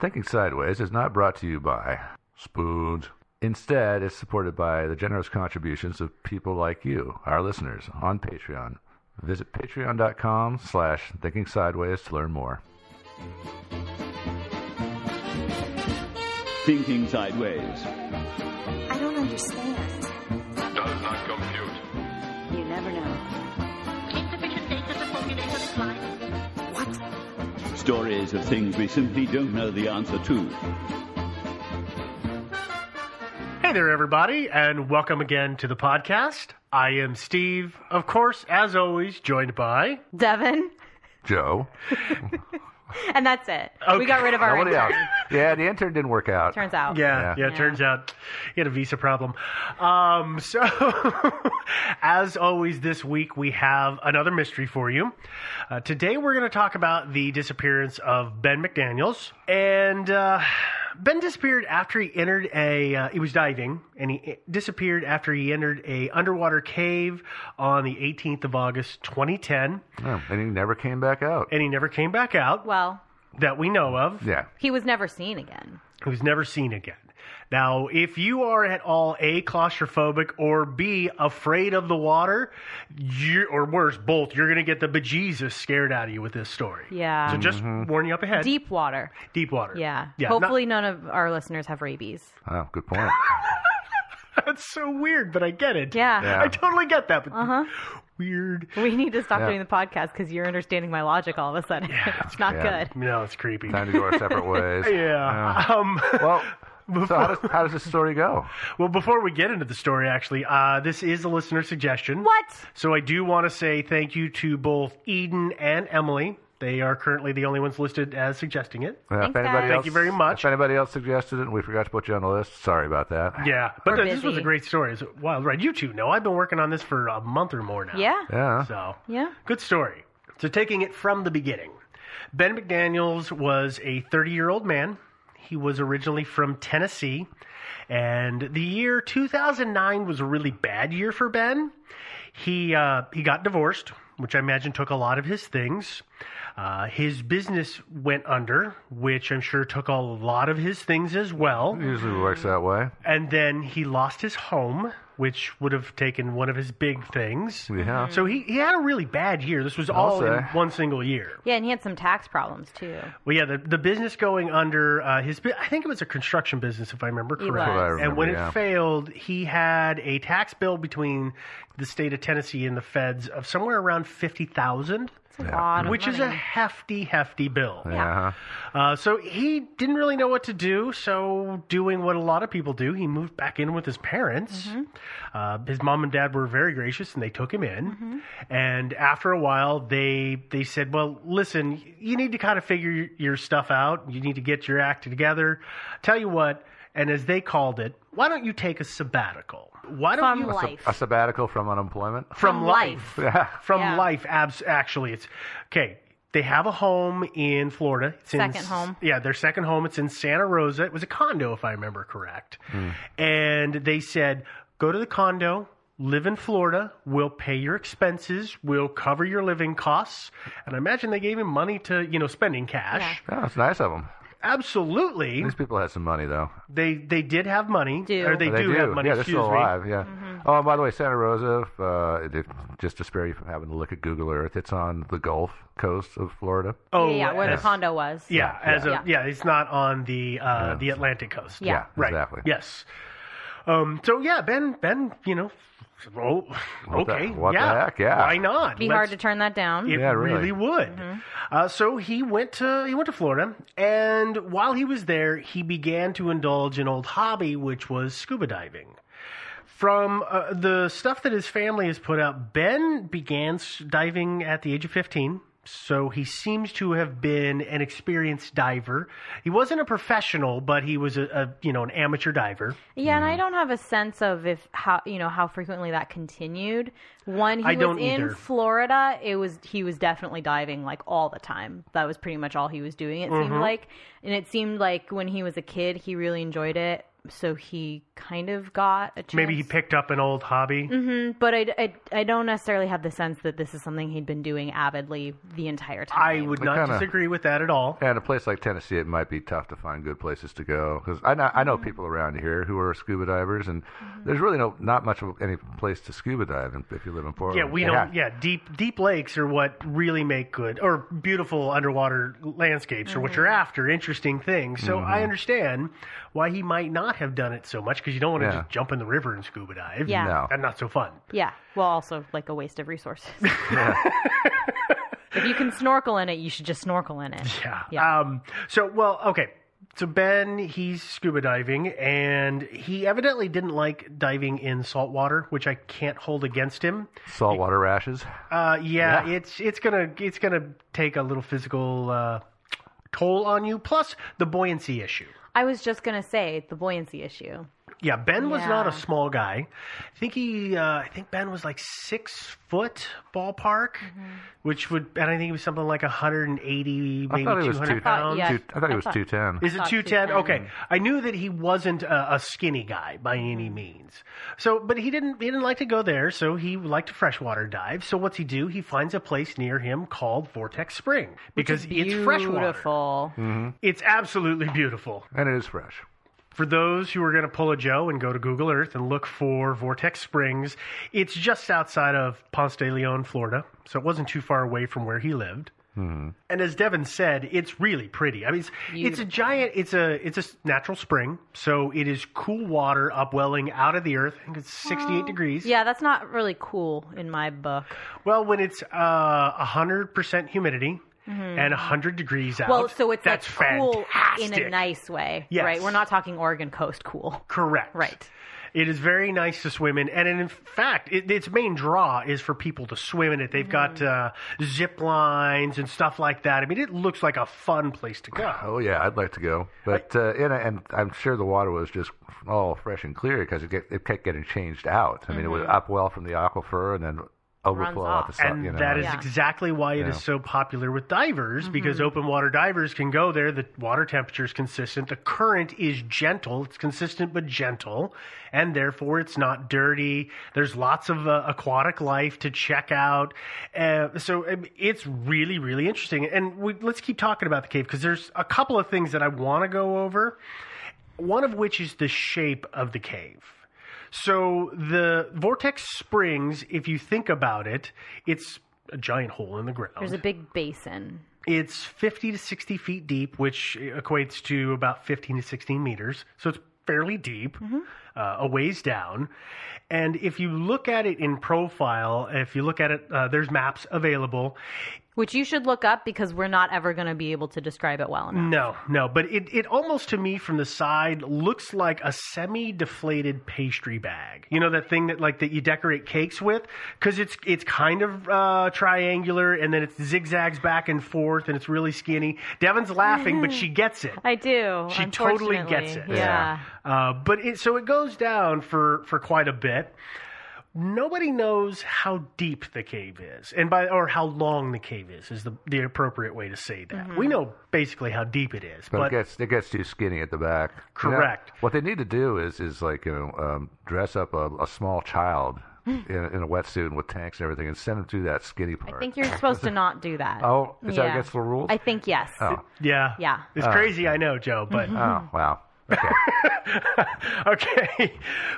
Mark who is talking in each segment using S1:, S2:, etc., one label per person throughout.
S1: Thinking Sideways is not brought to you by spoons. Instead, it's supported by the generous contributions of people like you, our listeners, on Patreon. Visit patreon.com slash thinking sideways to learn more.
S2: Thinking Sideways.
S3: I don't understand.
S1: Does not compute.
S3: You never know.
S2: Stories of things we simply don't know the answer to.
S4: Hey there, everybody, and welcome again to the podcast. I am Steve, of course, as always, joined by.
S5: Devin,
S1: Joe.
S5: and that's it.
S4: Okay.
S5: We got rid of our
S1: Nobody else.
S5: intern.
S1: Yeah, the intern didn't work out.
S5: Turns out.
S4: Yeah, yeah,
S1: Yeah.
S4: It turns out he had a visa problem. Um, so, as always, this week we have another mystery for you. Uh, today we're going to talk about the disappearance of Ben McDaniels. And uh, Ben disappeared after he entered a. Uh, he was diving, and he disappeared after he entered a underwater cave on the 18th of August, 2010,
S1: Yeah, and he never came back out.
S4: and he never came back out
S5: Well,
S4: that we know of.
S1: Yeah.
S5: he was never seen again.
S4: who's never seen again. Now, if you are at all A, claustrophobic, or B, afraid of the water, you, or worse, both, you're going to get the bejesus scared out of you with this story.
S5: Yeah.
S4: So just
S6: Mm-hmm.
S4: warn you up ahead.
S5: Deep water.
S4: deep water.
S5: Yeah.
S4: Yeah. not-
S5: Hopefully, none of our listeners have rabies.
S1: Oh, good point.
S4: that's so weird, but I get it.
S5: Yeah.
S1: Yeah.
S4: I totally get that. But
S5: Uh huh.
S4: Weird.
S5: We need to stop
S1: Yeah.
S5: doing the podcast because you're understanding my logic all of a sudden. it's not
S1: Yeah.
S5: good.
S4: No, it's creepy.
S1: Time to go our separate ways.
S4: yeah. Um,
S1: Well, so how does, how does this story go?
S4: well, before we get into the story, actually, uh, this is a listener suggestion.
S5: What?
S4: So I do want to say thank you to both Eden and Emily. They are currently the only ones listed as suggesting it.
S1: Yeah,
S5: Thanks, guys.
S4: Thank you very much.
S1: If anybody else suggested it, and we forgot to put you on the list. Sorry about that.
S4: Yeah, but
S5: We're
S4: th- this was a
S5: busy.
S4: great story. It's a wild ride. You two know I've been working on this for a month or more now.
S5: Yeah.
S1: Yeah.
S4: So
S5: Yeah.
S4: good story. So taking it from the beginning, Ben McDaniel's was a 30-year-old man. He was originally from Tennessee, and the year 2009 was a really bad year for Ben. He uh, he got divorced, which I imagine took a lot of his things. Uh, his business went under, which I'm sure took a lot of his things as well.
S1: Usually works that way.
S4: And then he lost his home, which would have taken one of his big things.
S1: Yeah.
S7: Mm-hmm.
S4: So he, he had a really bad year. This was all
S1: say.
S4: in one single year.
S5: Yeah, and he had some tax problems too.
S4: Well, yeah, the, the business going under uh, his, bu- I think it was a construction business, if I remember
S5: It
S4: correct.
S5: was. That's what I
S4: and when
S1: remember, yeah.
S4: it failed, he had a tax bill between the state of Tennessee and the feds of somewhere around fifty thousand.
S7: It's a lot of
S4: Which is a
S7: money.
S4: hefty, hefty bill.
S8: Yeah.
S4: Uh, so he didn't really know what to do. So, doing what a lot of people do, he moved back in with his parents.
S7: Mm-hmm.
S4: Uh, his mom and dad were very gracious, and they took him in.
S7: Mm-hmm.
S4: And after a while, they they said, "Well, listen, you need to kind of figure your- your stuff out. You need to get your act together. Tell you what." And as they called it, why don't you take a sabbatical? Why
S7: From
S4: don't you
S7: life.
S8: A sabbatical from unemployment?
S4: from,
S7: From
S4: life.
S8: Yeah.
S4: From
S7: Yeah.
S4: life, abs- actually. It's okay. They have a home in Florida. It's in,
S7: Second home.
S4: Yeah, their second home. It's in Santa Rosa. It was a condo, if I remember correct.
S8: Hmm.
S4: And they said, go to the condo, live in Florida. We'll pay your expenses. We'll cover your living costs. And I imagine they gave him money to, you know, spending cash.
S8: Yeah, that's nice of them.
S4: Absolutely.
S8: These people had some money, though.
S4: They they did have money.
S7: Do.
S4: Or they,
S8: They
S4: do, have money.
S8: Yeah, they're
S4: excuse
S8: still
S4: me.
S8: alive. Yeah. Oh, and by the way, Santa Rosa. Uh, it- just to spare you from having to look at Google Earth, it's on the Gulf Coast of Florida.
S4: Oh,
S7: yeah, yeah, where the
S4: yes.
S7: condo was.
S4: Yeah, as
S7: Yeah.
S4: a yeah, it's not on the uh, the Atlantic coast.
S7: Yeah. Yeah,
S4: right.
S8: exactly.
S4: Yes. Um, so yeah, Ben, Ben, you know, oh,
S8: What the-
S4: okay,
S8: what the
S4: yeah,
S8: heck, yeah.
S4: why not?
S7: It'd be
S4: Let's-
S7: hard Mm-hmm. to turn that down.
S4: It
S8: Yeah,
S4: really.
S8: really.
S4: would. Uh, so he went to he went to Florida, and while he was there, he began to indulge an old hobby, which was scuba diving. From uh, the stuff that his family has put out, Ben began s- diving at the age of fifteen. So he seems to have been an experienced diver. He wasn't a professional, but he was a, a you know an amateur diver.
S7: Yeah, and I don't have a sense of if how you know how frequently that continued. One, he
S4: I
S7: was
S4: don't
S7: in
S4: either.
S7: Florida. It was he was definitely diving like all the time. That was pretty much all he was doing. It seemed like, and it seemed like when he was a kid, he really enjoyed it. So he kind of got a chance.
S4: Maybe he picked up an old hobby.
S7: Mm, but I, I, I don't necessarily have the sense that this is something he'd been doing avidly the entire
S4: I
S7: time.
S4: would
S8: It
S4: not
S8: kinda-
S4: disagree with that at all.
S8: And a place like Tennessee, it might be tough to find good places to go because I know, I know people around here who are scuba divers, and there's really no not much of any place to scuba dive in- if you live in Portland.
S4: Yeah, we
S8: They have-
S4: don't. Yeah, deep deep lakes are what really make good or beautiful underwater landscapes are
S7: Mm-hmm.
S4: what you're after, interesting things. So I understand why he might not have done it so much because you don't want to
S8: Yeah.
S4: just jump in the river and scuba dive.
S7: Yeah.
S8: No.
S4: and not so fun.
S7: Yeah. Well, also like a waste of resources. if you can snorkel in it, you should just snorkel in it.
S4: Yeah.
S7: Yeah.
S4: Um, so, well, okay. So Ben, he's scuba diving, and he evidently didn't like diving in salt water, which I can't hold against him.
S8: saltwater rashes.
S4: Uh, yeah,
S8: Yeah.
S4: it's it's gonna it's gonna take a little physical uh, toll on you. Plus the buoyancy issue.
S7: I was just gonna say the buoyancy issue.
S4: Yeah, Ben was not a
S7: Yeah.
S4: small guy. I think he, uh, I think Ben was like six foot ballpark,
S7: Mm-hmm.
S4: which would, and I think he was something like 180,
S8: I
S4: maybe
S8: thought it was
S4: 200
S8: two.
S4: pounds.
S7: yeah.
S8: two- I thought
S7: I
S8: it was
S7: thought-
S8: two ten.
S4: Is it
S7: thought
S4: 210?
S7: 210.
S4: Okay. I knew that he wasn't a, a skinny guy by any
S7: Mm-hmm.
S4: means. So, but he didn't, he didn't like to go there, so he liked to freshwater dive. So what's he do? He finds a place near him called Vortex Spring because it's freshwater.
S7: Beautiful.
S4: It's absolutely beautiful.
S8: And it is fresh.
S4: For those who are going to pull a Joe and go to Google Earth and look for Vortex Springs, it's just outside of Ponce de Leon, Florida, so it wasn't too far away from where he lived. And as Devin said, it's really pretty. I mean, it's, it's a giant. It's a it's a s- natural spring, so it is cool water upwelling out of the earth. I think it's sixty eight degrees.
S7: Yeah, that's not really cool in my book.
S4: Well, when it's a hundred percent humidity and hundred degrees out.
S7: Well, so it's
S4: that's
S7: like cool in a
S4: fantastic.
S7: nice way,
S4: Yes.
S7: right? We're not talking Oregon coast cool.
S4: Correct.
S7: Right.
S4: It is very nice to swim in, and in fact, it, its main draw is for people to swim in it. They've got uh, zip lines and stuff like that. I mean, it looks like a fun place to go.
S8: Oh yeah, I'd like to go, but uh, and, and I'm sure the water was just all fresh and clear because it, get- it kept getting changed out. I mean, it
S7: Mm-hmm.
S8: would upwell from the aquifer and then overflow out
S7: off.
S8: the side.
S4: And
S8: you know,
S4: that is
S7: Yeah.
S4: exactly why it is
S8: Yeah.
S4: so popular with divers because open water divers can go there. The water temperature is consistent. The current is gentle. It's consistent but gentle, and therefore it's not dirty. There's lots of uh, aquatic life to check out. Uh, so um, it's really, really interesting. And we, let's keep talking about the cave because there's a couple of things that I want to go over. One of which is the shape of the cave. So the vortex springs, if you think about it, it's a giant hole in the ground.
S7: There's a big basin.
S4: It's 50 to 60 feet deep, which equates to about 15 to 16 meters. So it's fairly deep, uh, a ways down. And if you look at it in profile, if you look at it, uh, there's maps available.
S7: which you should look up because we're not ever going to be able to describe it well enough.
S4: No, no, but it, it almost to me from the side looks like a semi-deflated pastry bag. You know that thing that like that you decorate cakes with because it's it's kind of uh, triangular and then it zigzags back and forth and it's really skinny. Devin's laughing, but she gets it.
S7: I do.
S4: She totally gets it.
S7: unfortunately. Yeah.
S4: Uh, but it, so it goes down for for quite a bit. Nobody knows how deep the cave is, and by or how long the cave is is the, the appropriate way to say that.
S8: Mhm.
S4: We know basically how deep it is,
S8: But,
S4: but
S8: it gets it gets too skinny at the back. You know,
S4: Correct.
S8: what they need to do is is like you know um, dress up a, a small child in, in a wetsuit and with tanks and everything and send him through that skinny part.
S7: I think you're supposed to not do that.
S8: Oh, is that against the rules?
S7: I think yes.
S8: Oh.
S4: yeah,
S7: Yeah. Mm-hmm.
S4: it's
S8: Oh.
S4: crazy. I know, Joe, but
S8: oh wow. Okay.
S4: okay.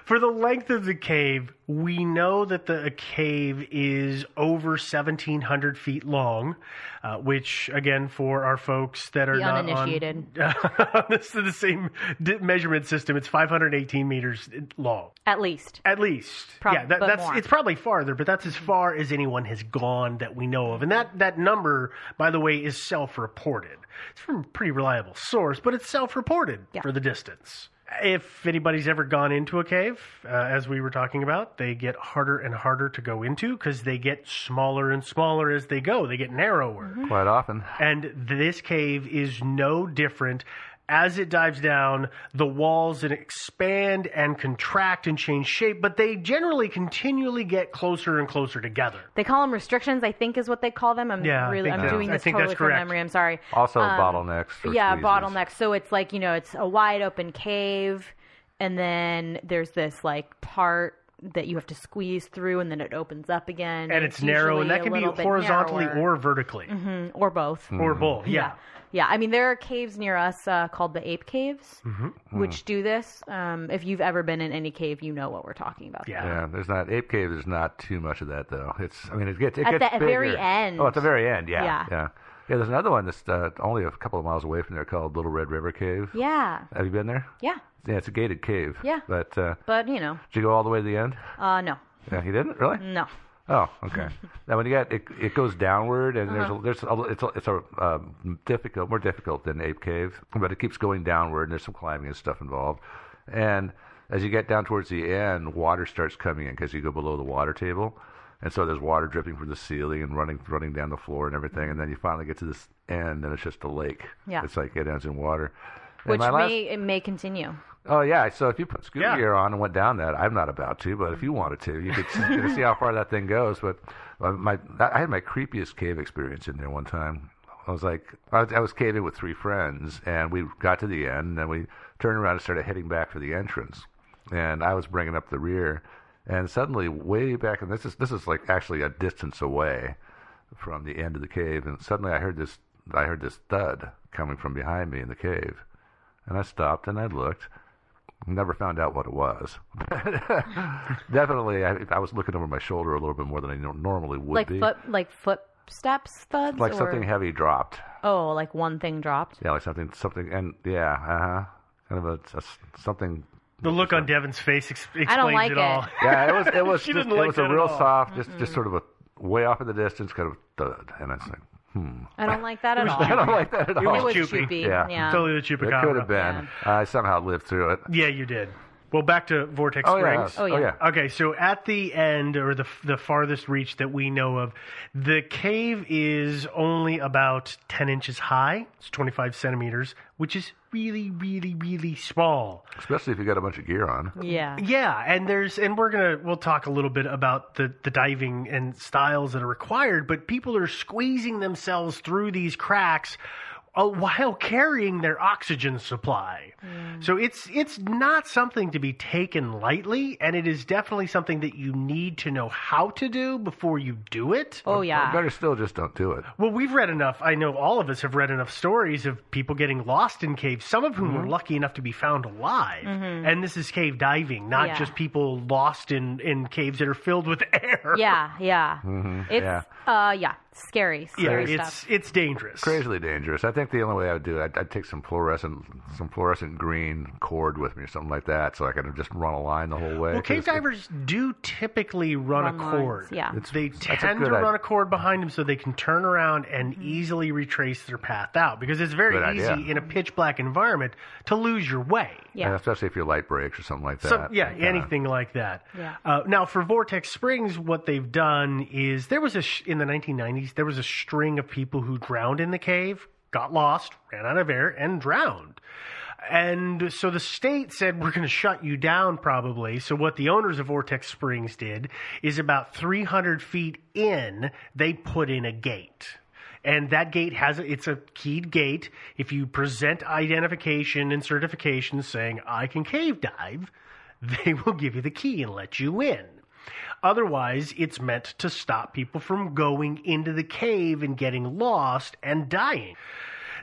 S4: For the length of the cave, we know that the cave is over 1,700 feet long, uh, which, again, for our folks that are
S7: The
S4: not
S7: uninitiated.
S4: on this is the same di- measurement system, it's 518 meters long.
S7: At least.
S4: At least.
S7: Prob-
S4: yeah, that,
S7: but
S4: that's
S7: more.
S4: it's probably farther, but that's as far as anyone has gone that we know of. And that that number, by the way, is self-reported. It's from a pretty reliable source, but it's self-reported for the distance. If anybody's ever gone into a cave, uh, as we were talking about, they get harder and harder to go into because they get smaller and smaller as they go. They get narrower.
S8: Quite often.
S4: And this cave is no different. As it dives down, the walls and expand and contract and change shape, but they generally continually get closer and closer together.
S7: They call them restrictions, I think is what they call them. I'm
S4: Yeah, I
S7: really
S4: think
S7: I'm
S4: that's-
S7: doing
S4: I
S7: this
S4: think
S7: totally
S4: that's
S7: from
S4: correct.
S7: memory. I'm sorry.
S8: Also
S7: Um,
S8: bottlenecks. For
S7: yeah,
S8: squeezes.
S7: bottlenecks. So it's like, you know, it's a wide open cave and then there's this like part that you have to squeeze through and then it opens up again.
S4: Mm. And it's narrow,
S7: usually
S4: and that
S7: a
S4: can be
S7: little bit
S4: horizontally
S7: narrower.
S4: or vertically.
S7: Mhm, or both.
S4: Or both, yeah.
S7: Yeah, I mean there are caves near us uh, called the ape caves,
S8: Hmm.
S7: which do this. Um, if you've ever been in any cave, you know what we're talking about.
S8: Yeah. there's not ape cave. There's not too much of that though. It's I mean it gets it
S7: At
S8: gets
S7: the
S8: bigger.
S7: very end.
S8: Oh, at the very end, yeah,
S7: Yeah.
S8: yeah, yeah. there's another one that's uh, only a couple of miles away from there called Little Red River Cave.
S7: Yeah,
S8: Have you been there?
S7: yeah.
S8: Yeah, it's a gated cave.
S7: Yeah.
S8: But uh,
S7: But you know,
S8: did you go all the way to the end?
S7: uh, no,
S8: Yeah, he didn't really.
S7: no.
S8: Oh, okay. now when you got it, it goes downward, and
S7: Uh-huh.
S8: there's a, there's a, it's a, it's a um, difficult, more difficult than Ape Cave, but it keeps going downward, and there's some climbing and stuff involved. And as you get down towards the end, water starts coming in because you go below the water table, and so there's water dripping from the ceiling and running running down the floor and everything, and then you finally get to this end, and it's just a lake.
S7: Yeah.
S8: it's like it ends in water. And
S7: Which
S8: my
S7: may
S8: last-
S7: it may continue.
S8: Oh yeah, so if you put scuba
S7: Yeah.
S8: gear on and went down that, I'm not about to, but if you wanted to, you could, you could see how far that thing goes. But uh, my, I had my creepiest cave experience in there one time. I was like, I was, I was caving with three friends, and we got to the end, and then we turned around and started heading back for the entrance, and I was bringing up the rear, and suddenly, way back, and this is this is like actually a distance away from the end of the cave, and suddenly I heard this, I heard this thud coming from behind me in the cave, and I stopped and I looked, Never found out what it was. Definitely, I, I was looking over my shoulder a little bit more than I nor- normally would
S7: like
S8: be.
S7: foot, like footsteps thuds,
S8: like
S7: or...
S8: something heavy dropped.
S7: Oh, like one thing dropped.
S8: Yeah, like something, something, and yeah, uh huh. Kind of a, a s- something.
S4: The look on Devin's face ex- explains
S7: I don't like
S4: it all.
S7: it.
S8: Yeah, it was. It was.
S4: She
S8: just,
S4: didn't
S8: it
S4: like
S8: was
S4: that
S8: a
S4: at
S8: real
S4: all.
S8: soft, just just sort of a way off in the distance, kind of thud, and I was like, hmm.
S7: I don't like that at all.
S8: I don't like that at
S7: It
S8: all.
S7: was It was Chupi. Chupi, yeah. Totally the
S8: It
S4: chupacabra.
S8: could have been. I somehow lived through it.
S4: Yeah, you did. Well, back to Vortex
S8: Oh, yeah.
S4: Springs.
S8: Oh, yeah. Oh, yeah.
S4: Okay, so at the end or the the farthest reach that we know of, the cave is only about 10 inches high. It's 25 centimeters, which is really really really small.
S8: Especially if you got a bunch of gear on.
S7: Yeah.
S4: Yeah, and there's and we're gonna we'll talk a little bit about the the diving and styles that are required, but people are squeezing themselves through these cracks uh, while carrying their oxygen supply. So it's it's not something to be taken lightly, and it is definitely something that you need to know how to do before you do it.
S7: Oh
S8: Or better still, just don't do it.
S4: Well, we've read enough. I know all of us have read enough stories of people getting lost in caves, some of whom were lucky enough to be found alive.
S7: Mhm.
S4: And this is cave diving, not
S7: Yeah.
S4: just people lost in, in caves that are filled with air.
S7: Yeah, yeah.
S8: Mm-hmm.
S7: It's
S8: yeah.
S7: uh yeah. Scary, scary
S4: yeah,
S7: stuff.
S4: it's it's dangerous.
S8: Crazily dangerous. I think the only way I would do it, I'd, I'd take some fluorescent, some fluorescent green cord with me or something like that, so I could just run a line the whole way.
S4: Well, cave
S8: 'Cause it's-
S4: divers do typically run,
S7: Run
S4: a
S7: lines,
S4: cord.
S7: yeah.
S4: they
S8: a
S4: tend to
S8: good
S4: run
S8: idea.
S4: a cord behind them so they can turn around and easily retrace their path out because it's very
S8: Good
S4: easy
S8: idea.
S4: in a pitch black environment to lose your way.
S8: and especially if your light breaks or something like that.
S4: So, yeah,
S8: kinda-
S4: anything like that.
S7: Yeah.
S4: Uh, now, for Vortex Springs, what they've done is there was a sh- in the 1990s there was a string of people who drowned in the cave, got lost, ran out of air, and drowned. And so the state said we're going to shut you down probably. So what the owners of Vortex Springs did is about 300 feet in, they put in a gate and that gate has a, it's a keyed gate. If you present identification and certification saying I can cave dive, they will give you the key and let you in. Otherwise, it's meant to stop people from going into the cave and getting lost and dying.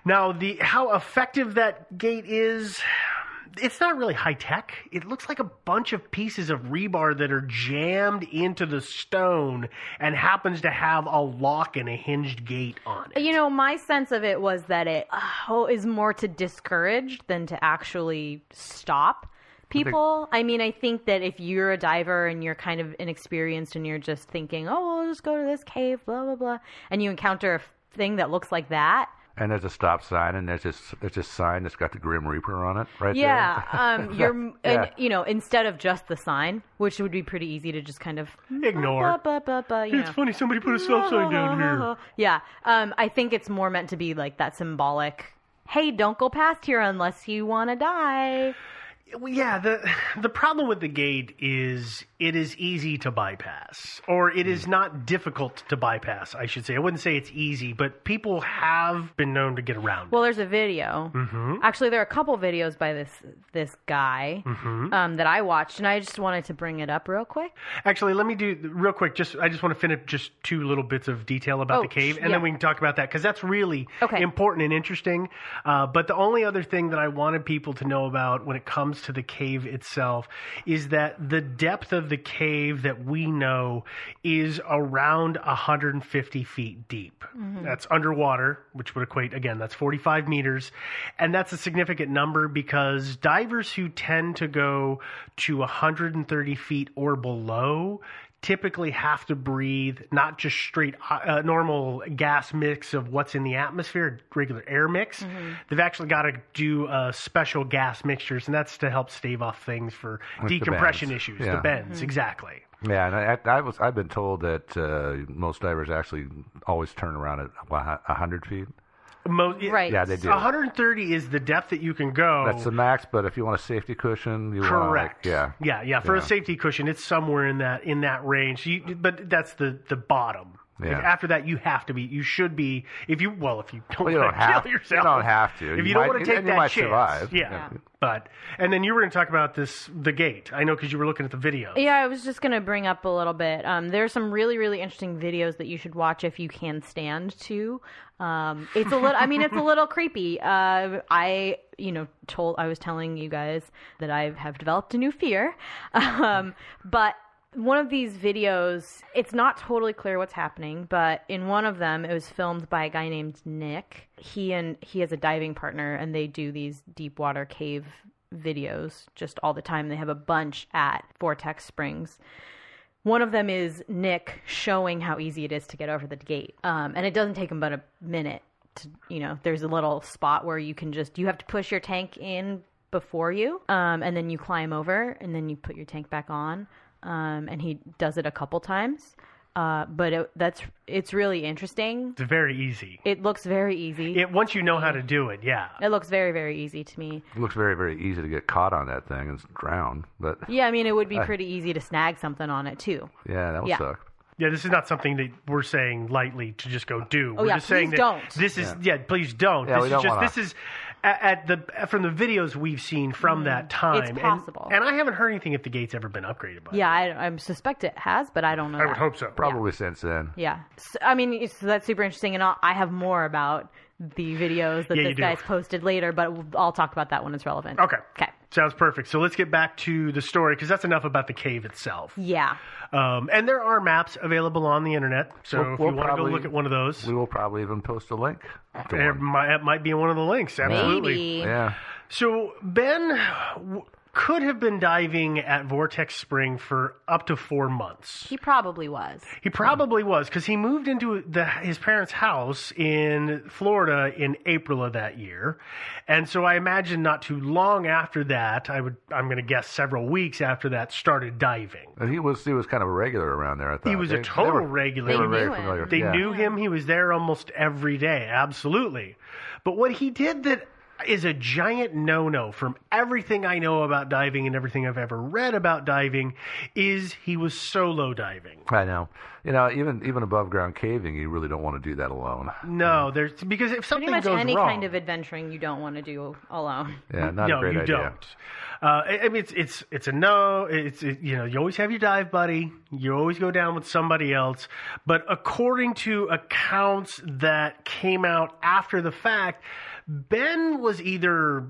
S4: Now, the how effective that gate is, it's not really high tech. It looks like a bunch of pieces of rebar that are jammed into the stone and happens to have a lock and a hinged gate on it.
S7: You know, my sense of it was that it oh, is more to discourage than to actually stop people. I mean, I think that if you're a diver and you're kind of inexperienced and you're just thinking, oh, we'll just go to this cave, blah, blah, blah, and you encounter a thing that looks like that.
S8: And there's a stop sign, and there's this there's this sign that's got the Grim Reaper on it, right
S7: yeah.
S8: there.
S7: Um, you're,
S8: Yeah.
S7: And, you know, instead of just the sign, which would be pretty easy to just kind of
S4: Ignore.
S7: Bah, bah, bah, bah, you
S4: It's
S7: know.
S4: funny, somebody put a stop sign down here.
S7: Yeah. Um, I think it's more meant to be like that symbolic. Hey, don't go past here unless you want to die.
S4: Well, yeah, the the problem with the gate is it is easy to bypass, or it is not difficult to bypass. I should say. I wouldn't say it's easy, but people have been known to get around.
S7: Well, there's a video.
S4: Mm-hmm.
S7: Actually, there are a couple videos by this this guy
S4: Mhm.
S7: um, that I watched, and I just wanted to bring it up real quick.
S4: Actually, let me do real quick. Just I just want to finish just two little bits of detail about
S7: Oh,
S4: the cave, and
S7: yeah.
S4: then we can talk about that because that's really
S7: Okay.
S4: important and interesting. Uh, but the only other thing that I wanted people to know about when it comes to the cave itself is that the depth of the cave that we know is around 150 feet deep.
S7: Mm-hmm.
S9: Mhm.
S4: That's underwater, which would equate again. That's 45 meters, and that's a significant number because divers who tend to go to 130 feet or below typically have to breathe not just straight uh, normal gas mix of what's in the atmosphere, regular air mix.
S9: Mhm.
S4: They've actually got to do uh, special gas mixtures, and that's to help stave off things for
S8: Like the
S4: decompression
S8: bends.
S4: issues,
S8: Yeah.
S4: the bends,
S7: Mm-hmm.
S8: Mhm.
S4: exactly.
S8: Yeah, and I, I I was I've been told that uh, most divers actually always turn around at a hundred feet.
S4: Mo-
S8: Right. Yeah, they do.
S4: Oh. 130 is the depth that you can go.
S8: That's the max. But if you want a safety cushion, you Want, like,
S4: Correct.
S8: yeah.
S4: Yeah, yeah. For
S8: Yeah.
S4: a safety cushion, it's somewhere in that in that range. You, but that's the the bottom. Like,
S8: Yeah.
S4: after that, you have to be. You should be. If you well, if you don't,
S8: Well, you
S4: wanna
S8: don't have-
S4: kill
S8: you
S4: yourself,
S8: don't have to.
S4: If you,
S8: You
S4: don't
S8: might-
S4: want to take
S8: and you
S4: that
S8: might
S4: chance,
S8: survive.
S4: Yeah.
S8: Yeah.
S4: But and then you were going to talk about this the gate. I know because you were looking at the video.
S7: Yeah, I was just going to bring up a little bit. Um, there are some really, really interesting videos that you should watch if you can stand to. Um, it's a little. I mean, it's a little creepy. Uh, I, you know, told I was telling you guys that I have developed a new fear, um, but. One of these videos, it's not totally clear what's happening, but in one of them, it was filmed by a guy named Nick. He and he has a diving partner, and they do these deep water cave videos just all the time. They have a bunch at Vortex Springs. One of them is Nick showing how easy it is to get over the gate, um, and it doesn't take him but a minute. To you know, there's a little spot where you can just you have to push your tank in before you, um, and then you climb over, and then you put your tank back on, um, and he does it a couple times. Uh, but it, that's it's really interesting.
S4: It's very easy.
S7: It looks very easy.
S4: It once you know how to do it, yeah.
S7: It looks very very easy to me.
S8: It looks very very easy to get caught on that thing and drown. But
S7: Yeah, I mean, it would be
S8: I-
S7: pretty easy to snag something on it too.
S8: yeah, that would
S7: Yeah.
S8: suck.
S4: Yeah, this is not something that we're saying lightly to just go do.
S7: Oh,
S4: we're
S7: yeah,
S4: just saying
S7: please
S4: that
S7: don't.
S4: this is
S8: Yeah.
S4: yeah, please don't.
S8: Yeah,
S4: Oh, this
S8: we
S4: is
S8: don't
S4: just
S8: wanna-
S4: this is a- at the from the videos we've seen
S7: Mm-hmm.
S4: from that time. and-
S7: possible.
S4: And, I haven't heard anything if the gate's ever been upgraded. By
S7: Yeah, I, I suspect it has, but I don't know.
S4: I would
S7: that.
S4: hope so.
S8: Probably since then.
S7: Yeah, so, I mean, it's- so that's super interesting, and I'll, I have more about the videos that
S4: Yeah, you
S7: this
S4: do.
S7: guy's posted later, but I'll talk about that when it's relevant.
S4: Okay.
S7: Okay.
S4: Sounds perfect. So let's get back to the story because that's enough about the cave itself.
S7: Yeah.
S4: Um, and there are maps available on the internet. So
S8: We'll-
S4: if
S8: we'll
S4: you want to go
S8: probably-
S4: look at one of those,
S8: We will probably even post a link. to
S4: it
S8: one.
S4: might, it might be in one of the links. Absolutely.
S8: Yeah.
S4: So Ben w- could have been diving at Vortex Spring for up to four months.
S7: He probably was.
S4: He probably was because he moved into the, his parents' house in Florida in April of that year, and so I imagine not too long after that, I would I'm going to guess several weeks after that started diving.
S8: And he was he was kind of a regular around there. I thought
S4: He was
S8: They-
S4: a
S8: they
S4: total
S8: were-
S4: regular.
S8: They were very familiar.
S4: They
S8: yeah.
S4: knew him. He was there almost every day. Absolutely. But what he did that is a giant no no from everything I know about diving and everything I've ever read about diving is he was solo diving.
S8: I know. You know, even even above ground caving, you really don't want to do that alone.
S4: No, there's because if
S7: Pretty
S4: something
S7: much
S4: goes
S7: any
S4: wrong,
S7: kind of adventuring you don't want to do alone.
S8: Yeah, not
S4: no,
S8: a great
S4: you
S8: idea.
S4: don't. Uh, I I mean, it's it's it's a no. It's it, you know, you always have your dive buddy. You always go down with somebody else. But according to accounts that came out after the fact, Ben was either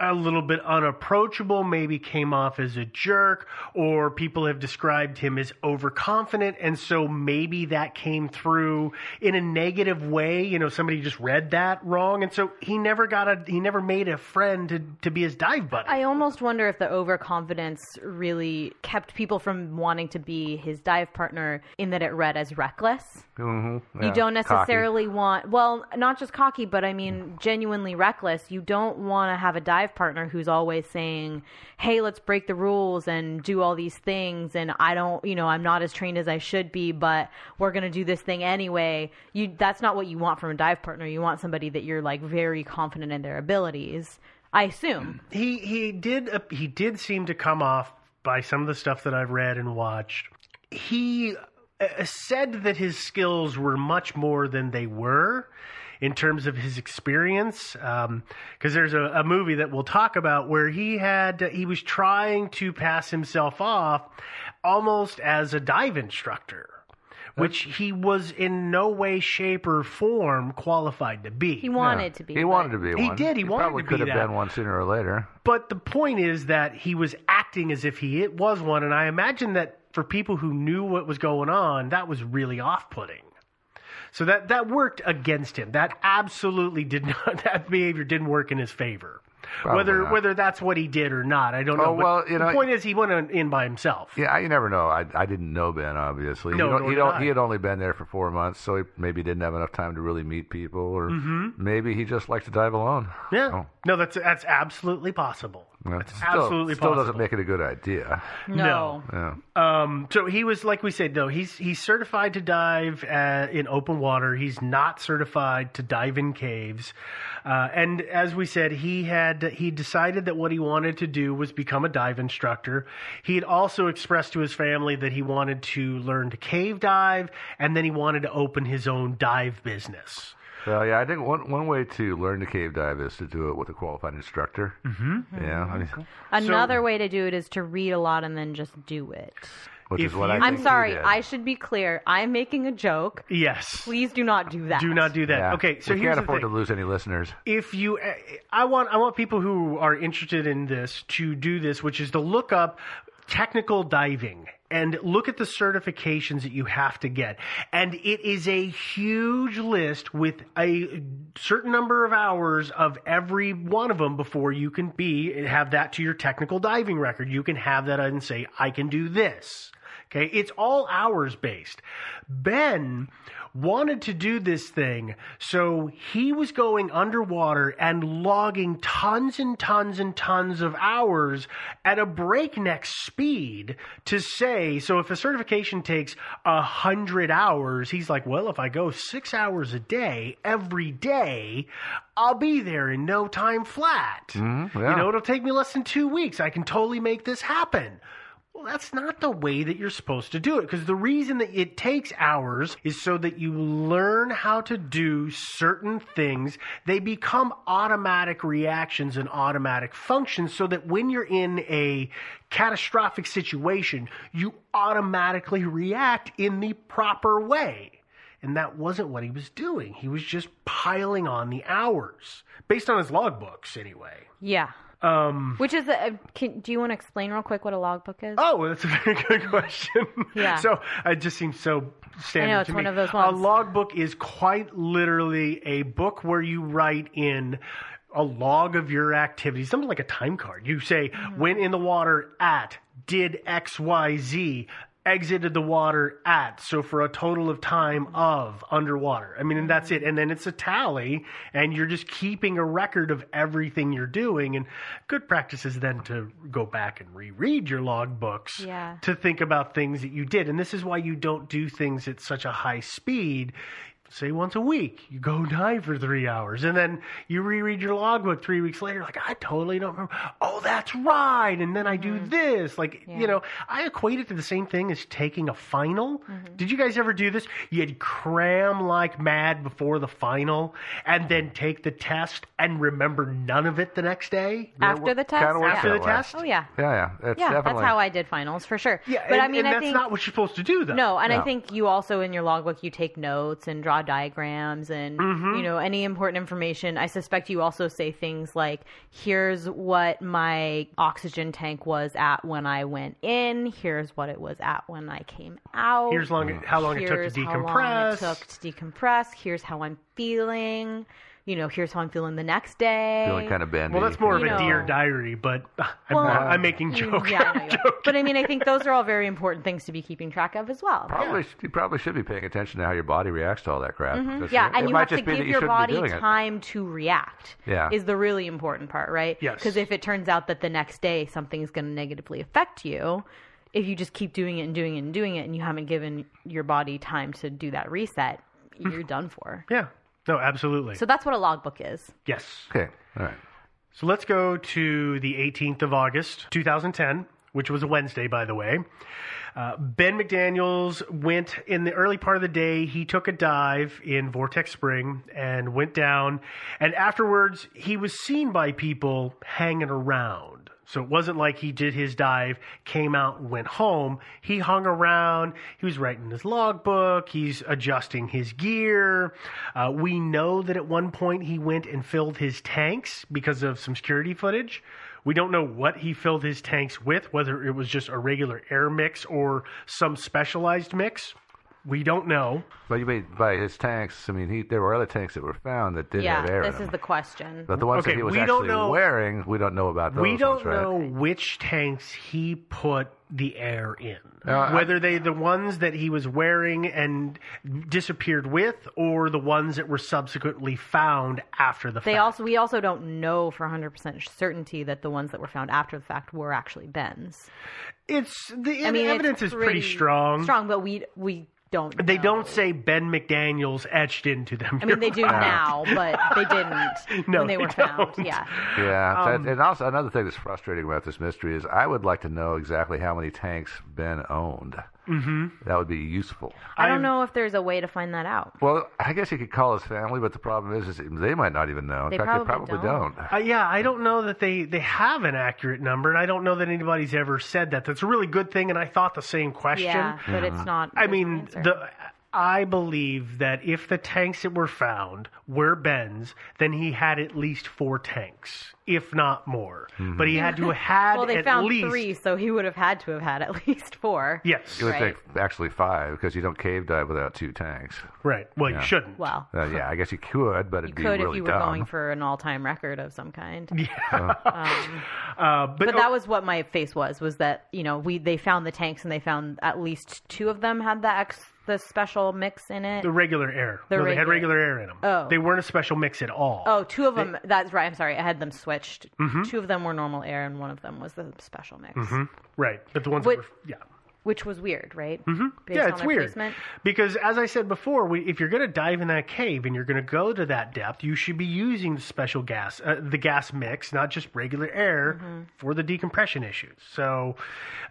S4: a little bit unapproachable, maybe came off as a jerk, or people have described him as overconfident. And so maybe that came through in a negative way. You know, somebody just read that wrong. And so he never got a, he never made a friend to, to be his dive buddy.
S7: I almost wonder if the overconfidence really kept people from wanting to be his dive partner in that it read as reckless.
S8: hmm
S7: you don't necessarily want well not just cocky but i mean genuinely reckless you don't want to have a dive partner who's always saying hey let's break the rules and do all these things and i don't you know i'm not as trained as i should be but we're going to do this thing anyway you that's not what you want from a dive partner you want somebody that you're like very confident in their abilities i assume
S4: he he did uh, he did seem to come off by some of the stuff that I've read and watched. He uh, said that his skills were much more than they were in terms of his experience because there's a, a movie that we'll talk about where he had he was trying to pass himself off almost as a dive instructor which he was in no way shape or form qualified to be
S7: he wanted to be
S8: He
S7: but-
S8: wanted to be
S4: He
S8: one.
S4: did, he wanted
S8: probably
S4: to
S8: could
S4: be
S8: have
S4: that.
S8: been one sooner or later.
S4: but the point is that he was acting as if he it was one, and I imagine that for people who knew what was going on, that was really off-putting. So that that worked against him. That absolutely did not. That behavior didn't work in his favor.
S8: Probably
S4: whether
S8: not.
S4: whether that's what he did or not, I don't
S8: Oh,
S4: know. but
S8: well, you
S4: the
S8: know-
S4: point is, he went on- in by himself.
S8: Yeah, you never know. I, I didn't know Ben obviously.
S4: No,
S8: you don't,
S4: nor
S8: you
S4: did
S8: don't-
S4: I.
S8: He had only been there for four months, so he maybe didn't have enough time to really meet people, or
S4: Mhm.
S8: maybe he just likes to dive alone.
S4: Yeah.
S8: Oh.
S4: No, that's that's absolutely possible.
S8: That's
S4: That's absolutely
S8: still
S4: possible.
S8: doesn't make it a good idea.
S4: No.
S8: Yeah.
S4: Um, so he was, like we said, though he's he's certified to dive uh, in open water. He's not certified to dive in caves. Uh, and as we said, he had he decided that what he wanted to do was become a dive instructor. He had also expressed to his family that he wanted to learn to cave dive, and then he wanted to open his own dive business.
S8: Well, yeah, I think one one way to learn to cave dive is to do it with a qualified instructor.
S4: Mm-hmm.
S8: Yeah, I mean,
S7: another way to do it is to read a lot and then just do it
S8: which is what I.
S7: i'm
S8: think he
S7: sorry
S8: did.
S7: i should be clear i'm making a joke
S4: Yes.
S7: please do not do that
S4: Do not do that.
S8: Yeah.
S4: Okay, so
S8: we
S4: here's
S8: can't
S4: the
S8: afford
S4: thing.
S8: to lose any listeners.
S4: if you i want i want people who are interested in this to do this which is to look up technical diving and look at the certifications that you have to get and it is a huge list with a certain number of hours of every one of them before you can be have that to your technical diving record you can have that and say i can do this Okay, it's all hours based. Ben wanted to do this thing, so he was going underwater and logging tons and tons and tons of hours at a breakneck speed to say, so if a certification takes a hundred hours, he's like, well, if I go six hours a day every day, I'll be there in no time flat.
S8: Mhm, yeah.
S4: You know, it'll take me less than two weeks. I can totally make this happen. Well, that's not the way that you're supposed to do it because the reason that it takes hours is so that you learn how to do certain things. They become automatic reactions and automatic functions so that when you're in a catastrophic situation, you automatically react in the proper way. And that wasn't what he was doing. He was just piling on the hours based on his logbooks, anyway.
S7: yeah
S4: Um,
S7: Which is, a, can, do you want to explain real quick what a logbook is?
S4: Oh, that's a very good question.
S7: Yeah.
S4: So it just seems so standard
S7: I know, it's
S4: to me.
S7: one of those ones.
S4: A logbook is quite literally a book where you write in a log of your activities, something like a time card. You say,
S7: Mm-hmm.
S4: went in the water at, did X, Y, Z, exited the water at, so for a total of time
S7: Mm-hmm.
S4: of underwater. I mean, and that's it. And then it's a tally, and you're just keeping a record of everything you're doing. And good practice is then to go back and reread your log books
S7: Yeah.
S4: to think about things that you did. And this is why you don't do things at such a high speed. Say once a week, you go dive for three hours, and then you reread your logbook three weeks later. Like I totally don't remember. Oh, that's right. And then I do
S7: Mm-hmm.
S4: this. Like you know, I equate it to the same thing as taking a final.
S7: Mm-hmm.
S4: Did you guys ever do this? You'd cram like mad before the final, and then take the test and remember none of it the next day.
S7: After the test?
S4: After
S7: yeah.
S4: the test.
S7: Oh, yeah.
S8: Yeah, yeah. It's
S7: yeah,
S8: definitely.
S7: that's how I did finals for sure.
S4: Yeah,
S7: but
S4: and,
S7: I mean,
S4: and
S7: I
S4: that's
S7: think
S4: not what you're supposed to do, though.
S7: no, and I think you also in your logbook you take notes and draw diagrams and
S4: Mhm.
S7: you know any important information. I suspect you also say things like, "Here's what my oxygen tank was at when I went in. Here's what it was at when I came out.
S4: Here's long it- how long it took to
S7: Here's how long it
S4: decompress."
S7: took to decompress. Here's how I'm feeling. You know, here's how I'm feeling the next day.
S8: Feeling kinda bendy.
S4: Well, that's more
S7: You
S4: of a
S7: know.
S4: dear diary, but uh, I'm,
S7: Well,
S4: not- I'm making
S7: You-
S4: jokes.
S7: Yeah, I know you are. but I mean, I think those are all very important things to be keeping track of as well.
S8: Probably, sh you probably should be paying attention to how your body reacts to all that crap.
S7: Mhm.
S8: because
S7: Yeah,
S8: it- it
S7: and you
S8: might
S7: have to
S8: just be that
S7: give
S8: you
S7: your
S8: shouldn't be
S7: body
S8: doing it.
S7: time to react.
S8: Yeah.
S7: is the really important part, right?
S8: Yes.
S7: Because if it turns out that the next day something's going to negatively affect you, if you just keep doing it and doing it and doing it, and you haven't given your body time to do that reset, you're done for.
S4: Yeah. No, absolutely.
S7: So that's what a logbook is.
S4: yes.
S8: Okay. All right.
S4: So let's go to the 18th of August, 2010, which was a Wednesday, by the way. Uh, ben McDaniels went in the early part of the day. He took a dive in Vortex Spring and went down. And afterwards, he was seen by people hanging around. So it wasn't like he did his dive, came out, and went home. He hung around. He was writing his logbook. He's adjusting his gear. Uh, we know that at one point he went and filled his tanks because of some security footage. We don't know what he filled his tanks with, whether it was just a regular air mix or some specialized mix. We don't know.
S8: But you mean by his tanks? I mean, he, there were other tanks that were found that did have
S7: yeah,
S8: air in
S7: this
S8: them.
S7: is the question.
S8: But the ones
S4: Okay,
S8: that he was
S4: we don't
S8: actually
S4: know-
S8: wearing, we don't know about those.
S4: we don't
S8: ones, right?
S4: know which tanks he put the air in.
S8: No, I-
S4: Whether they the ones that he was wearing and disappeared with, or the ones that were subsequently found after the
S7: They
S4: fact.
S7: also we also don't know for 100% certainty that the ones that were found after the fact were actually Ben's.
S4: It's the
S7: I mean, it's
S4: evidence is pretty strong.
S7: Strong, but we we don't.
S4: They
S7: know.
S4: don't say Ben McDaniel's etched into them.
S7: I mean, they do
S8: Yeah.
S7: now, but they didn't
S4: No,
S7: when they,
S4: they
S7: were found.
S4: don't.
S7: Yeah.
S8: Yeah,
S4: Um,
S8: that- and also another thing that's frustrating about this mystery is I would like to know exactly how many tanks Ben owned.
S4: Mm-hmm.
S8: That would be useful.
S7: I don't know if there's a way to find that out.
S8: Well, I guess you could call his family, but the problem is, is they might not even know. In
S7: They
S8: fact, they
S7: probably
S8: probably
S7: don't.
S8: don't.
S4: Uh, yeah, I don't know that they, they have an accurate number, and I don't know that anybody's ever said that. That's a really good thing, and I thought the same question.
S7: Yeah, but it's
S8: Mhm.
S7: not.
S4: I
S7: there's no
S4: mean,
S7: answer.
S4: the I believe that if the tanks that were found were Ben's, then he had at least four tanks, if not more. But he had to have had
S7: well, they
S4: at
S7: found
S4: least
S7: three, so he would have had to have had at least four.
S4: Yes,
S8: You would
S7: Right.
S8: think actually five because you don't cave dive without two tanks.
S4: right. Well,
S8: Yeah.
S4: you shouldn't.
S7: Well,
S8: Uh, yeah, I guess you could, but it'd
S7: you
S8: be
S7: could
S8: really
S7: if you were
S8: dumb.
S7: going for an all-time record of some kind.
S4: Yeah.
S7: Um,
S4: Uh, but
S7: but that was what my face was. Was that you know we they found the tanks and they found at least two of them had the ex the special mix in it.
S4: the regular air.
S7: The
S4: no, they had
S7: regular-
S4: regular air in them.
S7: Oh.
S4: They weren't a special mix at all. Mm-hmm.
S7: Oh, two of them. that's right. I'm sorry. I had them switched. Two of them were normal air, and one of them was the special mix,
S4: Mhm. Right. But the ones
S7: Wait.
S4: that were, yeah.
S7: which was weird, right?
S4: hmm
S7: Based
S4: yeah,
S7: on
S4: it's
S7: their
S4: weird.
S7: placement.
S4: Because as I said before, we, if you're going to dive in that cave and you're going to go to that depth, you should be using the special gas, uh, the gas mix, not just regular air for the decompression issues. So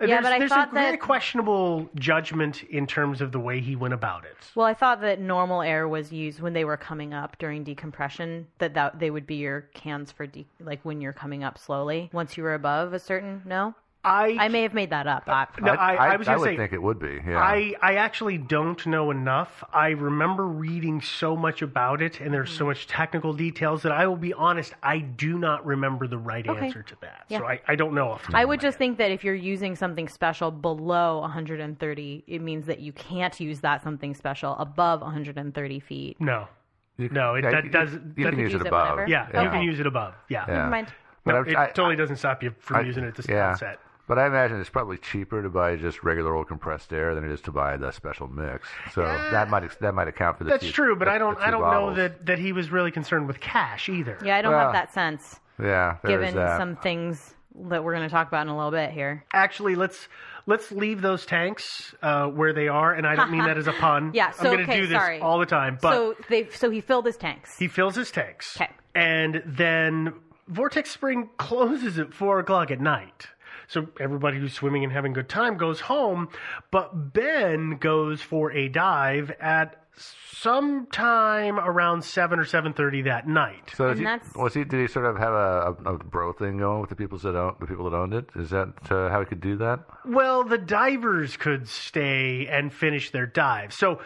S4: uh,
S7: Yeah,
S4: there's,
S7: but I
S4: there's
S7: thought
S4: a very
S7: that-
S4: questionable judgment in terms of the way he went about it.
S7: Well, I thought that normal air was used when they were coming up during decompression. That that they would be your cans for de- like when you're coming up slowly. Once you were above a certain no.
S4: I
S7: I may have made that up. I,
S4: No, I- I was gonna
S8: would
S4: say-
S8: think it would be. Yeah.
S4: I, I actually don't know enough. I remember reading so much about it, and there's so much technical details that I will be honest, I do not remember the right
S7: Okay.
S4: answer to that.
S7: Yeah.
S4: So I, I don't know. Off the
S7: I
S4: top
S7: would just think that if you're using something special below 130, it means that you can't use that something special above 130 feet.
S4: No.
S8: You can-
S4: no, it,
S8: yeah,
S4: that
S8: you-
S4: does.
S8: you
S4: that,
S8: can use it
S7: it
S8: above.
S7: whenever.
S4: Yeah, you
S8: Yeah.
S4: can use it above. Yeah.
S8: Yeah. Never mind.
S4: No,
S8: But
S4: it
S8: I- I-
S4: totally doesn't stop you from
S8: I-
S4: using it at this
S8: yeah.
S4: set.
S8: But I imagine it's probably cheaper to buy just regular old compressed air than it is to buy the special mix. So that might ex- that might account for the.
S4: That's
S8: two-
S4: true, but
S8: the-
S4: I don't.
S8: the two
S4: I don't know
S8: bottles.
S4: that, that he was really concerned with cash either.
S7: Yeah, I don't
S8: Well,
S7: have that sense
S8: Yeah, there's
S7: given
S8: that.
S7: some things that we're going to talk about in a little bit here.
S4: Actually, let's let's leave those tanks uh, where they are, and I don't mean that as a pun.
S7: Yeah, so,
S4: I'm going to
S7: okay,
S4: do this
S7: sorry.
S4: all the time, but
S7: so they so he filled his tanks.
S4: he fills his tanks, and then Vortex Spring closes at four o'clock at night. So everybody who's swimming and having a good time goes home, but Ben goes for a dive at sometime around seven or seven thirty that night.
S8: So is he, was he? Did he sort of have a, a, a bro thing going with the people that own, the people that owned it? Is that uh, how he could do that?
S4: Well, the divers could stay and finish their dive. So,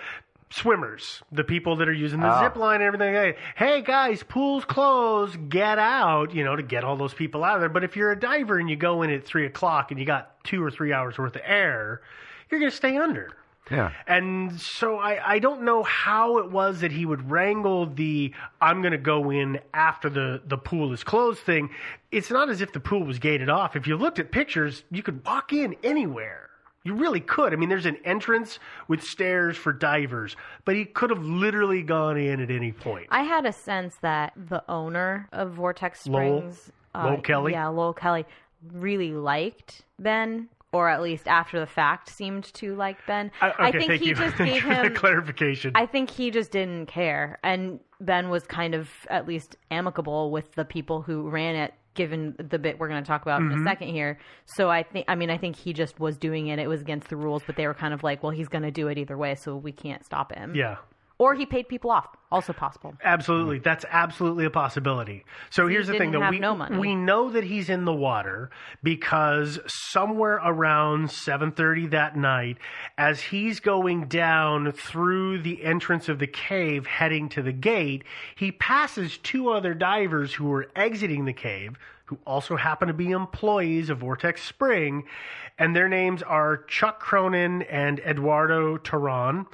S4: swimmers, the people that are using the
S8: Ah.
S4: zip line and everything, hey, hey guys, pool's closed, get out, you know, to get all those people out of there. But if you're a diver and you go in at three o'clock and you got two or three hours worth of air, you're going to stay under.
S8: Yeah.
S4: And so I, I don't know how it was that he would wrangle the I'm going to go in after the, the pool is closed thing. It's not as if the pool was gated off. If you looked at pictures, you could walk in anywhere. You really could. I mean, there's an entrance with stairs for divers, but he could have literally gone in at any point.
S7: I had a sense that the owner of Vortex
S4: Lowell?
S7: Springs,
S4: Lowell Kelly?
S7: yeah, Lowell Kelly, really liked Ben, or at least after the fact seemed to like Ben.
S4: I, okay,
S7: think
S4: thank
S7: he
S4: you.
S7: just
S4: Thank
S7: gave
S4: you for the
S7: him.
S4: clarification.
S7: I think he just didn't care, and Ben was kind of at least amicable with the people who ran it. Given the bit we're going to talk about in
S9: Mhm.
S7: a second here, so I think I mean I think he just was doing it. It was against the rules, but they were kind of like, well, he's going to do it either way, so we can't stop him.
S4: yeah.
S7: or he paid people off, also possible.
S4: Absolutely, that's absolutely a possibility. So
S7: He
S4: here's the thing:
S7: didn't
S4: though,
S7: have
S4: we
S7: no money.
S4: we know that he's in the water because somewhere around 7:30 that night, as he's going down through the entrance of the cave, heading to the gate, he passes two other divers who are exiting the cave. Who also happen to be employees of Vortex Spring, and their names are Chuck Cronin and Eduardo Tehran.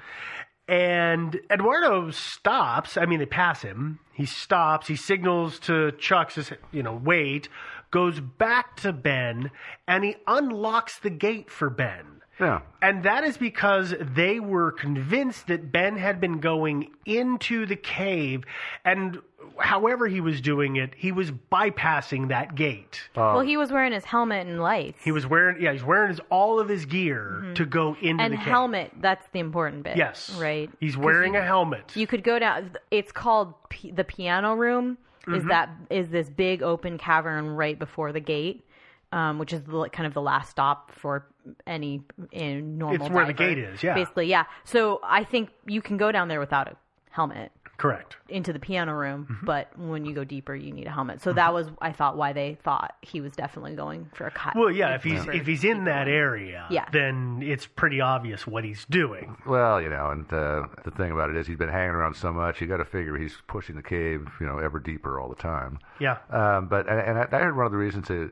S4: And Eduardo stops. I mean, they pass him. He stops. He signals to Chuck, says, you know, wait, goes back to Ben, and he unlocks the gate for Ben.
S8: Yeah.
S4: And that is because they were convinced that Ben had been going into the cave, and however he was doing it, he was bypassing that gate.
S7: well, he was wearing his helmet and lights.
S4: He was wearing, yeah, he's wearing his, all of his gear
S7: Mhm.
S4: to go into
S7: and
S4: the cave.
S7: helmet, that's the important bit.
S4: Yes.
S7: Right?
S4: He's
S7: 'Cause
S4: wearing
S7: you-
S4: a helmet.
S7: You could go down, it's called P- the piano room. Is
S4: Mhm.
S7: that is this big open cavern right before the gate, um, which is the, kind of the last stop for any in normal.
S4: It's where the
S7: diver,
S4: gate is, yeah.
S7: basically, yeah. So I think you can go down there without a helmet
S4: Correct.
S7: into the piano room, but when you go deeper, you need a helmet. So that was I thought why they thought he was definitely going for a cut.
S4: Well, yeah, if he's
S7: for-
S4: if he's in that area,
S7: Yeah.
S4: then it's pretty obvious what he's doing.
S8: Well, you know, and uh, the thing about it is he's been hanging around so much. You got to figure he's pushing the cave, you know, ever deeper all the time.
S4: Yeah.
S8: Um, but and, and I, I heard one of the reasons it,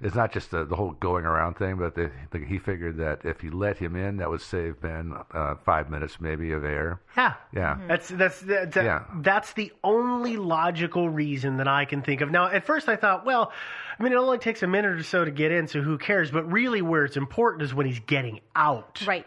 S8: it's not just the, the whole going around thing, but the, the, he figured that if you let him in, that would save Ben uh, five minutes maybe of air.
S4: Yeah.
S8: Yeah.
S4: That's that's that's,
S8: Yeah.
S4: that's the only logical reason that I can think of. Now, at first I thought, well, I mean it only takes a minute or so to get in, so who cares? But really where it's important is when he's getting out.
S7: Right.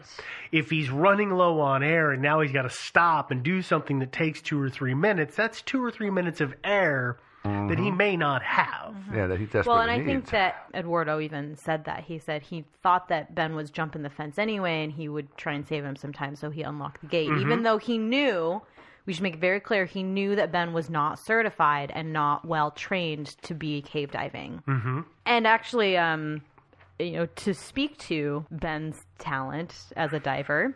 S4: If he's running low on air and now he's got to stop and do something that takes 2 or 3 minutes, that's 2 or 3 minutes of air that he
S8: Mhm.
S4: may not have.
S8: Yeah, that he desperately
S7: well, and I
S8: needs.
S7: think that Eduardo even said that. He said he thought that Ben was jumping the fence anyway, and he would try and save him sometime, so he unlocked the gate.
S9: Mhm.
S7: Even though he knew, we should make it very clear, he knew that Ben was not certified and not well trained to be cave diving.
S9: Mm-hmm.
S7: And actually, um, you know, to speak to Ben's talent as a diver,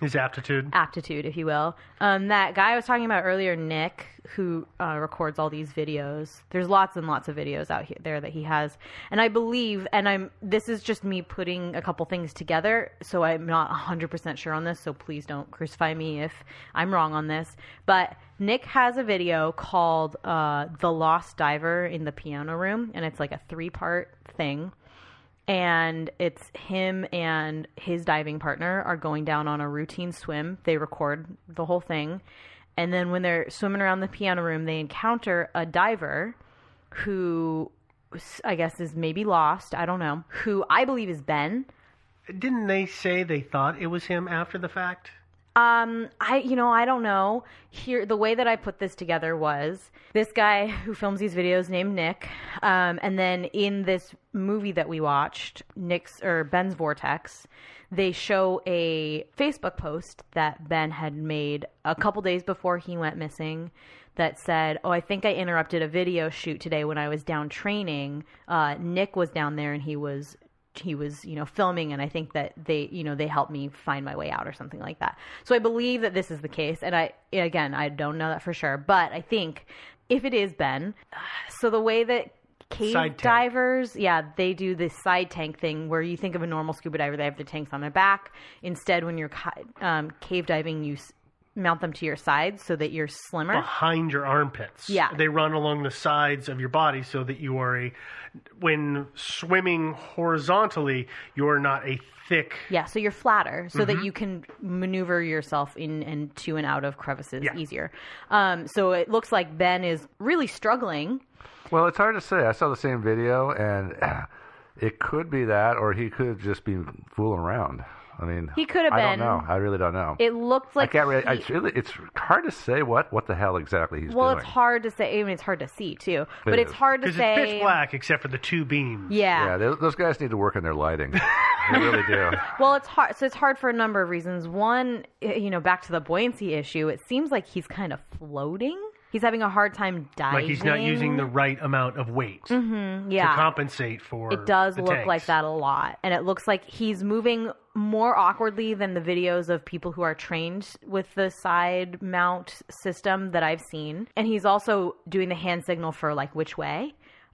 S4: His aptitude.
S7: aptitude, if you will. Um, that guy I was talking about earlier, Nick, who uh, records all these videos. There's lots and lots of videos out here, there that he has, and I believe, and I'm. This is just me putting a couple things together, so I'm not 100 percent sure on this. So please don't crucify me if I'm wrong on this. But Nick has a video called uh, "The Lost Diver in the Piano Room," and it's like a three part thing and it's him and his diving partner are going down on a routine swim. They record the whole thing. And then when they're swimming around the piano room, they encounter a diver who I guess is maybe lost, I don't know, who I believe is Ben.
S4: Didn't they say they thought it was him after the fact?
S7: Um, I you know I don't know. Here, the way that I put this together was this guy who films these videos named Nick, um, and then in this movie that we watched, Nick's or Ben's Vortex, they show a Facebook post that Ben had made a couple days before he went missing that said, "Oh, I think I interrupted a video shoot today when I was down training. Uh, Nick was down there and he was he was you know filming and i think that they you know they helped me find my way out or something like that so i believe that this is the case and i again i don't know that for sure but i think if it is ben so the way that cave
S4: Side tank.
S7: divers yeah they do this side tank thing where you think of a normal scuba diver they have the tanks on their back instead when you're ca- um, cave diving you s- mount them to your sides so that you're slimmer
S4: Behind your armpits.
S7: Yeah.
S4: They run along the sides of your body so that you are a, when swimming horizontally, you're not a thick.
S7: Yeah, so you're flatter, so that
S4: Mhm.
S7: you can maneuver yourself in and to and out of crevices
S8: Yeah.
S7: easier. Um, so it looks like Ben is really struggling.
S8: Well, it's hard to say. I saw the same video, and it could be that, or he could just be fooling around. I mean,
S7: He could have
S8: I
S7: been-
S8: don't know. I really don't know.
S7: It looked like
S8: I can't really. I-
S7: he-
S8: It's, really, it's hard to say what what the hell exactly he's
S7: well,
S8: doing.
S7: it's hard to say. I mean, it's hard to see too, but it's
S8: is.
S7: hard to
S4: Because it's
S7: say.
S4: pitch black except for the two beams.
S7: Yeah.
S8: yeah, they, those guys need to work on their lighting. they really do.
S7: Well, it's hard. So it's hard for a number of reasons. One, eh, you know, back to the buoyancy issue. It seems like he's kind of floating. He's having a hard time diving.
S4: Like he's not using the right amount of weight
S7: hmm
S4: to
S7: yeah.
S4: compensate for
S7: It does
S4: the
S7: look
S4: tanks.
S7: like that a lot. And it looks like he's moving more awkwardly than the videos of people who are trained with the side mount system that I've seen. And he's also doing the hand signal for like which way.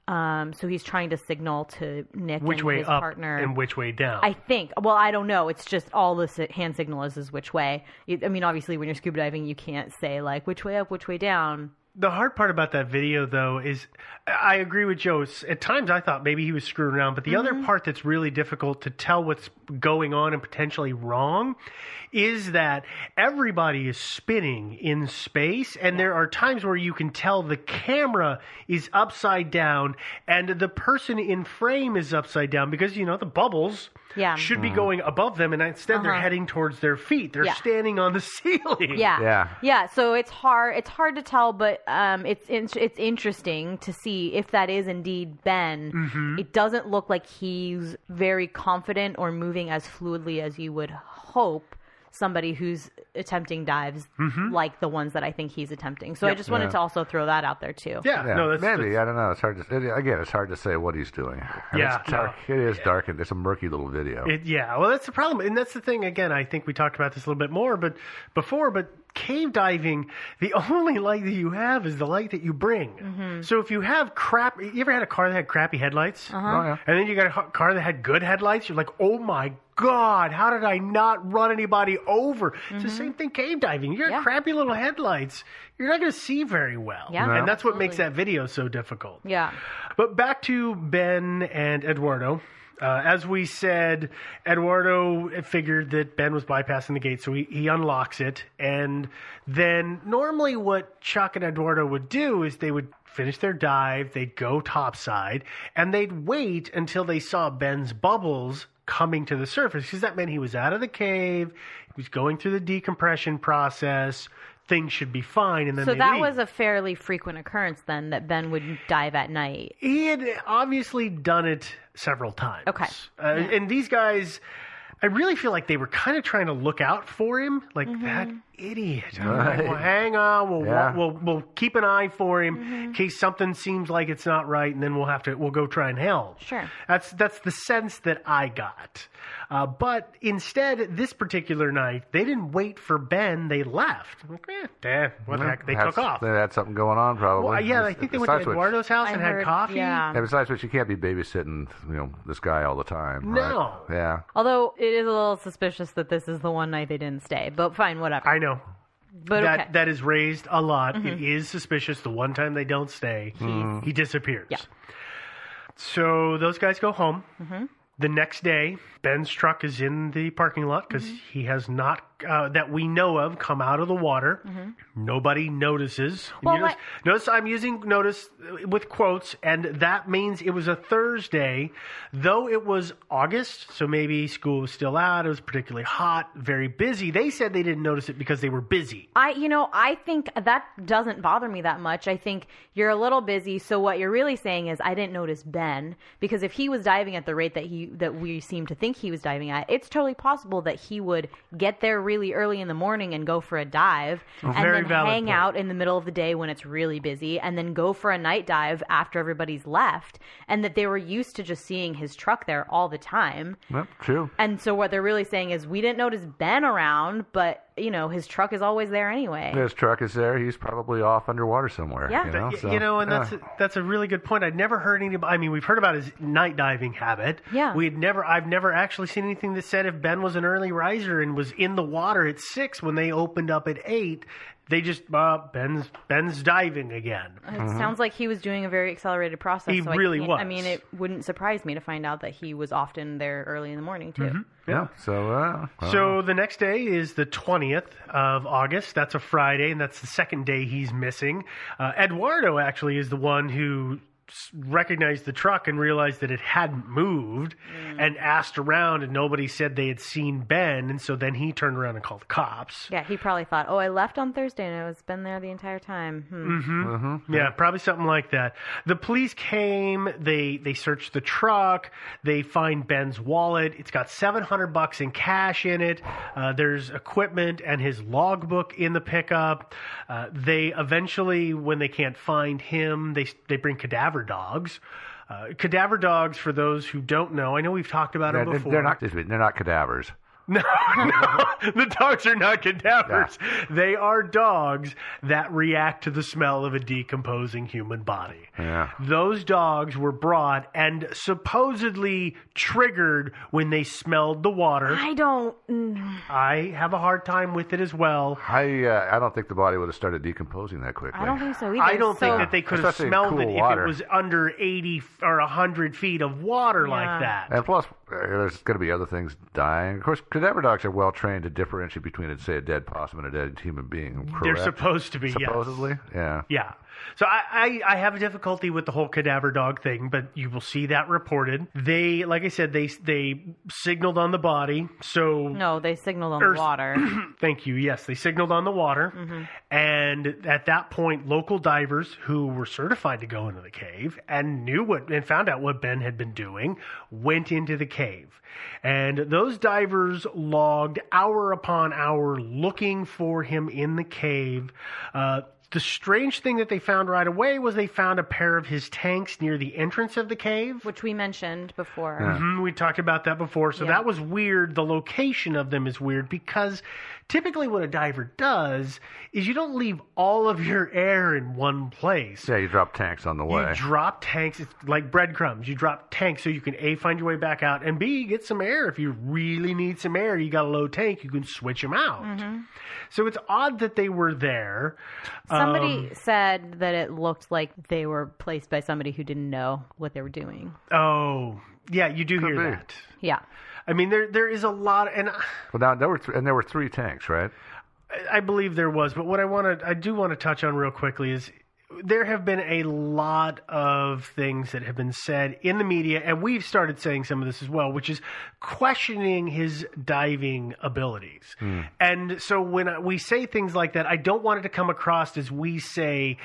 S7: Um, so he's trying to signal to Nick
S4: Which
S7: and
S4: way
S7: his
S4: up
S7: partner
S4: and which way down.
S7: I think. Well, I don't know. It's just all the si- hand signal is is which way. It- I mean, obviously, when you're scuba diving, you can't say like which way up, which way down.
S4: The hard part about that video, though, is I agree with Joe. It's- At times I thought maybe he was screwing around, but the
S7: Mm-hmm.
S4: other part that's really difficult to tell what's going on and potentially wrong is that everybody is spinning in space, and there are times where you can tell the camera is upside down and the person in frame is upside down because, you know, the bubbles.
S7: Yeah.
S4: Should be going above them, and instead they're
S7: Uh-huh.
S4: heading towards their feet. They're
S7: Yeah.
S4: standing on the ceiling.
S7: Yeah. Yeah, so it's hard it's hard to tell but um it's in, it's interesting to see if that is indeed Ben.
S4: Mhm.
S7: It doesn't look like he's very confident or moving as fluidly as you would hope somebody who's attempting dives
S8: Mhm.
S7: like the ones that I think he's attempting. So I
S8: Yep.
S7: just wanted
S8: Yeah.
S7: to also throw that out there too.
S8: maybe I don't know. It's hard to it- again. It's hard to say what he's doing. And
S4: Yeah,
S8: it's dark. It is dark, and it's a murky little video.
S4: It, yeah, well, that's the problem, and that's the thing. Again, I think we talked about this a little bit more, but before, but cave diving, the only light that you have is the light that you bring. So if you have crap, you ever had a car that had crappy headlights,
S7: Mm-hmm. Uh-huh. Oh, yeah.
S4: and then you got a ha- car that had good headlights, you're like, oh my god, how did I not run anybody over? It's the
S7: Mm-hmm.
S4: same thing cave diving. You got crappy little headlights, you're not going to see very well,
S7: Yeah, No.
S4: and that's what makes that video so difficult.
S7: Yeah.
S4: But back to Ben and Eduardo. Uh, as we said, Eduardo figured that Ben was bypassing the gate, so he, he unlocks it. And then, normally, what Chuck and Eduardo would do is they would finish their dive, they'd go topside, and they'd wait until they saw Ben's bubbles coming to the surface, because that meant he was out of the cave, he was going through the decompression process, things should be fine. And then
S7: So
S4: they
S7: that
S4: leave.
S7: was a fairly frequent occurrence then that Ben would dive at night.
S4: He had obviously done it several times.
S7: Okay.
S4: Uh, And these guys, I really feel like they were kind of trying to look out for him. Like, that idiot. I'm like, well, hang on. We'll,
S8: Yeah.
S4: we'll we'll keep an eye for him in case something seems like it's not right, and then we'll have to we'll go try and help.
S7: Sure.
S4: That's that's the sense that I got. Uh, but instead, this particular night, they didn't wait for Ben. They left. I'm like, eh, damn, what the heck? They
S8: Had-
S4: took off.
S8: They had something going on, probably.
S4: Well, yeah, I
S8: Bes-
S4: think they went to
S8: besides which-
S4: Eduardo's house
S7: I
S4: and
S7: heard-
S4: had coffee.
S7: yeah.
S8: Yeah, besides which, you can't be babysitting, you know, this guy all the time.
S4: No.
S8: Right? Yeah.
S7: Although it is a little suspicious that this is the one night they didn't stay, but fine, whatever.
S4: I know.
S7: But
S4: that
S7: okay.
S4: that is raised a lot. It
S7: Mhm.
S4: is suspicious. The one time they don't stay,
S7: He's-
S4: he disappears.
S7: Yeah.
S4: So those guys go home.
S7: Mhm.
S4: The next day, Ben's truck is in the parking lot because
S7: Mhm.
S4: he has not, uh, that we know of, come out of the water.
S7: Mhm.
S4: Nobody notices.
S7: Well,
S4: notice, notice I'm using notice with quotes, and that means it was a Thursday, though it was August, so maybe school was still out. It was particularly hot, very busy. They said they didn't notice it because they were busy.
S7: I, you know, I think that doesn't bother me that much. I think you're a little busy. So what you're really saying is, I didn't notice Ben because if he was diving at the rate that he that we seem to think he was diving at, it's totally possible that he would get there really early in the morning and go for a dive, and
S4: Very
S7: then
S4: valid
S7: hang
S4: point.
S7: out in the middle of the day when it's really busy, and then go for a night dive after everybody's left, and that they were used to just seeing his truck there all the time.
S8: Yep, true.
S7: And so what they're really saying is, we didn't notice Ben around, but you know his truck is always there anyway.
S8: His truck is there. He's probably off underwater somewhere.
S7: Yeah.
S8: You know,
S4: Y-
S8: so,
S4: you know, and
S8: yeah.
S4: that's a, that's a really good point. I'd never heard any. I mean, we've heard about his night diving habit.
S7: Yeah.
S4: we had never. I've never actually seen anything that said if Ben was an early riser and was in the water at six when they opened up at eight, they just uh, Ben's Ben's diving again.
S7: It
S8: Mm-hmm.
S7: sounds like he was doing a very accelerated process.
S4: He
S7: so I
S4: really
S7: can't- I
S4: was.
S7: mean, it wouldn't surprise me to find out that he was often there early in the morning too.
S8: yeah. So, uh, well,
S4: Mm-hmm. So the next day is the 20th of August. That's a Friday, and that's the second day he's missing. Uh, Eduardo actually is the one who s- recognized the truck and realized that it hadn't moved
S7: Mm.
S4: and asked around, and nobody said they had seen Ben. And so then he turned around and called the cops.
S7: Yeah, he probably thought, "Oh, I left on Thursday and I was been there the entire time." Hmm.
S4: hmm Yeah, probably something like that. The police came. They they searched the truck. They find Ben's wallet. It's got seven hundred bucks in cash in it. Uh, there's equipment and his logbook in the pickup. Uh, they eventually, when they can't find him, they they bring cadaver dogs. Uh, cadaver dogs, for those who don't know, I know we've talked about
S8: they're,
S4: them
S8: they're-
S4: before.
S8: they're not. They're not cadavers.
S4: No, no, the dogs are not cadavers. They are dogs that react to the smell of a decomposing human body.
S8: Yeah.
S4: Those dogs were brought and supposedly triggered when they smelled the water.
S7: I don't. mm.
S4: I have a hard time with it as well.
S8: I uh, I don't think the body would have started decomposing that quickly.
S7: I don't think so e-, either.
S4: I don't
S7: So-
S4: think that they could have
S8: Especially in
S4: smelled
S8: cool
S4: it
S8: water.
S4: if it was under 80 f- or 100 feet of water
S7: Yeah.
S4: like that.
S8: And plus, uh, there's going to be other things dying. Of course, cadaver dogs are well trained to differentiate between, say, a dead possum and a dead human being.
S4: They're
S8: Correct?
S4: supposed to be, yes.
S8: supposedly. Yeah.
S4: Yeah. So I, I, I have difficulty with the whole cadaver dog thing, but you will see that reported. They, like I said, they they signaled on the body. So
S7: No, they signaled on
S4: Earth-
S7: the water. Mm-hmm.
S4: thank you. Yes, they signaled on the water, and at that point, local divers who were certified to go into the cave and knew what and found out what Ben had been doing went into the cave, and those divers logged hour upon hour looking for him in the cave. Uh, the strange thing that they found right away was they found a pair of his tanks near the entrance of the cave.
S7: Which we mentioned before.
S4: Mhm, we talked about that before. So
S7: Yeah.
S4: that was weird. The location of them is weird because typically what a diver does is you don't leave all of your air in one place.
S8: Yeah, you drop tanks on the
S4: You
S8: way.
S4: drop tanks, it's like breadcrumbs. You drop tanks so you can A, find your way back out, and B, get some air. If you really need some air, you got a low tank, you can switch them out. So it's odd that they were there.
S7: Somebody
S4: Um,
S7: said that it looked like they were placed by somebody who didn't know what they were doing.
S4: oh, yeah, you do hear
S8: be.
S4: that.
S7: Yeah.
S4: I mean, there there is a lot, and. I-
S8: well, now there were th- and there were three tanks, right?
S4: I believe there was, but what I want to, I do want to touch on real quickly is there have been a lot of things that have been said in the media, and we've started saying some of this as well, which is questioning his diving abilities.
S8: Hmm.
S4: And so when I, we say things like that, I don't want it to come across as we say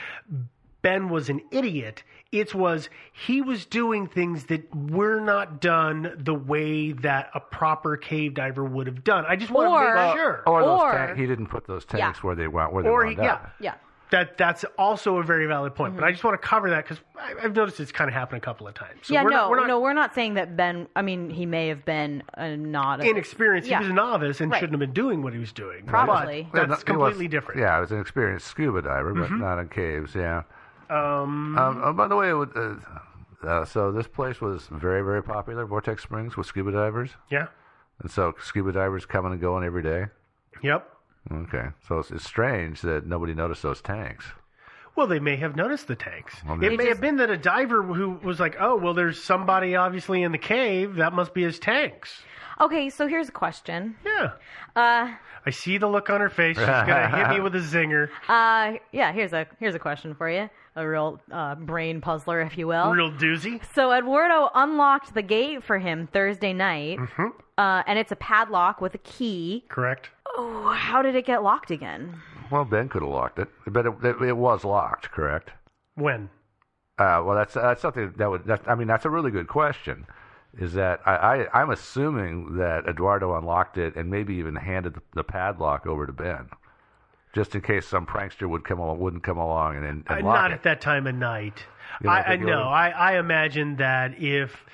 S4: Ben was an idiot. It was he was doing things that were not done the way that a proper cave diver would have done. I just want to make sure.
S8: Or, those tank- he didn't put those tanks where they want where they
S4: Or he-
S8: wound
S4: yeah.
S8: up.
S7: Yeah.
S4: That that's also a very valid point, but
S7: Mhm.
S4: I just want to cover that because I've noticed it's kind of happened a couple of times. So
S7: yeah,
S4: we're
S7: no,
S4: not, we're not
S7: no, we're not saying that Ben. I mean, he may have been a not a-
S4: inexperienced.
S7: Yeah.
S4: He was a novice and
S7: Right.
S4: shouldn't have been doing what he was doing. But
S7: Probably.
S8: Yeah,
S4: that's
S8: no, he was-
S4: completely different.
S8: Yeah, I was an experienced scuba diver, but
S4: Mhm.
S8: not in caves. Yeah.
S4: Um,
S8: Um, oh, by the way, it would, uh, uh, so this place was very, very popular, Vortex Springs, with scuba divers.
S4: Yeah.
S8: And so scuba divers coming and going every day.
S4: Yep.
S8: Okay. So it's, it's strange that nobody noticed those tanks.
S4: Well, they may have noticed the tanks.
S8: Well,
S4: it
S8: they-
S4: may have been that a diver who was like, "Oh, well, there's somebody obviously in the cave. That must be his tanks."
S7: Okay, so here's a question.
S4: Yeah.
S7: Uh,
S4: I see the look on her face. She's gonna hit me with a zinger.
S7: uh, yeah. Here's a here's a question for you. A real uh, brain puzzler, if you will.
S4: Real doozy.
S7: So Eduardo unlocked the gate for him Thursday night,
S4: Mm-hmm.
S7: uh, and it's a padlock with a key.
S4: Correct.
S7: Oh, how did it get locked again?
S8: Well, Ben could have locked it, but it, it, it was locked, correct?
S4: When?
S8: Uh, well, that's that's something that would. That, I mean, that's a really good question. Is that I, I I'm assuming that Eduardo unlocked it and maybe even handed the, the padlock over to Ben, just in case some prankster would come along, wouldn't come along and, and,
S4: Uh,
S8: and lock
S4: not
S8: it.
S4: at that time of night.
S8: You don't
S4: I, I
S8: think it
S4: know.
S8: would?
S4: I, I imagine that if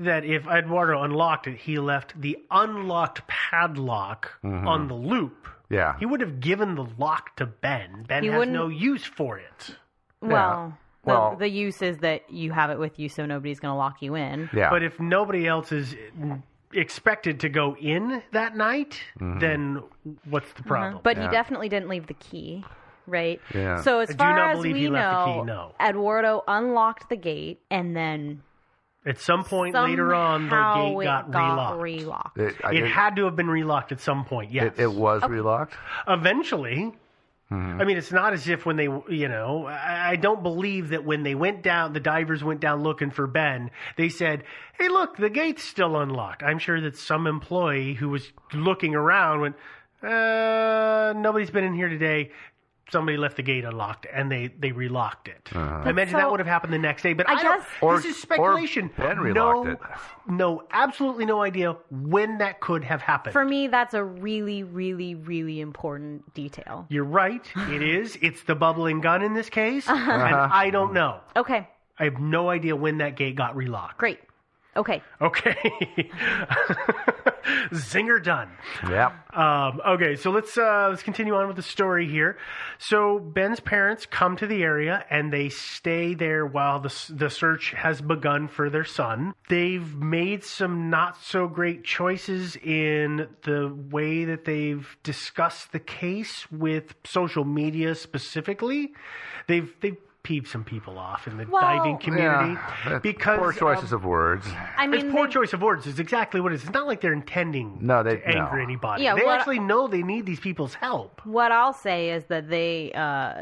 S4: that if Eduardo unlocked it, he left the unlocked padlock
S8: Mhm.
S4: on the loop.
S8: Yeah.
S4: He would have given the lock to Ben. Ben
S7: He
S4: has
S7: wouldn't-
S4: no use for it. Yeah.
S7: Well, the,
S4: Well-
S7: the use is that you have it with you, so nobody's going to lock you in.
S4: But if nobody else is expected to go in that night,
S7: Mhm.
S4: then what's the problem?
S7: But he definitely didn't leave the key, right?
S4: Yeah.
S7: So as
S4: I do
S7: far
S4: not
S7: as
S4: believe
S7: we
S4: he left the
S7: know,
S4: key, no.
S7: Eduardo unlocked the gate and then
S4: At some point later on, the
S7: somehow
S4: gate
S7: it
S4: got, relocked.
S7: relocked.
S8: It, I
S4: it
S8: did-
S4: had to have been relocked at some point. Yes,
S8: it, it was relocked. Mm-hmm.
S4: Eventually, I mean, it's not as if when they, you know, I, I don't believe that when they went down, the divers went down looking for Ben. They said, "Hey, look, the gate's still unlocked." I'm sure that some employee who was looking around went, uh, "Nobody's been in here today." Somebody left the gate unlocked, and they they relocked it. I imagine
S7: so-
S4: that would have happened the next day, but
S7: I
S4: I, don't-
S7: guess-
S8: Uh-huh. Or-
S4: this is speculation.
S8: or Ben
S4: no,
S8: relocked it.
S4: no, absolutely no idea when that could have happened.
S7: For me, that's a really, really, really important detail.
S4: You're right. It is. It's the bubbling gun in this case, and I don't know.
S7: Okay,
S4: I have no idea when that gate got relocked.
S7: great. Okay,
S4: Okay. Zinger done.
S8: Yeah.
S4: Um, okay, so let's uh, let's continue on with the story here. So Ben's parents come to the area and they stay there while the s- the search has begun for their son. They've made some not so great choices in the way that they've discussed the case with social media specifically. They've they've peeved some people off in the
S7: Well-
S4: diving community
S8: Yeah.
S4: because
S8: poor choices of words.
S7: I mean,
S4: it's poor choice of words. Is exactly what it is. It's not like they're intending
S8: No, they
S4: to anger
S8: no.
S4: anybody.
S7: Yeah,
S4: they
S7: what-
S4: actually know they need these people's help.
S7: what I'll say is that they uh,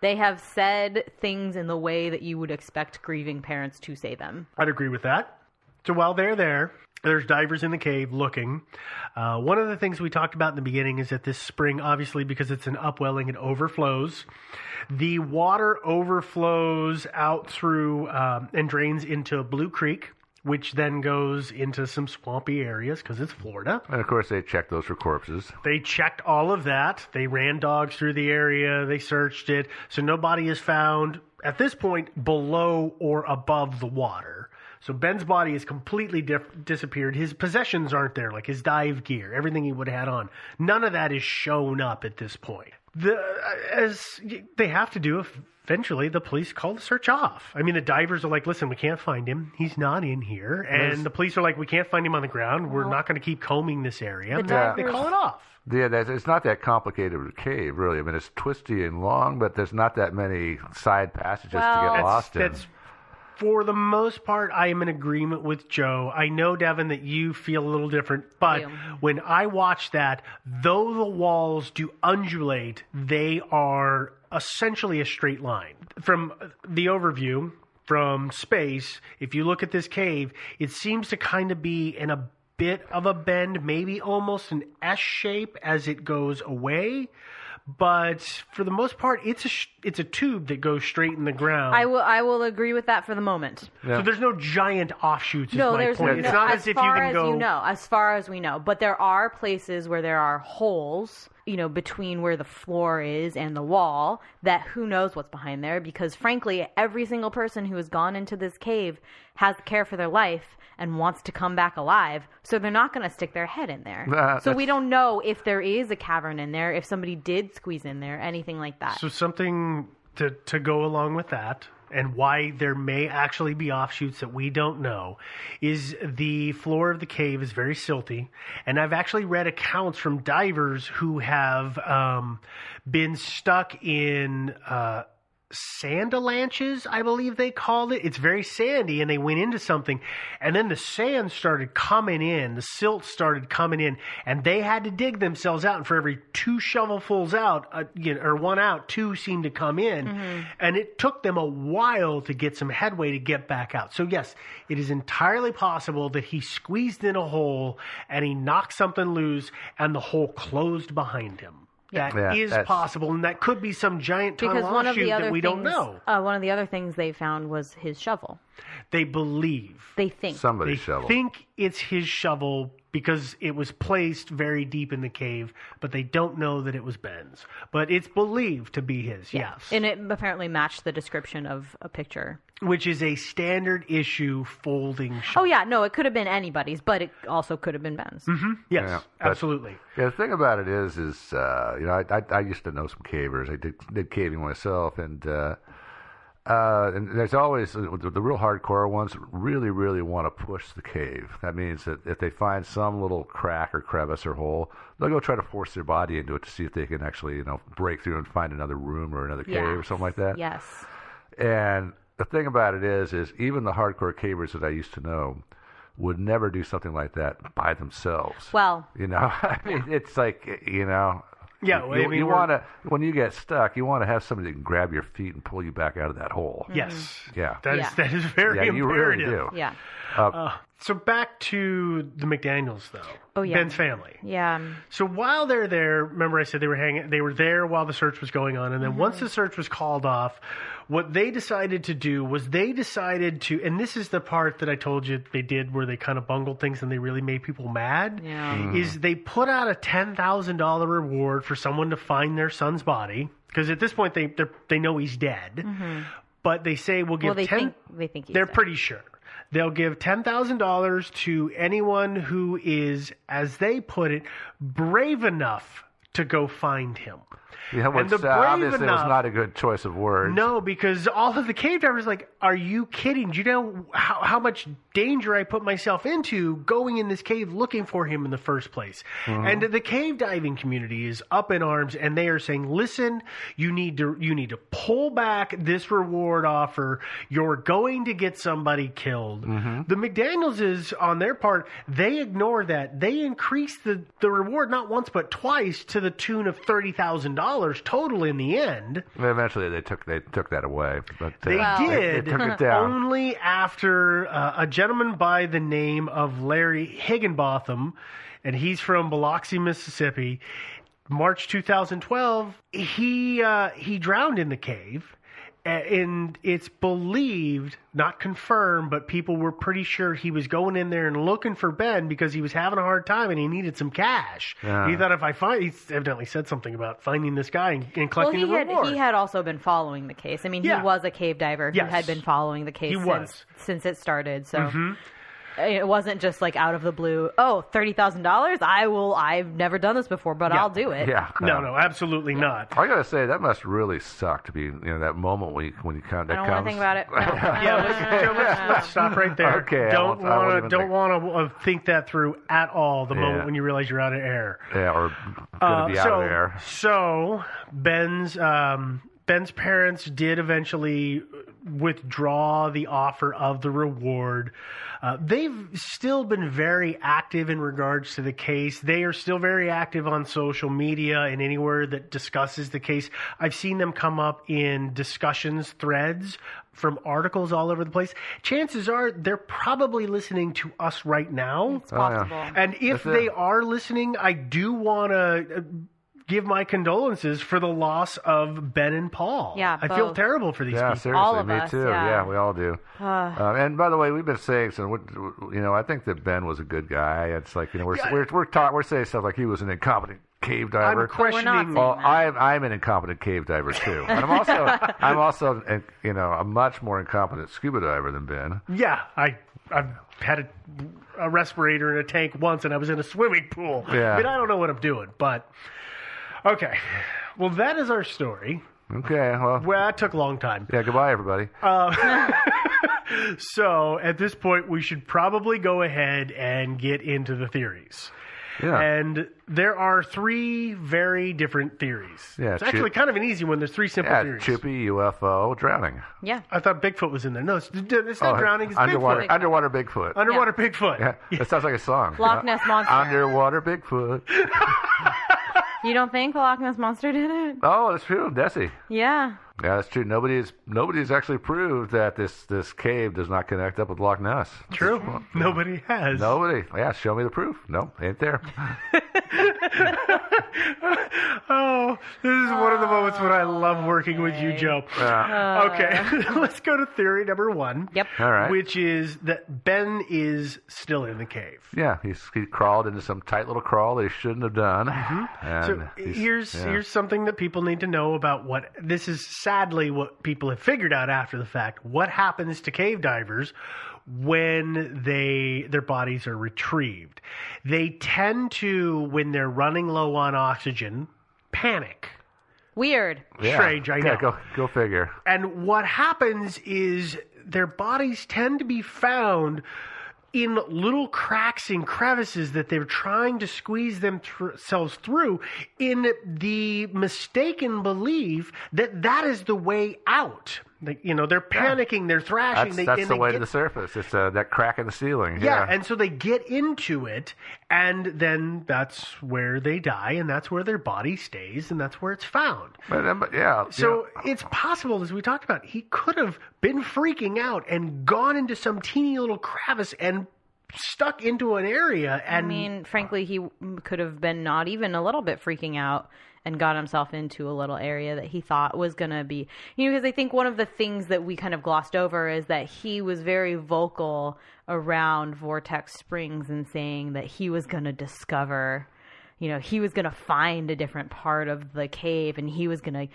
S7: they have said things in the way that you would expect grieving parents to say them.
S4: I'd agree with that. So while they're there, there's divers in the cave looking. Uh, one of the things we talked about in the beginning is that this spring, obviously, because it's an upwelling, it overflows. The water overflows out through um, and drains into Blue Creek, which then goes into some swampy areas because it's Florida.
S8: And of course, they checked those for corpses.
S4: They checked all of that. They ran dogs through the area. They searched it. So nobody is found at this point below or above the water. So Ben's body is completely dif- disappeared. His possessions aren't there, like his dive gear, everything he would have had on. None of that is shown up at this point. The uh, as y- they have to do eventually, the police call the search off. I mean, the divers are like, "Listen, we can't find him. He's not in here." And
S8: There's-
S4: the police are like, "We can't find him on the ground. We're not going to keep combing this area."
S7: The
S4: And They
S7: divers-
S4: call it off.
S8: Yeah, that's, it's not that complicated of a cave, really. I mean, it's twisty and long, but there's not that many side passages to
S7: Well-
S8: get
S7: That's-
S8: lost in.
S4: that's- For the most part, I am in agreement with Joe. I know, Devin, that you feel a little different, but
S7: Yeah.
S4: when I watch that, though the walls do undulate, they are essentially a straight line. From the overview, from space, if you look at this cave, it seems to kind of be in a bit of a bend, maybe almost an S shape as it goes away. But for the most part, it's a sh- it's a tube that goes straight in the ground.
S7: I will. I will agree with that for the moment.
S4: So there's no giant offshoots. Is
S7: No,
S4: my
S7: there's
S4: point.
S7: no.
S4: it's not
S7: as,
S4: as, if you
S7: far
S4: can
S7: as
S4: go.
S7: you know, as far as we know, but there are places where there are holes, you know, between where the floor is and the wall. That who knows what's behind there? Because frankly, every single person who has gone into this cave has care for their life and wants to come back alive, so they're not going to stick their head in there.
S4: Nah,
S7: so we
S4: that's-
S7: don't know if there is a cavern in there, if somebody did squeeze in there, anything like that.
S4: So something to to go along with that, and why there may actually be offshoots that we don't know, is the floor of the cave is very silty, and I've actually read accounts from divers who have um, been stuck in. Uh, Sand avalanches, I believe they called it. It's very sandy, and they went into something, and then the sand started coming in, the silt started coming in, and they had to dig themselves out. And for every two shovelfuls out, uh, you know, or one out, two seemed to come in, and it took them a while to get some headway to get back out. So yes, it is entirely possible that he squeezed in a hole and he knocked something loose, and the hole closed behind him. That is
S8: Yeah, that's-
S4: possible, and that could be some giant tunnel
S7: because one of
S4: offshoot
S7: the other
S4: that we
S7: things,
S4: don't know.
S7: Uh, one of the other things they found was his shovel.
S4: They believe.
S7: They think
S8: Somebody's
S4: they
S8: shovel.
S4: think it's his shovel because it was placed very deep in the cave, but they don't know that it was Ben's. But it's believed to be his, yes.
S7: And it apparently matched the description of a picture.
S4: Which is a standard issue folding shovel.
S7: Oh yeah, no, it could have been anybody's, but it also could have been Ben's.
S4: Mm-hmm. Yes,
S8: Yeah, but-
S4: absolutely.
S8: Yeah, the thing about it is, is uh, you know, I, I I used to know some cavers. I did, did caving myself, and uh, uh, and there's always the, the real hardcore ones really, really want to push the cave. That means that if they find some little crack or crevice or hole, they'll go try to force their body into it to see if they can actually, you know, break through and find another room or another cave or something like that.
S7: Yes.
S8: And the thing about it is, is even the hardcore cavers that I used to know would never do something like that by themselves.
S7: Well,
S8: You know, I mean, it's like you know.
S4: Yeah,
S8: you,
S4: well, I mean,
S8: you
S4: we're-
S8: want to when you get stuck, you want to have somebody that can grab your feet and pull you back out of that hole.
S7: Mm-hmm.
S4: Yes.
S8: Yeah.
S4: That is that is very
S8: Yeah, you really
S4: imperative.
S8: do. Uh,
S4: Uh, so back to the McDaniels though.
S7: Oh, yeah.
S4: Ben's family.
S7: Yeah. um,
S4: So while they're there, remember I said they were hanging. They were there while the search was going on, and then
S7: Mm-hmm.
S4: once the search was called off, what they decided to do was they decided to, and this is the part that I told you they did where they kind of bungled things and they really made people mad.
S7: Yeah.
S8: Mm.
S4: Is they put out a ten thousand dollar reward for someone to find their son's body because at this point they they're- they know he's dead, but they say we'll
S7: Mm-hmm.
S4: give
S7: Well, they
S4: ten.
S7: think they think he's
S4: They're
S7: dead.
S4: pretty sure. They'll give $10,000 to anyone who is, as they put it, brave enough to go find him.
S8: Yeah,
S4: And
S8: which
S4: the
S8: uh,
S4: brave
S8: obviously was
S4: enough-
S8: not a good choice of words.
S4: No, because all of the cave divers are like, are you kidding? Do you know how, how much danger I put myself into going in this cave looking for him in the first place?
S8: Mhm.
S4: And the cave diving community is up in arms and they are saying, listen, you need to you need to pull back this reward offer. You're going to get somebody killed. The McDaniels is on their part, they ignore that. They increase the, the reward not once but twice to the tune of thirty thousand dollars total in the end.
S8: Eventually, they took they took that away, but uh,
S4: They
S8: They,
S4: did
S8: took
S7: Uh-huh.
S8: it down.
S4: only after uh, a gentleman by the name of Larry Higginbotham, and he's from Biloxi, Mississippi. March 2012, he uh, he drowned in the cave. a- And it's believed, not confirmed, but people were pretty sure he was going in there and looking for Ben because he was having a hard time and he needed some cash.
S8: Yeah.
S4: He thought if I find, he evidently said something about finding this guy and, and
S7: well,
S4: collecting
S7: he
S4: the
S7: had
S4: reward.
S7: he had also been following the case. I mean,
S4: Yeah.
S7: he was a cave diver
S4: Yes.
S7: who had been following the case
S4: He
S7: since,
S4: was.
S7: since it started. So
S4: Mhm.
S7: it wasn't just like out of the blue. Oh, thirty thousand dollars! I will. I've never done this before, but
S4: Yeah.
S7: I'll do it.
S8: Yeah.
S4: No, no, absolutely not.
S8: I gotta say that must really suck to be you know that moment when you, when you count
S7: I
S8: that
S7: don't
S8: comes.
S7: want to think about it.
S4: Yeah, let's, Joe, let's, let's stop right there.
S8: Okay, I
S4: don't
S8: won't- I won't
S4: want to
S8: even
S4: don't
S8: think.
S4: want to uh, think that through at all. The
S8: Yeah.
S4: moment when you realize you're out of air.
S8: Yeah, or gonna
S4: Uh,
S8: be
S4: so,
S8: out of there.
S4: So Ben's um, Ben's parents did eventually withdraw the offer of the reward. Uh, they've still been very active in regards to the case. They are still very active on social media and anywhere that discusses the case. I've seen them come up in discussions threads from articles all over the place. Chances are they're probably listening to us right now.
S7: It's Oh, yeah. possible.
S4: And if
S8: That's it.
S4: they are listening, I do want to give my condolences for the loss of Ben and Paul.
S7: Yeah,
S4: I feel
S7: both.
S4: terrible for these
S8: yeah,
S4: people.
S8: seriously, me too. Yeah. we all do.
S7: Ah.
S8: Uh, and by the way, we've been saying so. what- You know, I think that Ben was a good guy. It's like you know, we're we're we're, taught, we're saying stuff like he was an incompetent cave diver.
S4: questioning-
S8: Well, I'm I'm an incompetent cave diver too. And I'm also I'm also uh, you know a much more incompetent scuba diver than Ben.
S4: Yeah, I I've had a, a respirator in a tank once, and I was in a swimming pool.
S8: Yeah.
S4: I mean, I don't know what I'm doing, but okay. Well, that is our story.
S8: Okay, well,
S4: well, that took a long time.
S8: Yeah, goodbye, everybody.
S4: Uh, so at this point, we should probably go ahead and get into the theories.
S8: Yeah.
S4: And there are three very different theories.
S8: Yeah,
S4: it's
S8: Chip-
S4: actually kind of an easy one. There's three simple
S8: yeah,
S4: theories.
S8: Chippy UFO drowning.
S7: Yeah.
S4: I thought Bigfoot was in there. No, it's, it's not
S8: Oh,
S4: drowning. It's
S8: underwater,
S4: Bigfoot.
S8: underwater Bigfoot.
S4: Underwater Bigfoot.
S8: Yeah, that sounds like a song. Uh,
S7: Loch Ness Monster.
S8: Underwater Bigfoot.
S7: You don't think the Loch Ness monster did it?
S8: Oh, that's true, Desi.
S7: Yeah.
S8: Yeah, that's true. Nobody's nobody's actually proved that this this cave does not connect up with Loch Ness.
S4: True. Nobody has.
S8: Nobody. Yeah, show me the proof. No, ain't there.
S4: Oh, this is one of the moments when I love working with you, Joe.
S8: Yeah.
S4: okay, let's go to theory number one. Yep.
S8: All right.
S4: Which is that Ben is still in the cave.
S8: Yeah, he's, he crawled into some tight little crawl that he shouldn't have done. And
S4: Mm-hmm. So
S8: he's-
S4: here's
S8: yeah.
S4: here's something that people need to know about what this is sadly what people have figured out after the fact. What happens to cave divers when they their bodies are retrieved? They tend to when they're running low on oxygen, panic.
S7: Weird.
S8: Yeah.
S4: Strange, I
S8: Yeah,
S4: know.
S8: go go figure.
S4: And what happens is their bodies tend to be found in little cracks and crevices that they're trying to squeeze themselves through in the mistaken belief that that is the way out. Like, you know, they're panicking, they're thrashing.
S8: That's,
S4: they,
S8: that's
S4: and
S8: the
S4: they
S8: way
S4: get-
S8: to the surface. It's uh, that crack in the ceiling.
S4: yeah, and so they get into it, and then that's where they die, and that's where their body stays, and that's where it's found.
S8: But, um, but, yeah. you know.
S4: So it's possible, as we talked about, he could have been freaking out and gone into some teeny little crevice and stuck into an area. And
S7: I mean, frankly, he w- could have been not even a little bit freaking out and got himself into a little area that he thought was going to be, you know, because I think one of the things that we kind of glossed over is that he was very vocal around Vortex Springs and saying that he was going to discover, you know, he was going to find a different part of the cave and he was going to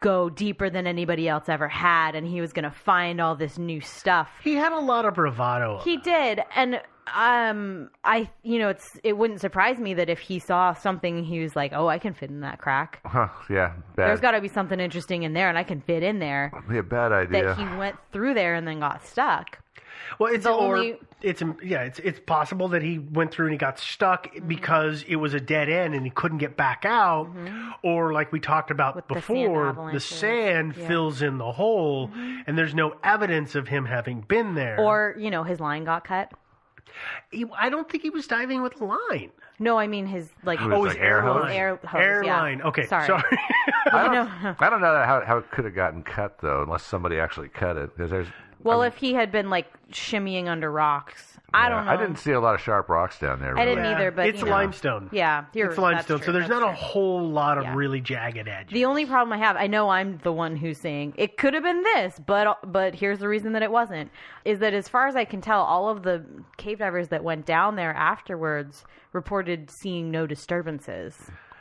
S7: go deeper than anybody else ever had and he was going to find all this new stuff
S4: he had a lot of bravado.
S7: he did, and um, I you know it's it wouldn't surprise me that if he saw something, he was like, "Oh, I can fit in that crack.
S8: Huh, yeah,
S7: There's
S8: bad.
S7: got to be something interesting in there, and I can fit in there."
S8: be a bad idea.
S7: That he went through there and then got stuck.
S4: well, it's
S7: the
S4: or
S7: only-
S4: it's yeah, it's it's possible that he went through and he got stuck
S7: Mm-hmm.
S4: because it was a dead end and he couldn't get back out. Or like we talked about
S7: Mm-hmm. With the sand
S4: before, the
S7: avalanches.
S4: sand,
S7: Yeah. Mm-hmm.
S4: fills in the hole, and there's no evidence of him having been there.
S7: Or you know his line got cut.
S4: He- I don't think he was diving with a line. Oh,
S7: No, I mean his like
S8: It was like air hose?
S7: Air hose, yeah.
S4: Airline. Okay,
S7: sorry.
S4: sorry.
S8: I don't, I don't know how, how it could have gotten cut though, unless somebody actually cut it. 'cause there's,
S7: Well, if he had been like shimmying under rocks, I don't know.
S8: I didn't see a lot of sharp rocks down there.
S7: I didn't
S8: really.
S7: either, but
S4: it's
S7: you know.
S4: limestone.
S7: Yeah, you're,
S4: it's
S7: that's
S4: limestone.
S7: true,
S4: so there's
S7: that's
S4: not a
S7: true.
S4: whole lot of really jagged edges.
S7: The only problem I have, I know I'm the one who's saying it could have been this, but but here's the reason that it wasn't. Is that as far as I can tell, all of the cave divers that went down there afterwards reported seeing no disturbances.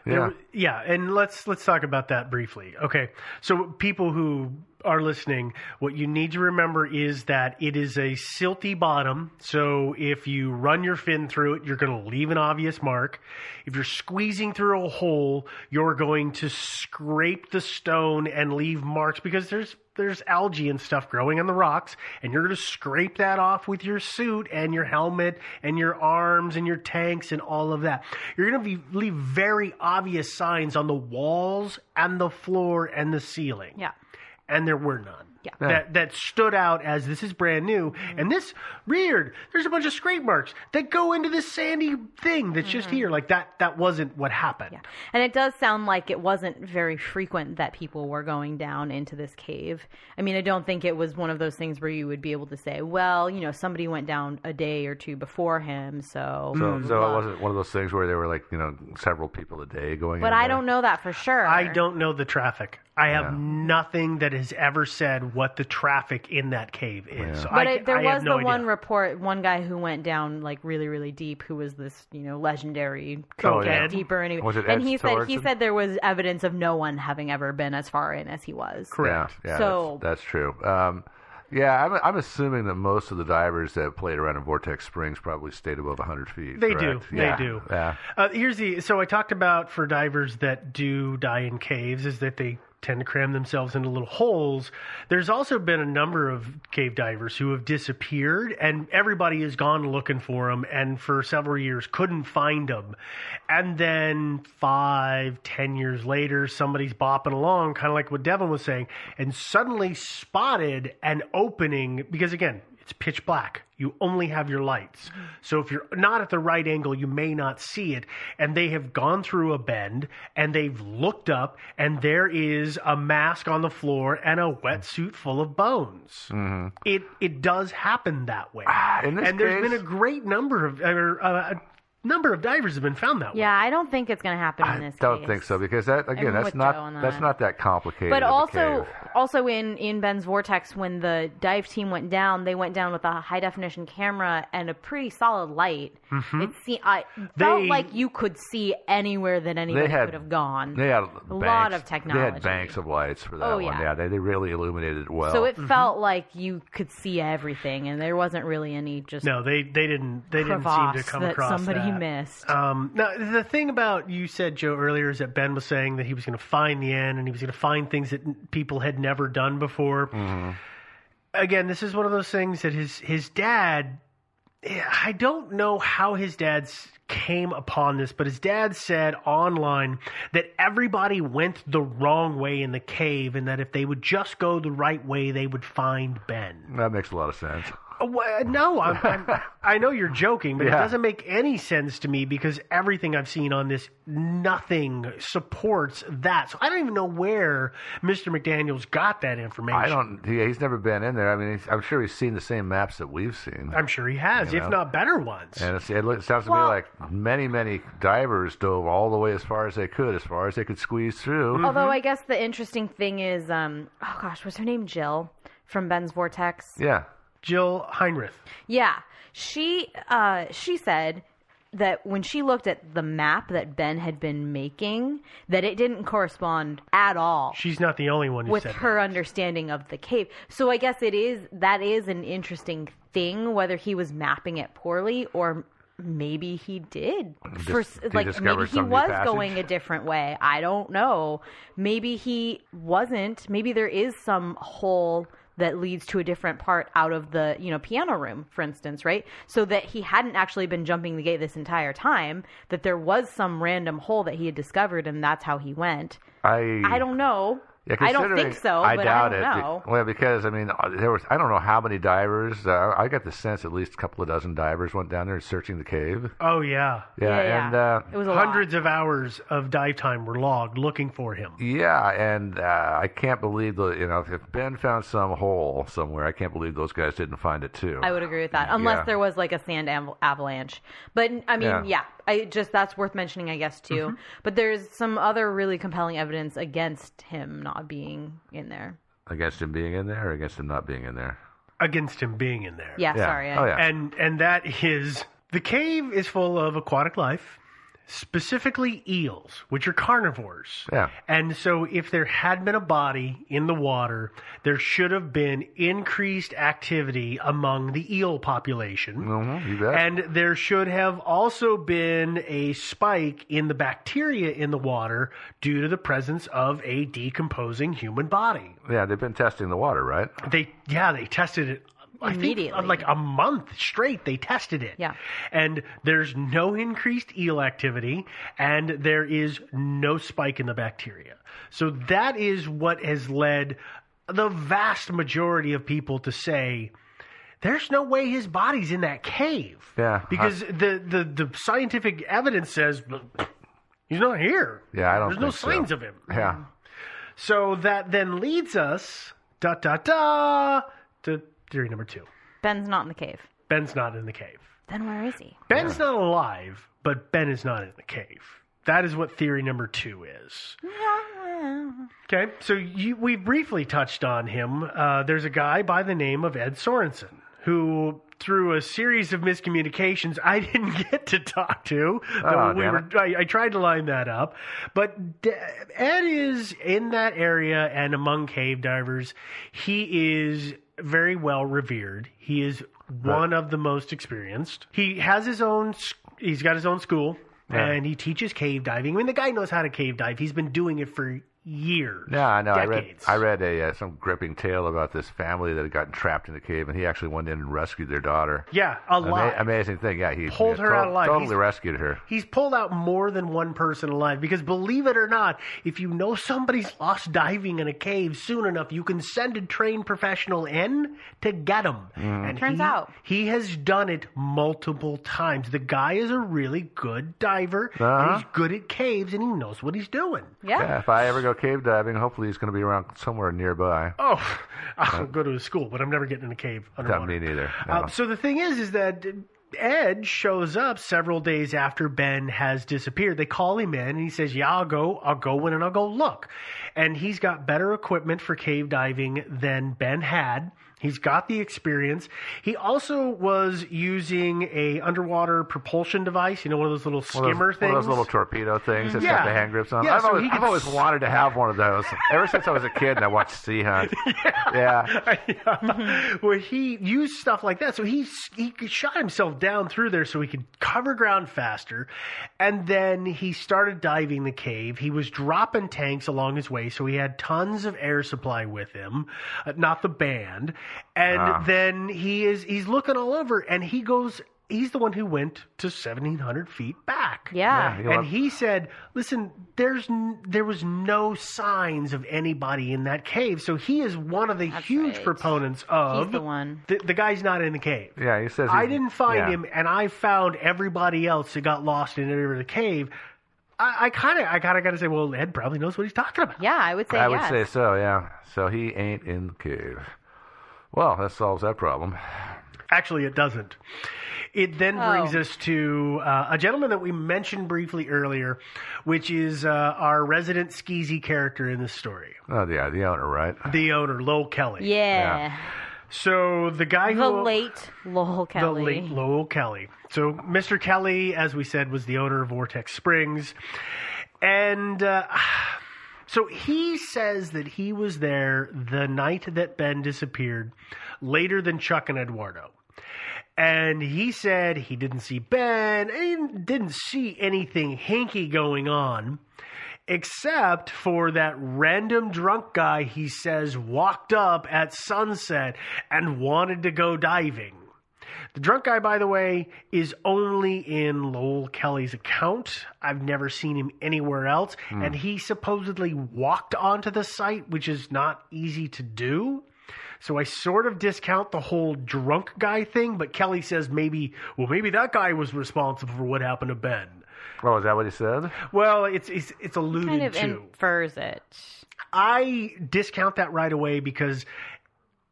S4: There w- yeah, and let's let's talk about that briefly. Okay. So people who are listening, what you need to remember is that it is a silty bottom. So if you run your fin through it, you're going to leave an obvious mark. If you're squeezing through a hole, you're going to scrape the stone and leave marks because there's there's algae and stuff growing on the rocks, and you're going to scrape that off with your suit and your helmet and your arms and your tanks and all of that. You're going to be, leave very obvious signs on the walls and the floor and the ceiling.
S7: Yeah.
S4: And there were none.
S7: Yeah.
S4: That that stood out as this is brand new and this weird. There's a bunch of scrape marks that go into this sandy thing that's just here. Like that that wasn't what happened.
S7: And it does sound like it wasn't very frequent that people were going down into this cave. I mean, I don't think it was one of those things where you would be able to say, well, you know, somebody went down a day or two before him, so.
S8: So,
S4: Mm.
S8: so it wasn't one of those things where there were like you know several people a day going.
S7: but
S8: in
S7: I
S8: there.
S7: don't know that for sure.
S4: I don't know the traffic. I have nothing that has ever said what the traffic in that cave is. So
S7: But
S4: I,
S7: it, there
S4: I
S7: was
S4: have no
S7: the
S4: idea.
S7: one report, one guy who went down like really, really deep, who was this, you know, legendary
S8: Oh,
S7: cocaine
S8: yeah.
S7: deeper, and he,
S8: Was it
S7: and
S8: Ed
S7: he said he
S8: Thorson?
S7: said there was evidence of no one having ever been as far in as he was.
S8: Yeah, yeah
S7: So-
S8: that's, that's true. Um, yeah, I'm, I'm assuming that most of the divers that played around in Vortex Springs probably stayed above 100 feet.
S4: They
S8: correct?
S4: do.
S8: Yeah,
S4: They do.
S8: Yeah.
S4: Uh, here's the so I talked about for divers that do die in caves is that they tend to cram themselves into little holes. There's also been a number of cave divers who have disappeared, and everybody has gone looking for them, and for several years couldn't find them, and then five, ten years later, somebody's bopping along, kind of like what Devin was saying, and suddenly spotted an opening because again, it's pitch black. You only have your lights. So if you're not at the right angle, you may not see it. And they have gone through a bend and they've looked up, and there is a mask on the floor and a wetsuit full of bones.
S8: hmm
S4: It it does happen that way.
S8: in this
S4: and there's
S8: case-
S4: been a great number of or, uh, a number of divers have been found that way.
S7: Yeah, I don't think it's going to happen in this
S8: Don't
S7: case.
S8: think so because that again,
S7: I'm
S8: that's
S7: with Joe
S8: not
S7: on
S8: that's
S7: that.
S8: not that complicated.
S7: But
S8: of a
S7: also,
S8: cave.
S7: also in in Ben's vortex, when the dive team went down, they went down with a high definition camera and a pretty solid light.
S8: Mhm.
S7: It se- I felt
S8: They-
S7: like you could see anywhere that anybody could have gone.
S8: They had
S7: a lot
S8: banks-
S7: of
S8: They
S7: technology.
S8: had banks of lights for that
S7: Oh,
S8: one.
S7: yeah.
S8: they, they really illuminated it well.
S7: so it felt like you could see everything, and there wasn't really any just
S4: No, they they didn't they didn't seem to
S7: crevasse
S4: come
S7: that
S4: across
S7: somebody
S4: that.
S7: missed.
S4: Um, now the thing about you said Joe earlier is that Ben was saying that he was going to find the end and he was going to find things that n- people had never done before.
S8: Mm-hmm.
S4: Again, this is one of those things that his his dad. eh, I don't know how his dad's came upon this, but his dad said online that everybody went the wrong way in the cave, and that if they would just go the right way, they would find Ben.
S8: that makes a lot of sense.
S4: Uh, wha- No, I'm, I'm, I know you're joking, but it
S8: Yeah.
S4: doesn't make any sense to me because everything I've seen on this, nothing supports that. So I don't even know where Mr. McDaniel's got that information.
S8: I don't. He, he's never been in there. I mean, he's, I'm sure he's seen the same maps that we've seen.
S4: I'm sure he has,
S8: You
S4: if
S8: know.
S4: not better ones.
S8: And it's, it looks- sounds to
S7: Well-
S8: me like many, many divers dove all the way as far as they could, as far as they could squeeze through.
S7: Although I guess the interesting thing is, um, oh gosh, was her name Jill from Ben's vortex?
S8: yeah,
S4: Jill Heinrich.
S7: Yeah, she uh, she said that when she looked at the map that Ben had been making, that it didn't correspond at all
S4: She's not the only one who
S7: with
S4: said
S7: her understanding of the cave. So I guess it is that is an interesting thing whether he was mapping it poorly or maybe he did For s-
S8: he
S7: like
S8: discovered
S7: maybe he
S8: some new
S7: was
S8: passage?
S7: going a different way i don't know maybe he wasn't maybe there is some hole that leads to a different part out of the you know piano room for instance right so that he hadn't actually been jumping the gate this entire time that there was some random hole that he had discovered and that's how he went
S8: I.
S7: i don't know
S8: Yeah,
S7: i don't
S8: considering-
S7: think so
S8: I
S7: but
S8: doubt
S7: i
S8: it.
S7: don't know
S8: Well, because I mean, uh, there was I don't know how many divers. Uh, I got the sense at least a couple of dozen divers went down there searching the cave.
S4: that. Oh, yeah.
S8: Yeah, and Uh,
S7: was a lot.
S4: Hundreds of hours of dive time were logged looking for him.
S8: yeah, and uh, I can't believe the you know if Ben found some hole somewhere, I can't believe those guys didn't find it too.
S7: I would agree with that, unless
S8: Yeah.
S7: there was like a sand av- avalanche. But I mean,
S8: Yeah.
S7: yeah. I just that's worth mentioning, I guess, too.
S8: Mhm.
S7: But there's some other really compelling evidence against him not being in there.
S8: against him being in there, or against him not being in there.
S4: Against him being in there.
S7: Yeah, Yeah. sorry, I- Oh, yeah.
S4: And and that is the cave is full of aquatic life, specifically eels, which are carnivores.
S8: Yeah.
S4: And so, if there had been a body in the water, there should have been increased activity among the eel population.
S8: Mm-hmm, you bet.
S4: And there should have also been a spike in the bacteria in the water due to the presence of a decomposing human body.
S8: yeah, they've been testing the water, right?
S4: They, yeah, they tested it. I think,
S7: Immediately.
S4: like a month straight, they tested it.
S7: Yeah.
S4: And there's no increased eel activity, and there is no spike in the bacteria. So that is what has led the vast majority of people to say there's no way his body's in that cave
S8: Yeah.
S4: because
S8: I-
S4: the, the the scientific evidence says he's not here.
S8: yeah, I don't.
S4: There's no
S8: think so.
S4: signs of him.
S8: Yeah.
S4: So that then leads us dot dot da to theory number two.
S7: Ben's not in the cave.
S4: Ben's not in the cave.
S7: Then where is he?
S4: Ben's not alive, but Ben is not in the cave. That is what theory number two is. Okay, so you, we briefly touched on him. Uh, there's a guy by the name of Ed Sorensen who, through a series of miscommunications, I didn't get to talk to.
S8: Oh,
S4: Though we
S8: damn
S4: were, I, I tried to line that up, but D- Ed is in that area and among cave divers. He is very well revered. He is one of the most experienced. He has his own. s- He's got his own school.
S8: Yeah.
S4: And he teaches cave diving. I mean, the guy knows how to cave dive. He's been doing it for years.
S8: Yeah, I know.
S4: Decades.
S8: I read. I read a uh, some gripping tale about this family that had gotten trapped in a cave, and he actually went in and rescued their daughter.
S4: Yeah, a
S8: Ama-
S4: lot.
S8: amazing thing. Yeah, he
S4: Pulled
S8: yeah,
S4: her out alive.
S8: Totally
S4: He's-
S8: rescued her.
S4: He's pulled out more than one person alive because believe it or not, if you know somebody's lost diving in a cave soon enough, you can send a trained professional in to get them. And
S7: Turns
S4: he,
S7: out.
S4: he has done it multiple times. The guy is a really good diver. and
S8: Uh-huh.
S4: he's good at caves and he knows what he's doing.
S8: Yeah, if I ever go cave diving, hopefully he's going to be around somewhere nearby.
S4: Oh, I'll go to his school, but I'm never getting in a cave
S8: Not
S4: underwater.
S8: me neither.
S4: Uh,
S8: no.
S4: so the thing is, is that Ed shows up several days after Ben has disappeared. They call him in, and he says, "Yeah, I'll go. I'll go in and I'll go look." And he's got better equipment for cave diving than Ben had. He's got the experience. He also was using a underwater propulsion device. You know, one of those little
S8: One of
S4: skimmer
S8: those-
S4: things.
S8: One of those little torpedo things that's
S4: Yeah.
S8: got the hand grips on.
S4: Yeah,
S8: I've,
S4: so
S8: always,
S4: he
S8: I've
S4: could
S8: always wanted to have one of those. Ever since I was a kid and I watched Sea Hunt. Yeah.
S4: where he used stuff like that. So he he shot himself down through there so he could cover ground faster, and then he started diving the cave. He was dropping tanks along his way, so he had tons of air supply with him, uh, not the band. And
S8: Ah.
S4: then he is he's looking all over, and he goes. He's the one who went to seventeen hundred feet back
S7: Yeah.
S8: Yeah,
S4: and he said, "Listen, there's n- there was no signs of anybody in that cave." So he is one of the huge
S7: right.
S4: proponents of
S7: the one.
S4: The, the guy's not in the cave.
S8: Yeah, he says.
S4: I
S8: he-
S4: didn't find
S8: yeah.
S4: him, and I found everybody else that got lost in the cave. I kind of, I kind of got to say, well, Ed probably knows what he's talking about.
S7: Yeah, I would say
S8: I would
S7: yes.
S8: say so, yeah. So he ain't in the cave. Well, that solves that problem.
S4: Actually, it doesn't. It then
S7: Oh.
S4: brings us to uh, a gentleman that we mentioned briefly earlier, which is uh, our resident skeezy character in this story,
S8: Oh, yeah, the owner, right?
S4: the owner, Lowell Kelly.
S7: Yeah.
S4: So the guy
S7: The
S4: who
S7: late Lowell Kelly.
S4: the late Lowell Kelly. So Mr. Kelly, as we said, was the owner of Vortex Springs, and uh, so he says that he was there the night that Ben disappeared, later than Chuck and Eduardo. And he said he didn't see Ben and he didn't see anything hinky going on except for that random drunk guy he says walked up at sunset and wanted to go diving. The drunk guy, by the way, is only in Lowell Kelly's account. I've never seen him anywhere else.
S8: Hmm.
S4: And he supposedly walked onto the site, which is not easy to do. So I sort of discount the whole drunk guy thing, but Kelly says maybe, well, maybe that guy was responsible for what happened to Ben.
S8: Oh, is that what he said?
S4: Well, it's it's, it's alluded
S7: kind of
S4: to.
S7: infers it.
S4: I discount that right away because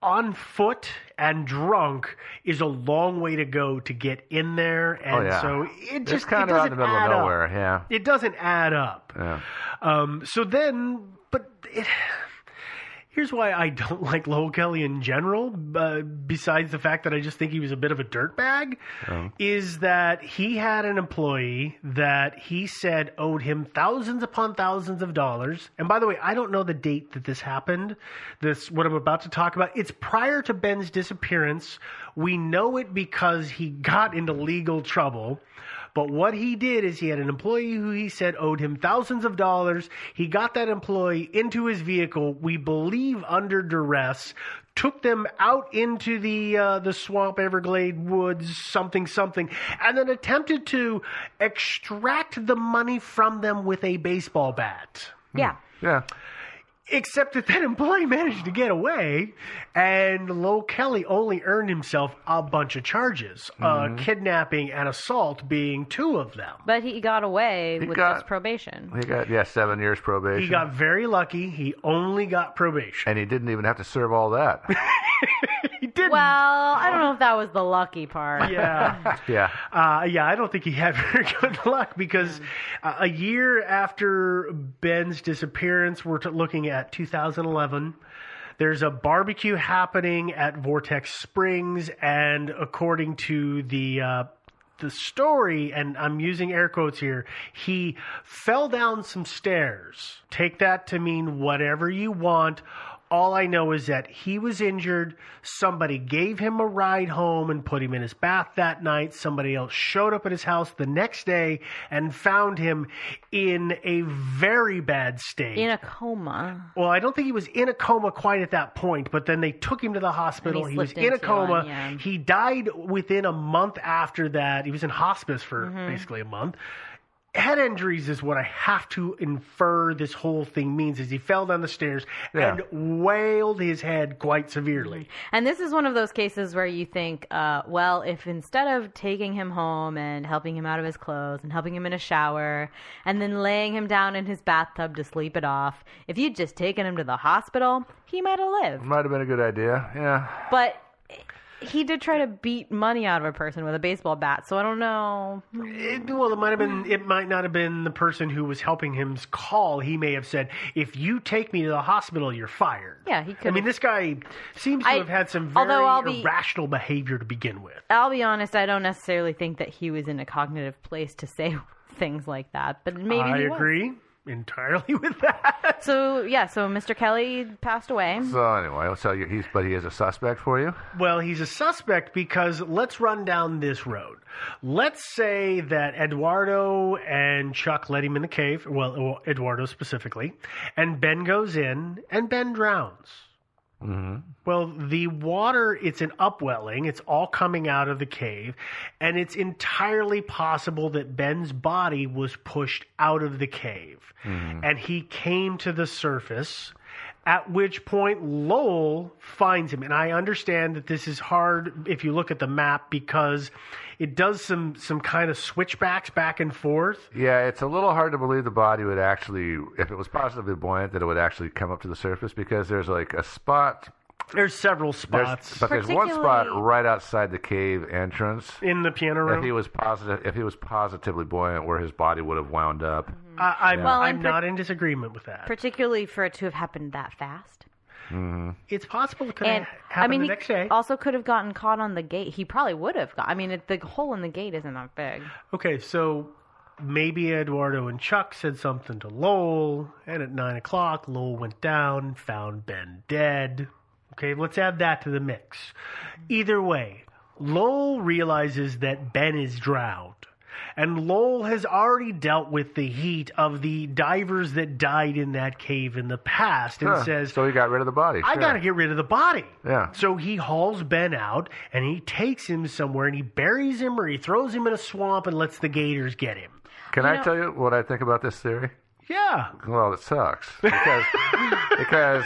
S4: on foot and drunk is a long way to go to get in there, and
S8: oh, yeah.
S4: so it
S8: It's
S4: just it
S8: kind of out in the
S4: doesn't
S8: middle of
S4: add up.
S8: nowhere, yeah.
S4: It doesn't add up.
S8: Yeah.
S4: Um, so then, but it, here's why I don't like Lowell Kelly in general. Uh, besides the fact that I just think he was a bit of a dirtbag,
S8: Oh.
S4: is that he had an employee that he said owed him thousands upon thousands of dollars. And by the way, I don't know the date that this happened. This what I'm about to talk about. It's prior to Ben's disappearance. We know it because he got into legal trouble. But what he did is he had an employee who he said owed him thousands of dollars. He got that employee into his vehicle, we believe under duress, took them out into the uh, the swamp, Everglade woods, something something, and then attempted to extract the money from them with a baseball bat.
S7: Yeah.
S8: Hmm. Yeah.
S4: Except that that employee managed to get away, and Lo Kelly only earned himself a bunch of charges
S8: Mhm.
S4: uh, kidnapping and assault being two of them.
S7: But he got away
S8: He
S7: with
S8: got-
S7: just probation.
S8: He got yeah seven years probation.
S4: He got very lucky. He only got probation.
S8: and he didn't even have to serve all that.
S7: Well, I don't know if that was the lucky part.
S4: Yeah.
S8: yeah.
S4: Uh, yeah, I don't think he had very good luck because uh, a year after Ben's disappearance, we're t- looking at 2011. There's a barbecue happening at Vortex Springs, and according to the uh, the story, and I'm using air quotes here, he fell down some stairs. Take that to mean whatever you want. All I know is that he was injured. Somebody gave him a ride home and put him in his bath that night. Somebody else showed up at his house the next day and found him in a very bad state.
S7: In a coma.
S4: well, I don't think he was in a coma quite at that point, but then they took him to the hospital.
S7: And he
S4: He was
S7: slipped
S4: in a
S7: into
S4: coma.
S7: one, yeah.
S4: He died within a month after that. He was in hospice for
S7: Mhm.
S4: basically a month. Head injuries is what I have to infer this whole thing means is he fell down the stairs
S7: Yeah.
S4: and wailed his head quite severely.
S7: And this is one of those cases where you think, uh, well, if instead of taking him home and helping him out of his clothes and helping him in a shower and then laying him down in his bathtub to sleep it off, if you'd just taken him to the hospital, he might have lived.
S8: Might have been a good idea. Yeah.
S7: But he did try to beat money out of a person with a baseball bat, so I don't know.
S4: It- well, it might have
S7: Hmm.
S4: been. It might not have been the person who was helping him's call. He may have said, "If you take me to the hospital, you're fired."
S7: Yeah, he could.
S4: I mean, this guy seems to
S7: I-
S4: have had some very
S7: although I'll be-
S4: irrational behavior to begin with.
S7: I'll be honest, I don't necessarily think that he was in a cognitive place to say things like that, but maybe
S4: I
S7: he was.
S4: agree entirely with
S7: So yeah, so Mr. Kelly passed away.
S8: So anyway, so you, he's but he is a suspect for you.
S4: Well, he's a suspect because let's run down this road. Let's say that Eduardo and Chuck let him in the cave, well, Eduardo specifically, and Ben goes in and Ben drowns.
S8: Mm-hmm.
S4: Well, the water, it's an upwelling, it's all coming out of the cave, and it's entirely possible that Ben's body was pushed out of the cave and he came to the surface. At which point Lowell finds him, and I understand that this is hard if you look at the map because it does some some kind of switchbacks back and forth.
S8: Yeah, it's a little hard to believe the body would actually, if it was positively buoyant, that it would actually come up to the surface because there's like a spot.
S4: There's several
S8: There's,
S4: spots,
S8: but there's one spot right outside the cave entrance.
S4: in the piano
S8: If he
S4: room.
S8: was positive, if he was positively buoyant, where his body would have wound up.
S4: Mm-hmm. I, I'm,
S8: Yeah. Well,
S4: I'm
S7: and per-
S4: not in disagreement with that.
S7: Particularly for it to have happened that fast.
S8: Mm-hmm.
S4: It's possible it could
S7: And
S4: have happened
S7: I mean,
S4: the
S7: he
S4: next day.
S7: also could have gotten caught on the gate. He probably would have. Got, I mean, it, the hole in the gate isn't that big.
S4: Okay, so maybe Eduardo and Chuck said something to Lowell, and at nine o'clock, Lowell went down, found Ben dead. Okay, let's add that to the mix. Either way, Lowell realizes that Ben is drowned. And Lowell has already dealt with the heat of the divers that died in that cave in the past and says,
S8: so he got rid of the body.
S4: I
S8: sure.
S4: got to get rid of the body.
S8: Yeah.
S4: So he hauls Ben out and he takes him somewhere and he buries him or he throws him in a swamp and lets the gators get him.
S8: Can
S4: You
S8: I
S4: know-
S8: tell you what I think about this theory?
S4: Yeah.
S8: Well, it sucks because because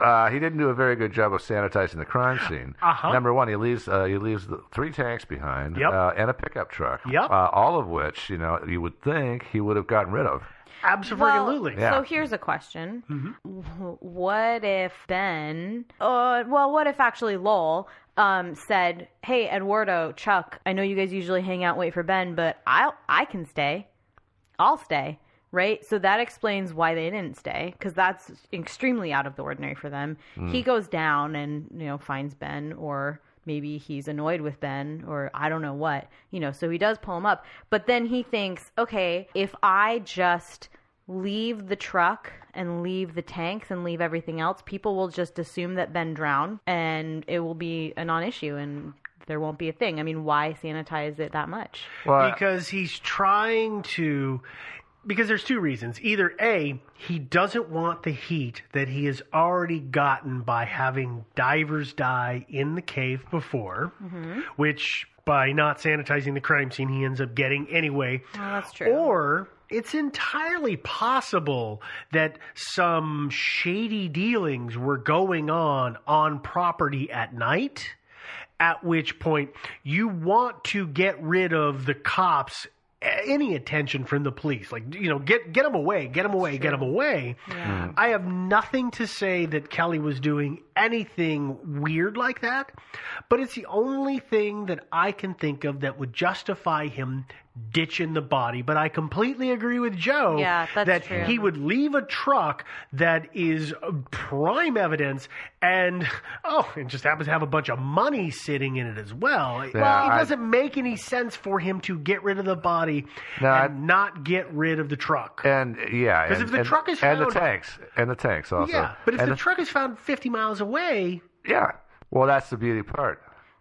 S8: uh, he didn't do a very good job of sanitizing the crime scene.
S4: Uh-huh.
S8: Number one, he leaves uh, he leaves the three tanks behind
S4: Yep.
S8: uh, and a pickup truck.
S4: Yep.
S8: Uh, all of which you know you would think he would have gotten rid of.
S4: Absolutely.
S7: Well,
S8: Yeah.
S7: So here's a question: W- What if Ben? Uh, well, what if actually Lowell um, said, "Hey, Eduardo, Chuck, I know you guys usually hang out, and wait for Ben, but I will I can stay. I'll stay." Right, so that explains why they didn't stay, because that's extremely out of the ordinary for them.
S9: Mm.
S7: He goes down and you know finds Ben, or maybe he's annoyed with Ben, or I don't know what, you know. So he does pull him up, but then he thinks, okay, if I just leave the truck and leave the tanks and leave everything else, people will just assume that Ben drowned and it will be a non issue and there won't be a thing. I mean, why sanitize it that much?
S4: because he's trying to. Because there's two reasons. Either A, he doesn't want the heat that he has already gotten by having divers die in the cave before, which by not sanitizing the crime scene, he ends up getting anyway.
S7: Well, that's true.
S4: Or it's entirely possible that some shady dealings were going on on property at night, at which point you want to get rid of the cops any attention from the police like you know get get them away eh, get them away get them away
S9: Yeah.
S4: i have nothing to say that kelly was doing anything weird like that but it's the only thing that i can think of that would justify him ditching the body but i completely agree with joe
S7: Yeah, that's
S4: that
S7: true.
S4: he would leave a truck that is uh, prime evidence and oh it just happens to have a bunch of money sitting in it as well
S8: Yeah,
S4: it
S8: I-
S4: doesn't make any sense for him to get rid of the body
S8: No, I-
S4: and not get rid of the truck.
S8: And yeah,
S4: 'Cause
S8: and-
S4: if the
S8: and-
S4: truck is
S8: and the
S4: found-
S8: tanks and the tanks also.
S4: yeah, but if
S8: And
S4: the, truck is found 50 miles away
S8: yeah, well, that's the beauty part.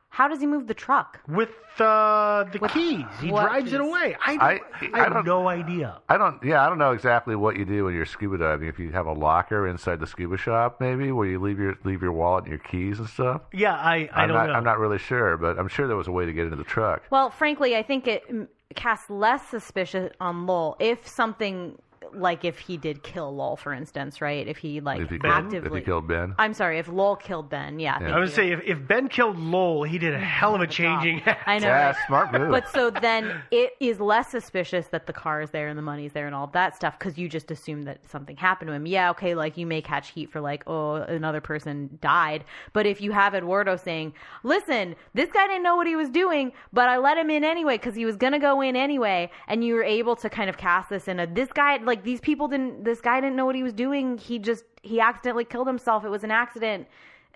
S7: How does he move the truck?
S4: with uh, the keys, he
S7: what
S4: drives it
S7: keys?
S4: away. I,
S8: I-
S4: don't-
S8: I
S4: I
S8: don't-
S4: have no idea.
S8: I don't. Yeah, I don't know exactly what you do when you're scuba diving. If you have a locker inside the scuba shop, maybe where you leave your leave your wallet and your keys and stuff.
S4: Yeah, I, I
S8: am
S4: don't
S8: not,
S4: know.
S8: I'm not really sure, but I'm sure there was a way to get into the truck.
S7: Well, frankly, I think it mm, casts less suspicion on Lowell if something like if he did kill Lowell, for instance, right? If he like
S8: if he killed,
S7: actively.
S8: if he killed Ben.
S7: I'm sorry, if Lowell killed Ben, yeah.
S8: Yeah.
S7: thank
S4: I would
S7: you.
S4: say if, if Ben killed Lowell, he did a hell of a changing.
S7: I know.
S8: Yeah,
S7: right?
S8: smart move.
S7: But so then it is less suspicious that the car is there and the money's there and all that stuff because you just assume that something happened to him. Yeah, okay, like you may catch heat for like, oh, another person died. But if you have Eduardo saying, listen, this guy didn't know what he was doing, but I let him in anyway because he was going to go in anyway. And you were able to kind of cast this in a, this guy, like these people didn't, this guy didn't know what he was doing. He just, he accidentally killed himself. It was an accident.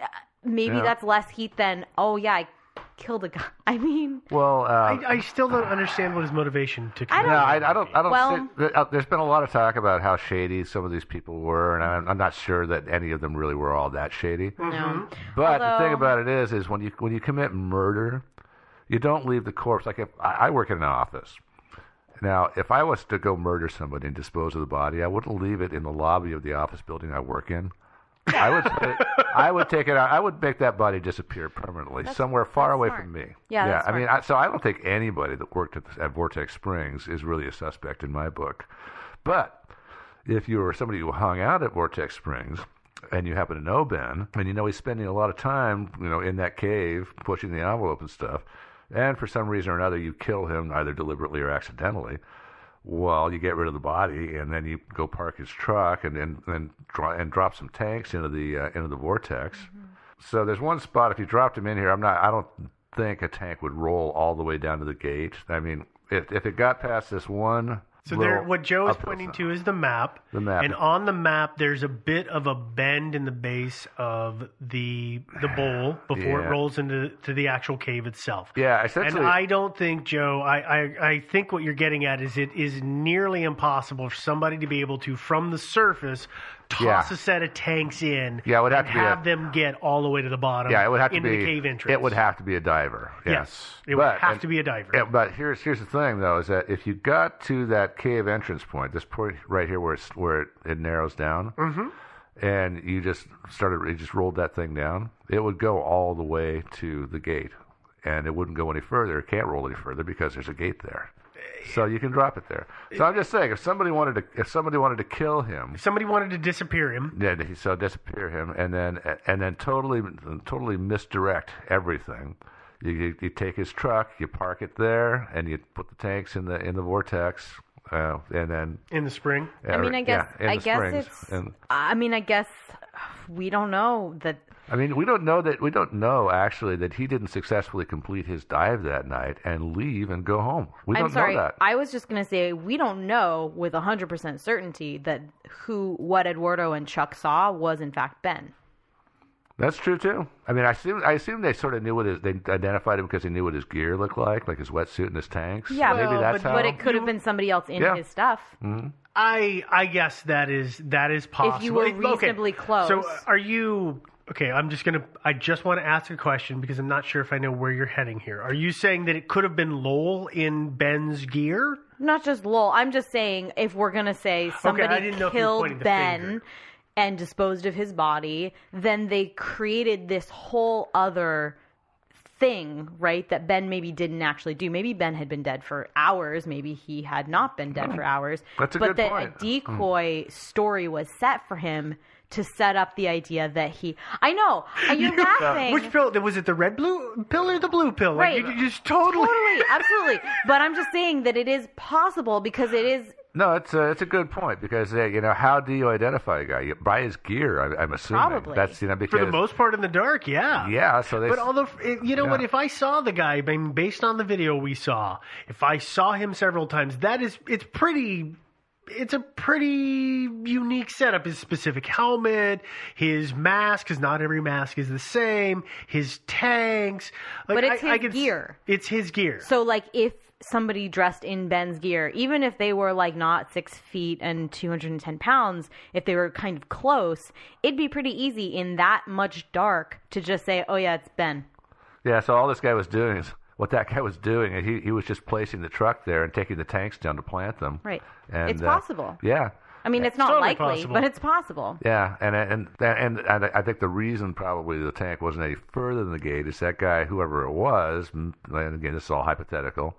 S7: Uh, Maybe
S8: Yeah.
S7: that's less heat than, oh, yeah, I killed a guy. I mean,
S8: Well, uh,
S4: I, I still don't understand what his motivation to
S7: I
S4: kill.
S8: no, I, I don't. I don't.
S7: Well-
S8: see- there- uh, there's been a lot of talk about how shady some of these people were, and I'm, I'm not sure that any of them really were all that shady.
S7: No.
S8: But the
S7: Although-
S8: thing about it is, is when you when you commit murder, you don't leave the corpse. Like if I, I work in an office, now if I was to go murder somebody and dispose of the body, I wouldn't leave it in the lobby of the office building I work in. I would put it, I would take it out. I would make that body disappear permanently somewhere far away from me.
S7: Yeah,
S8: yeah.
S7: that's
S8: I mean,
S7: smart.
S8: I, so I don't think anybody that worked at, at Vortex Springs is really a suspect in my book. But if you were somebody who hung out at Vortex Springs and you happen to know Ben and you know he's spending a lot of time, you know, in that cave pushing the envelope and stuff, and for some reason or another you kill him either deliberately or accidentally, well, you get rid of the body and then you go park his truck and then and, dro- and drop some tanks into the uh, into the vortex.
S4: Mm-hmm.
S8: So there's one spot if you dropped him in here, I'm not I don't think a tank would roll all the way down to the gate. I mean, if if it got past this one
S4: So there,
S8: little
S4: what Joe is
S8: uphill
S4: pointing to is the map.
S8: The map.
S4: And on the map, there's a bit of a bend in the base of the the bowl before
S8: Yeah.
S4: it rolls into to the actual cave itself.
S8: Yeah,
S4: And
S8: essentially.
S4: I don't think, Joe, I, I, I think what you're getting at is it is nearly impossible for somebody to be able to, from the surface, toss
S8: Yeah.
S4: a set of tanks in
S8: Yeah, it would have to
S4: and
S8: be a-
S4: have them get all the way to the bottom
S8: yeah, it would have to
S4: into
S8: be
S4: the cave entrance.
S8: It would have to be a diver. Yes,
S4: Yes, it would have to be a diver.
S8: Yeah, but here's here's the thing though is that if you got to that cave entrance point, this point right here where it's where it, it narrows down,
S4: Mhm.
S8: and you just started you just rolled that thing down, it would go all the way to the gate, and it wouldn't go any further. It can't roll any further because there's a gate there. So you can drop it there. So I'm just saying, if somebody wanted to, if somebody wanted to kill him,
S4: If somebody wanted to disappear him.
S8: yeah, he so disappear him, and then and then totally totally misdirect everything. You, you, you take his truck, you park it there, and you put the tanks in the in the vortex, uh, and then
S4: In the spring.
S7: I mean, I guess,
S8: yeah, in
S7: I
S8: the
S7: guess
S8: springs.
S7: it's,
S8: And-
S7: I mean, I guess we don't know that.
S8: I mean, we don't know that we don't know actually that he didn't successfully complete his dive that night and leave and go home. We
S7: I'm
S8: don't
S7: sorry.
S8: know that.
S7: I was just going to say we don't know with 100% certainty that who, what Eduardo and Chuck saw was in fact Ben.
S8: That's true too. I mean, I assume I assume they sort of knew what his they identified him because they knew what his gear looked like, like his wetsuit and his tanks.
S7: Yeah,
S8: maybe
S7: but,
S8: that's
S7: but,
S8: how.
S7: it could have been somebody else in
S8: Yeah.
S7: his stuff.
S8: Mhm.
S4: I I guess that is that is possible.
S7: were
S4: It-
S7: reasonably
S4: okay.
S7: close.
S4: So uh, are you okay? I'm just gonna. I just want to ask a question because I'm not sure if I know where you're heading here. Are you saying that it could have been Lowell in Ben's gear?
S7: Not just Lowell. I'm just saying if we're going to say somebody
S4: didn't know if you were pointing
S7: killed
S4: the
S7: Ben
S4: finger.
S7: and disposed of his body, then they created this whole other thing, right, that Ben maybe didn't actually do. Maybe Ben had been dead for hours. Maybe he had not been dead for hours.
S8: That's a
S7: but
S8: good
S7: that
S4: Mm.
S8: point.
S7: a decoy story was set for him to set up the idea that he. I know. Are you laughing?
S4: Which pill? Was it the red blue pill or the blue pill? Like,
S7: Right.
S4: you- you just totally.
S7: Totally, absolutely. But I'm just saying that it is possible because it is
S8: No, it's a, it's a good point because uh, you know how do you identify a guy You- by his gear? I, I'm assuming
S4: Probably.
S8: that's you know because
S4: For the most part in the dark, yeah.
S8: yeah. So they
S4: But although, it- you know what,
S8: yeah.
S4: if I saw the guy, I mean, based on the video we saw, if I saw him several times, that is, it's pretty. It's a pretty unique setup. His specific helmet, his mask, because not every mask is the same. His tanks, Like,
S7: But it's
S4: I-
S7: his
S4: I can s-
S7: gear.
S4: It's his gear.
S7: So, like, if somebody dressed in Ben's gear, even if they were like not six feet and 210 pounds, if they were kind of close, it'd be pretty easy in that much dark to just say, oh, yeah, it's Ben.
S8: yeah. So all this guy was doing is what that guy was doing. is He he was just placing the truck there and taking the tanks down to plant them.
S7: Right.
S8: And,
S7: it's
S8: uh,
S7: possible.
S8: Yeah.
S7: I mean, it's not
S4: totally
S7: likely,
S4: possible.
S7: but it's possible.
S8: Yeah, and and and and I think the reason probably the tank wasn't any further than the gate is that guy, whoever it was, and again this is all hypothetical,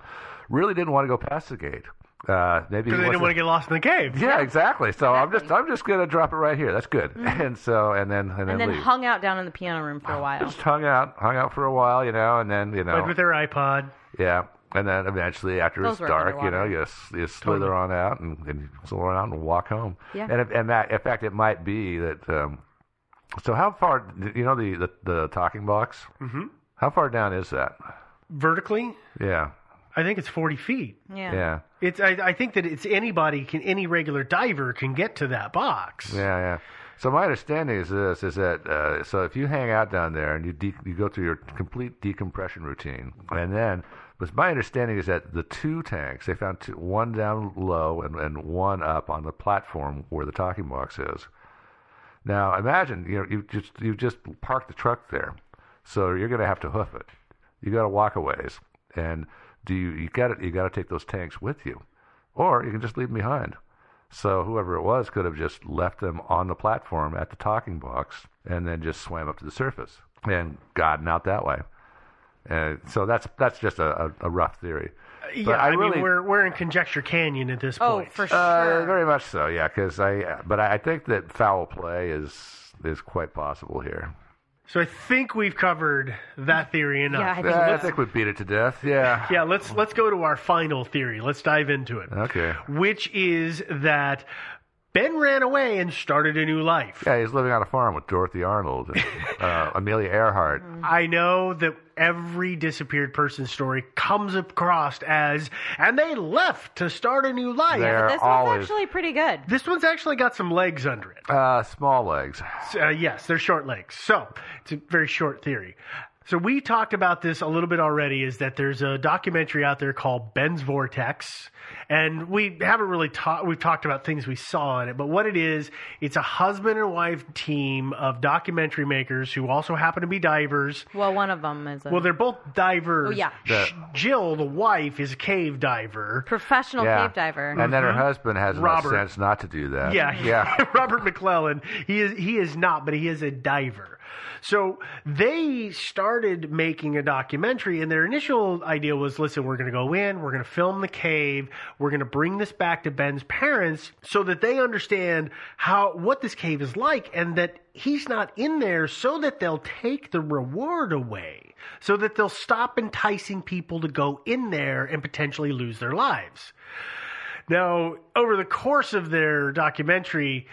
S8: really didn't want to go past the gate. Uh, maybe he
S4: Because they didn't
S8: wasn't-
S4: want to get lost in the cave.
S8: Yeah, exactly. So I'm just I'm just gonna drop it right here. That's good. And so and then and then,
S7: Mm-hmm. And then
S8: leave.
S7: hung out down in the piano room for a while.
S8: just hung out, hung out for a while, you know, and then you know,
S4: Played with their iPod.
S8: yeah, and then eventually after
S7: Those
S8: it's
S7: were
S8: dark, you know,
S7: underwater.
S8: you, s- you slither on out and, and you slither on out and walk home.
S7: Yeah.
S8: And if, and that in fact it might be that. Um, so how far you know the the, the talking box? Mm-hmm. How far down is that?
S4: Vertically,
S8: Yeah,
S4: I think it's 40 feet.
S7: Yeah.
S8: yeah,
S4: It's. I, I think that it's anybody can any regular diver can get to that box.
S8: yeah, yeah. So my understanding is this: is that uh, so if you hang out down there and you de- you go through your complete decompression routine, and then, but my understanding is that the two tanks they found two, one down low and, and one up on the platform where the talking box is. Now imagine you know you just you just parked the truck there, so you're going to have to hoof it. You got to walk a ways, and do you you got to you got to take those tanks with you, or you can just leave them behind. So whoever it was could have just left them on the platform at the talking box and then just swam up to the surface and gotten out that way. And so that's that's just a, a, a rough theory.
S4: Yeah,
S8: But
S4: I,
S8: really-
S4: mean we're we're in Conjecture Canyon at this
S7: Oh,
S4: point.
S7: for
S8: uh,
S7: sure.
S8: very much so, yeah. Because I, but I I think that foul play is is quite possible here.
S4: So I think we've covered that theory enough.
S7: Yeah, I think
S8: Yeah, I
S7: that's-
S8: think we beat it to death. Yeah.
S4: Yeah, let's let's go to our final theory. Let's dive into it.
S8: Okay.
S4: Which is that Ben ran away and started a new life.
S8: Yeah, he's living on a farm with Dorothy Arnold and uh, Amelia Earhart.
S7: Mm.
S4: I know that every disappeared person story comes across as and they left to start a new life.
S8: They're
S7: This one's
S8: always
S7: actually pretty good.
S4: This one's actually got some legs under it.
S8: uh, small legs.
S4: Uh, yes, they're short legs. So it's a very short theory. So we talked about this a little bit already. Is that there's a documentary out there called Ben's Vortex, and we haven't really talked. We've talked about things we saw in it, but what it is, it's a husband and wife team of documentary makers who also happen to be divers.
S7: Well, one of them is a
S4: Well, they're both divers.
S7: Oh, yeah.
S8: The-
S4: Jill, the wife, is a cave diver.
S7: professional
S8: yeah.
S7: cave diver.
S8: And then her husband has enough
S4: Mm-hmm. Robert.
S8: sense not to do that.
S4: Yeah,
S8: Yeah.
S4: Robert McClellan. He is he is not, but he is a diver. So they started making a documentary, and their initial idea was: listen, we're going to go in, we're going to film the cave, we're going to bring this back to Ben's parents so that they understand how what this cave is like, and that he's not in there, so that they'll take the reward away, so that they'll stop enticing people to go in there and potentially lose their lives. Now, over the course of their documentary,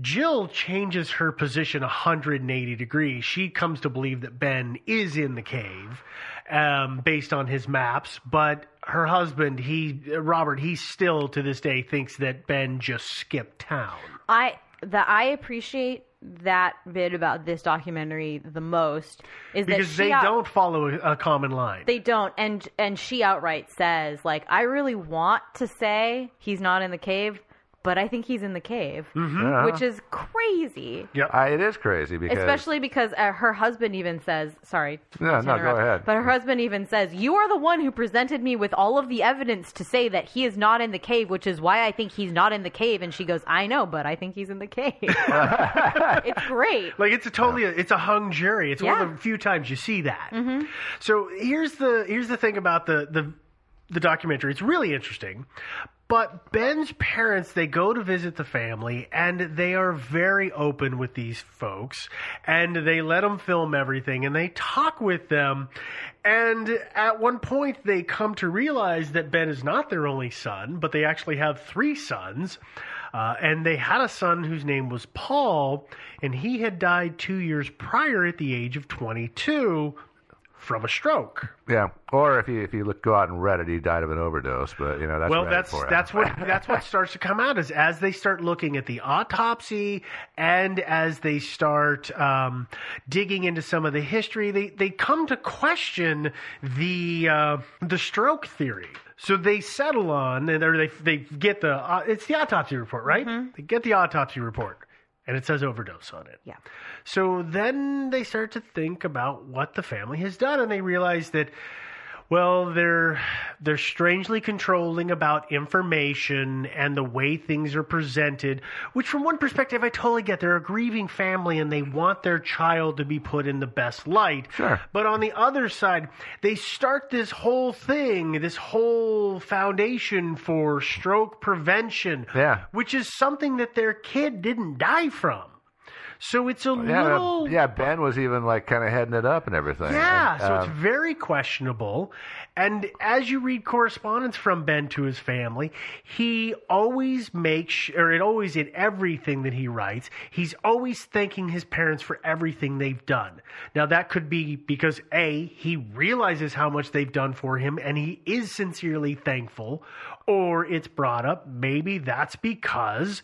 S4: Jill changes her position 180 degrees. She comes to believe that Ben is in the cave um, based on his maps, but her husband, he Robert, he still to this day thinks that Ben just skipped town.
S7: I that I appreciate that bit about this documentary the most is that
S4: Because
S7: she
S4: they
S7: out-
S4: don't follow a, a common line.
S7: They don't, and and she outright says, like, I really want to say he's not in the cave, but I think he's in the cave,
S4: Mm-hmm.
S8: Mhm. Yeah.
S7: which is crazy.
S8: Yeah, I, it is crazy because
S7: Especially because uh, her husband even says, sorry.
S8: Yeah,
S7: to
S8: no, go
S7: interrupt,
S8: ahead.
S7: But her husband even says, You are the one who presented me with all of the evidence to say that he is not in the cave, which is why I think he's not in the cave. And she goes, I know, but I think he's in the cave. it's great.
S4: Like it's a totally it's a hung jury. It's one
S7: Yeah.
S4: of the few times you see that.
S7: hmm
S4: So here's the here's the thing about the the the documentary. It's really interesting. But Ben's parents, they go to visit the family and they are very open with these folks and they let them film everything and they talk with them. And at one point, they come to realize that Ben is not their only son, but they actually have three sons. Uh, and they had a son whose name was Paul, and he had died two years prior at the age of 22 from a stroke.
S8: yeah. Or if you if you look go out and Reddit, he died of an overdose. But you know that's
S4: well,
S8: Reddit
S4: that's
S8: for you.
S4: that's what that's what starts to come out is as they start looking at the autopsy and as they start um, digging into some of the history, they they come to question the uh, the stroke theory. So they settle on, and or they they get the uh, it's the autopsy report, right?
S7: Mm-hmm.
S4: They get the autopsy report, and it says overdose on it.
S7: Yeah.
S4: So then they start to think about what the family has done, and they realize that, well, they're they're strangely controlling about information and the way things are presented. Which, from one perspective, I totally get. They're a grieving family, and they want their child to be put in the best light.
S8: Sure.
S4: But on the other side, they start this whole thing, this whole foundation for stroke prevention.
S8: Yeah.
S4: Which is something that their kid didn't die from. So it's a
S8: yeah, that-
S4: little
S8: yeah. Ben was even like kind of heading it up and everything.
S4: yeah,
S8: And,
S4: so
S8: um,
S4: it's very questionable. And as you read correspondence from Ben to his family, he always makes, or it always in everything that he writes, he's always thanking his parents for everything they've done. Now that could be because a he realizes how much they've done for him, and he is sincerely thankful, or it's brought up maybe that's because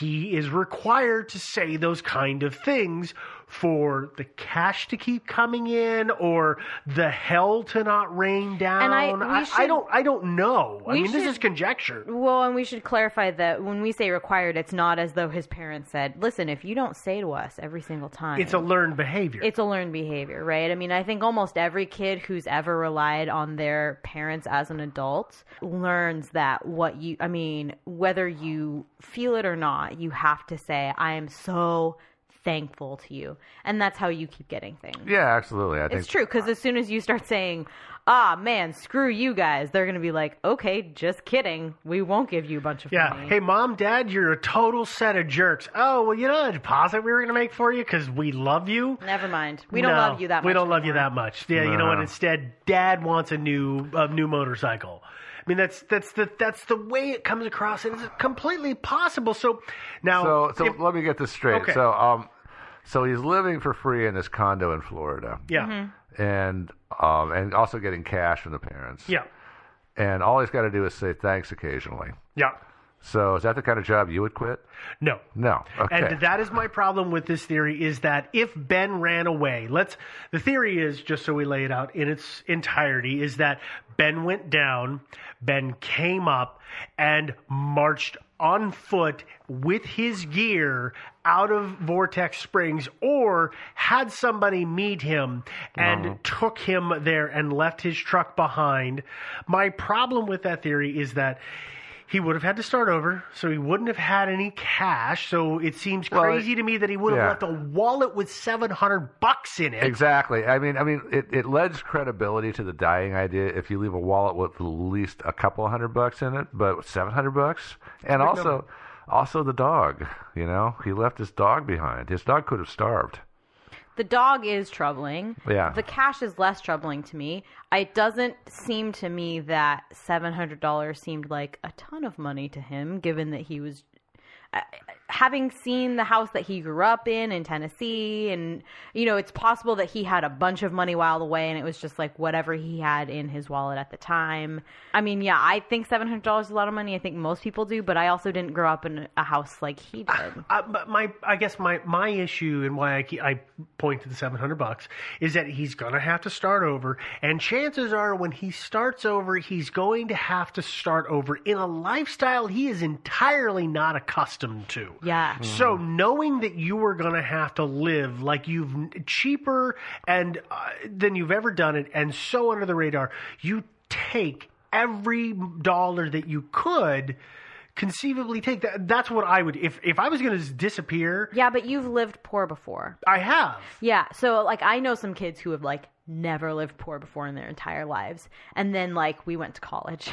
S4: he is required to say those kind of things for the cash to keep coming in or the hell to not rain down.
S7: And I- we should-
S4: I don't I don't know. I
S7: we
S4: mean this
S7: should-
S4: is conjecture.
S7: Well, and we should clarify that when we say required, it's not as though his parents said, "Listen, if you don't say to us every single time,
S4: It's a learned behavior.
S7: It's a learned behavior, right? I mean, I think almost every kid who's ever relied on their parents as an adult learns that what you, I mean, whether you feel it or not, you have to say, I am so thankful to you. And that's how you keep getting things.
S8: yeah, absolutely. I think
S7: It's true because as soon as you start saying, "Ah, man, screw you guys," they're gonna be like, "Okay, just kidding. We won't give you a bunch of
S4: Yeah.
S7: money."
S4: Hey, mom, dad, you're a total set of jerks. Oh, well, you know the deposit we were going to make for you because we love you.
S7: Never mind. We don't
S4: No,
S7: love you that
S4: We
S7: much.
S4: don't love you that much. Yeah, you know what?
S8: No.
S4: Instead, dad wants a new a new motorcycle. I mean, that's that's the that's the way it comes across, and it's completely possible. So now,
S8: So, so
S4: if-
S8: let me get this straight.
S4: Okay.
S8: So, um, so he's living for free in this condo in Florida.
S4: yeah,
S7: Mm-hmm.
S8: And um, and also getting cash from the parents.
S4: yeah,
S8: And all he's got to do is say thanks occasionally.
S4: yeah.
S8: So is that the kind of job you would quit?
S4: No,
S8: No. Okay.
S4: And that is my problem with this theory is that if Ben ran away, let's the theory is just so we lay it out in its entirety is that Ben went down, Ben came up and marched on foot with his gear out of Vortex Springs or had somebody meet him and took him there and left his truck behind. My problem with that theory is that he would have had to start over, so he wouldn't have had any cash. So it seems
S8: Well,
S4: crazy to me that he would have
S8: yeah.
S4: left a wallet with seven hundred bucks in it.
S8: Exactly. I mean, I mean, it, it lends credibility to the dying idea if you leave a wallet with at least a couple hundred bucks in it, but seven hundred bucks, and
S4: Big
S8: also,
S4: number.
S8: also the dog. You know, he left his dog behind. His dog could have starved.
S7: The dog is troubling.
S8: Yeah.
S7: The cash is less troubling to me. It doesn't seem to me that seven hundred dollars seemed like a ton of money to him, given that he was. uh, having seen the house that he grew up in in Tennessee, and you know, it's possible that he had a bunch of money while away, and it was just like whatever he had in his wallet at the time. I mean, yeah, I think seven hundred dollars is a lot of money. I think most people do, but I also didn't grow up in a house like he did.
S4: I, but my, I guess my my issue and why I keep, I point to the seven hundred bucks is that he's gonna have to start over, and chances are when he starts over, he's going to have to start over in a lifestyle he is entirely not accustomed to.
S7: Yeah.
S4: So knowing that you are gonna have to live like you've cheaper and uh, than you've ever done it, and so under the radar, you take every dollar that you could conceivably take that that's what i would if if i was going to disappear
S7: yeah but you've lived poor before
S4: i have
S7: yeah so like i know some kids who have like never lived poor before in their entire lives and then like we went to college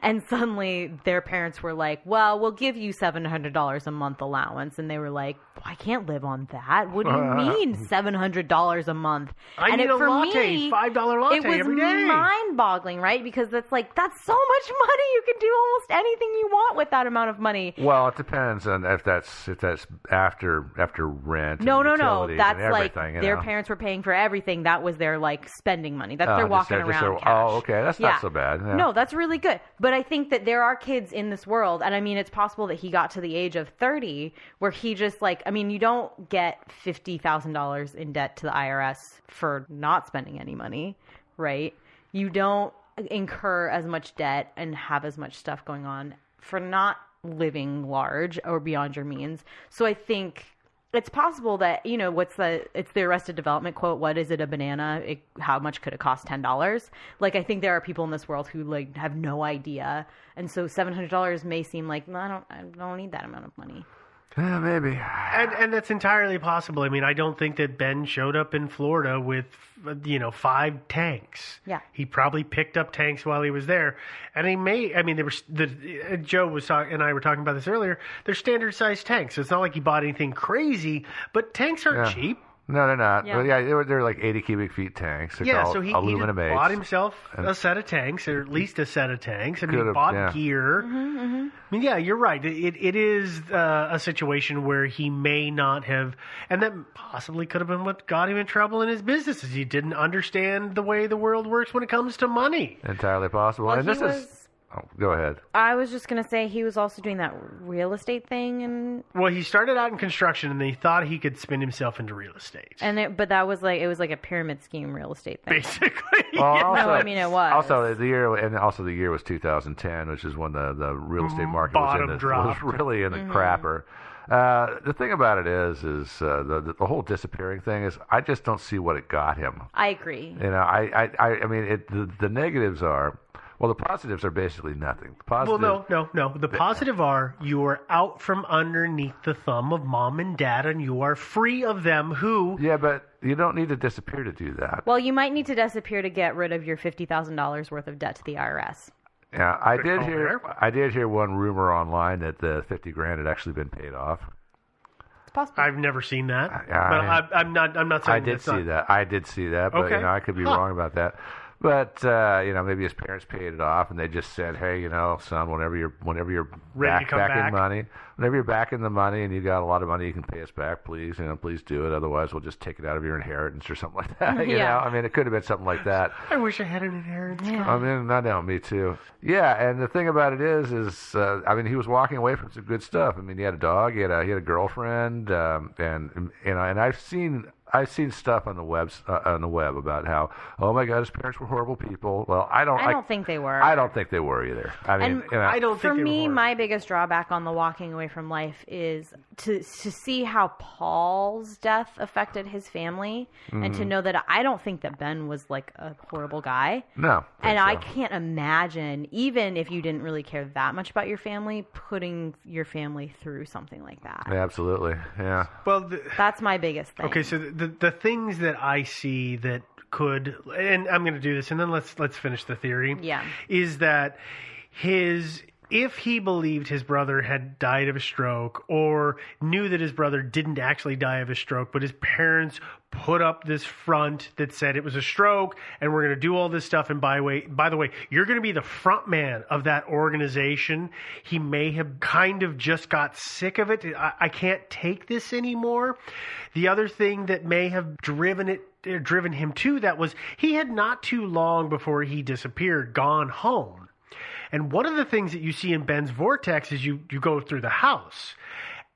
S7: and suddenly their parents were like well we'll give you $700 a month allowance and they were like well, i can't live on that what do you mean $700 a month
S4: I
S7: and
S4: need
S7: it-
S4: a
S7: for
S4: latte,
S7: me
S4: $5 latte
S7: it was
S4: every day.
S7: mind-boggling right because that's like that's so much money you can do almost anything you want with that amount of money
S8: Well, it depends on if that's if that's after after rent.
S7: no,
S8: and
S7: no, no.
S8: utilities
S7: That's
S8: and
S7: like
S8: everything, you
S7: their
S8: know?
S7: parents were paying for everything. That was their like spending money. That's
S8: Oh,
S7: their
S8: just
S7: walking
S8: their-
S7: around.
S8: just their-
S7: cash.
S8: oh, okay, that's not so bad, yeah.
S7: No, that's really good. But I think that there are kids in this world, and I mean, it's possible that he got to the age of thirty where he just like, I mean, you don't get fifty thousand dollars in debt to the IRS for not spending any money, right? You don't incur as much debt and have as much stuff going on for not living large or beyond your means. So I think it's possible that you know what's the it's the arrested development quote what is it a banana it, how much could it cost ten dollars like i think there are people in this world who like have no idea and so seven hundred dollars may seem like no, i don't i don't need that amount of money
S8: yeah, maybe
S4: and and that's entirely possible i mean i don't think that ben showed up in florida with you know five tanks
S7: Yeah.
S4: he probably picked up tanks while he was there and he may i mean there was the uh, joe was talk, and i were talking about this earlier they're standard sized tanks it's not like he bought anything crazy but tanks aren't
S8: Yeah.
S4: cheap
S8: No, they're not.
S4: Yeah.
S8: But yeah, they were, they're like 80 cubic feet tanks. They're
S4: yeah,
S8: called
S4: so he, he just
S8: aluminum eights.
S4: bought himself
S8: And-
S4: a set of tanks, or at least a set of tanks. I mean, he
S8: Could've,
S4: bought
S8: yeah.
S4: gear. I mean, yeah, you're right. It it is uh, a situation where he may not have, and that possibly could have been what got him in trouble in his business. Is he didn't understand the way the world works when it comes to money.
S8: Entirely possible.
S7: Well,
S8: and
S7: he
S8: this is.
S7: was-
S8: Oh, go ahead.
S7: i was just going to say he was also doing that real estate thing and
S4: Well, he started out in construction, and then he thought he could spin himself into real estate.
S7: and it, but that was like it was like a pyramid scheme real estate thing
S4: basically
S8: Well, also,
S7: no i mean it was
S8: Also, the year and also the year was 2010, which is when the, the real estate market
S4: Bottom
S8: was, in the, was
S4: dropped.
S8: really in the
S4: Mhm.
S8: crapper. Uh, the thing about it is, is uh, the, the the whole disappearing thing is, I just don't see what it got him.
S7: i agree
S8: You know, I I, I, I mean, it, the the negatives are, well, the positives are basically nothing. The
S4: Well,
S8: positive,
S4: no, no, no. The positive are you are out from underneath the thumb of mom and dad, and you are free of them. Who?
S8: Yeah, but you don't need to disappear to do that.
S7: well you might need to disappear to get rid of your $50000 worth of debt to the irs
S8: Yeah, I
S7: Good
S8: did
S7: call
S8: hear. I did hear one rumor online that the fifty grand had actually been paid off.
S4: I've never seen that,
S8: yeah,
S4: but
S8: I-
S4: I, I'm not. I'm not saying
S8: I did
S4: that's
S8: see
S4: not-
S8: that. I did see that, but
S4: Okay.
S8: you know, I could be
S4: Huh.
S8: wrong about that. But uh, you know, maybe his parents paid it off, and they just said, "Hey, you know, son, whenever you're whenever you're
S4: Ready
S8: back,
S4: to come
S8: back in
S4: back."
S8: money, whenever you're back in the money, and you got a lot of money, you can pay us back, please. You know, please do it. Otherwise, we'll just take it out of your inheritance or something like that. You
S4: Yeah.
S8: know, I mean, it could have been something like that.
S4: I wish I had an inheritance.
S8: I mean, I know, me too. Yeah, and the thing about it is, is uh, I mean, he was walking away from some good stuff. I mean, he had a dog, he had a he had a girlfriend, um, and you know, and I've seen I've seen stuff on the webs uh, on the web about how oh my god, his parents were horrible people. Well, I don't,
S7: I don't think they were.
S8: I don't think they were either. I mean,
S7: and
S8: you know,
S7: for me, my biggest drawback on the walking away from life is to to see how Paul's death affected his family, and to
S8: Mhm.
S7: know that I don't think that Ben was like a horrible guy.
S8: no,
S7: And I
S8: think so.
S7: can't imagine, even if you didn't really care that much about your family, putting your family through something like that.
S8: Yeah, absolutely, yeah.
S4: Well, the,
S7: That's my biggest thing.
S4: Okay, so the the things that I see that could, and I'm going to do this, and then let's let's finish the theory.
S7: Yeah.
S4: is that his if he believed his brother had died of a stroke or knew that his brother didn't actually die of a stroke, but his parents put up this front that said it was a stroke and we're going to do all this stuff and by way by the way you're going to be the front man of that organization he may have kind of just got sick of it I, I can't take this anymore the other thing that may have driven it er, driven him to that was he had not too long before he disappeared gone home and one of the things that you see in Ben's vortex is you you go through the house.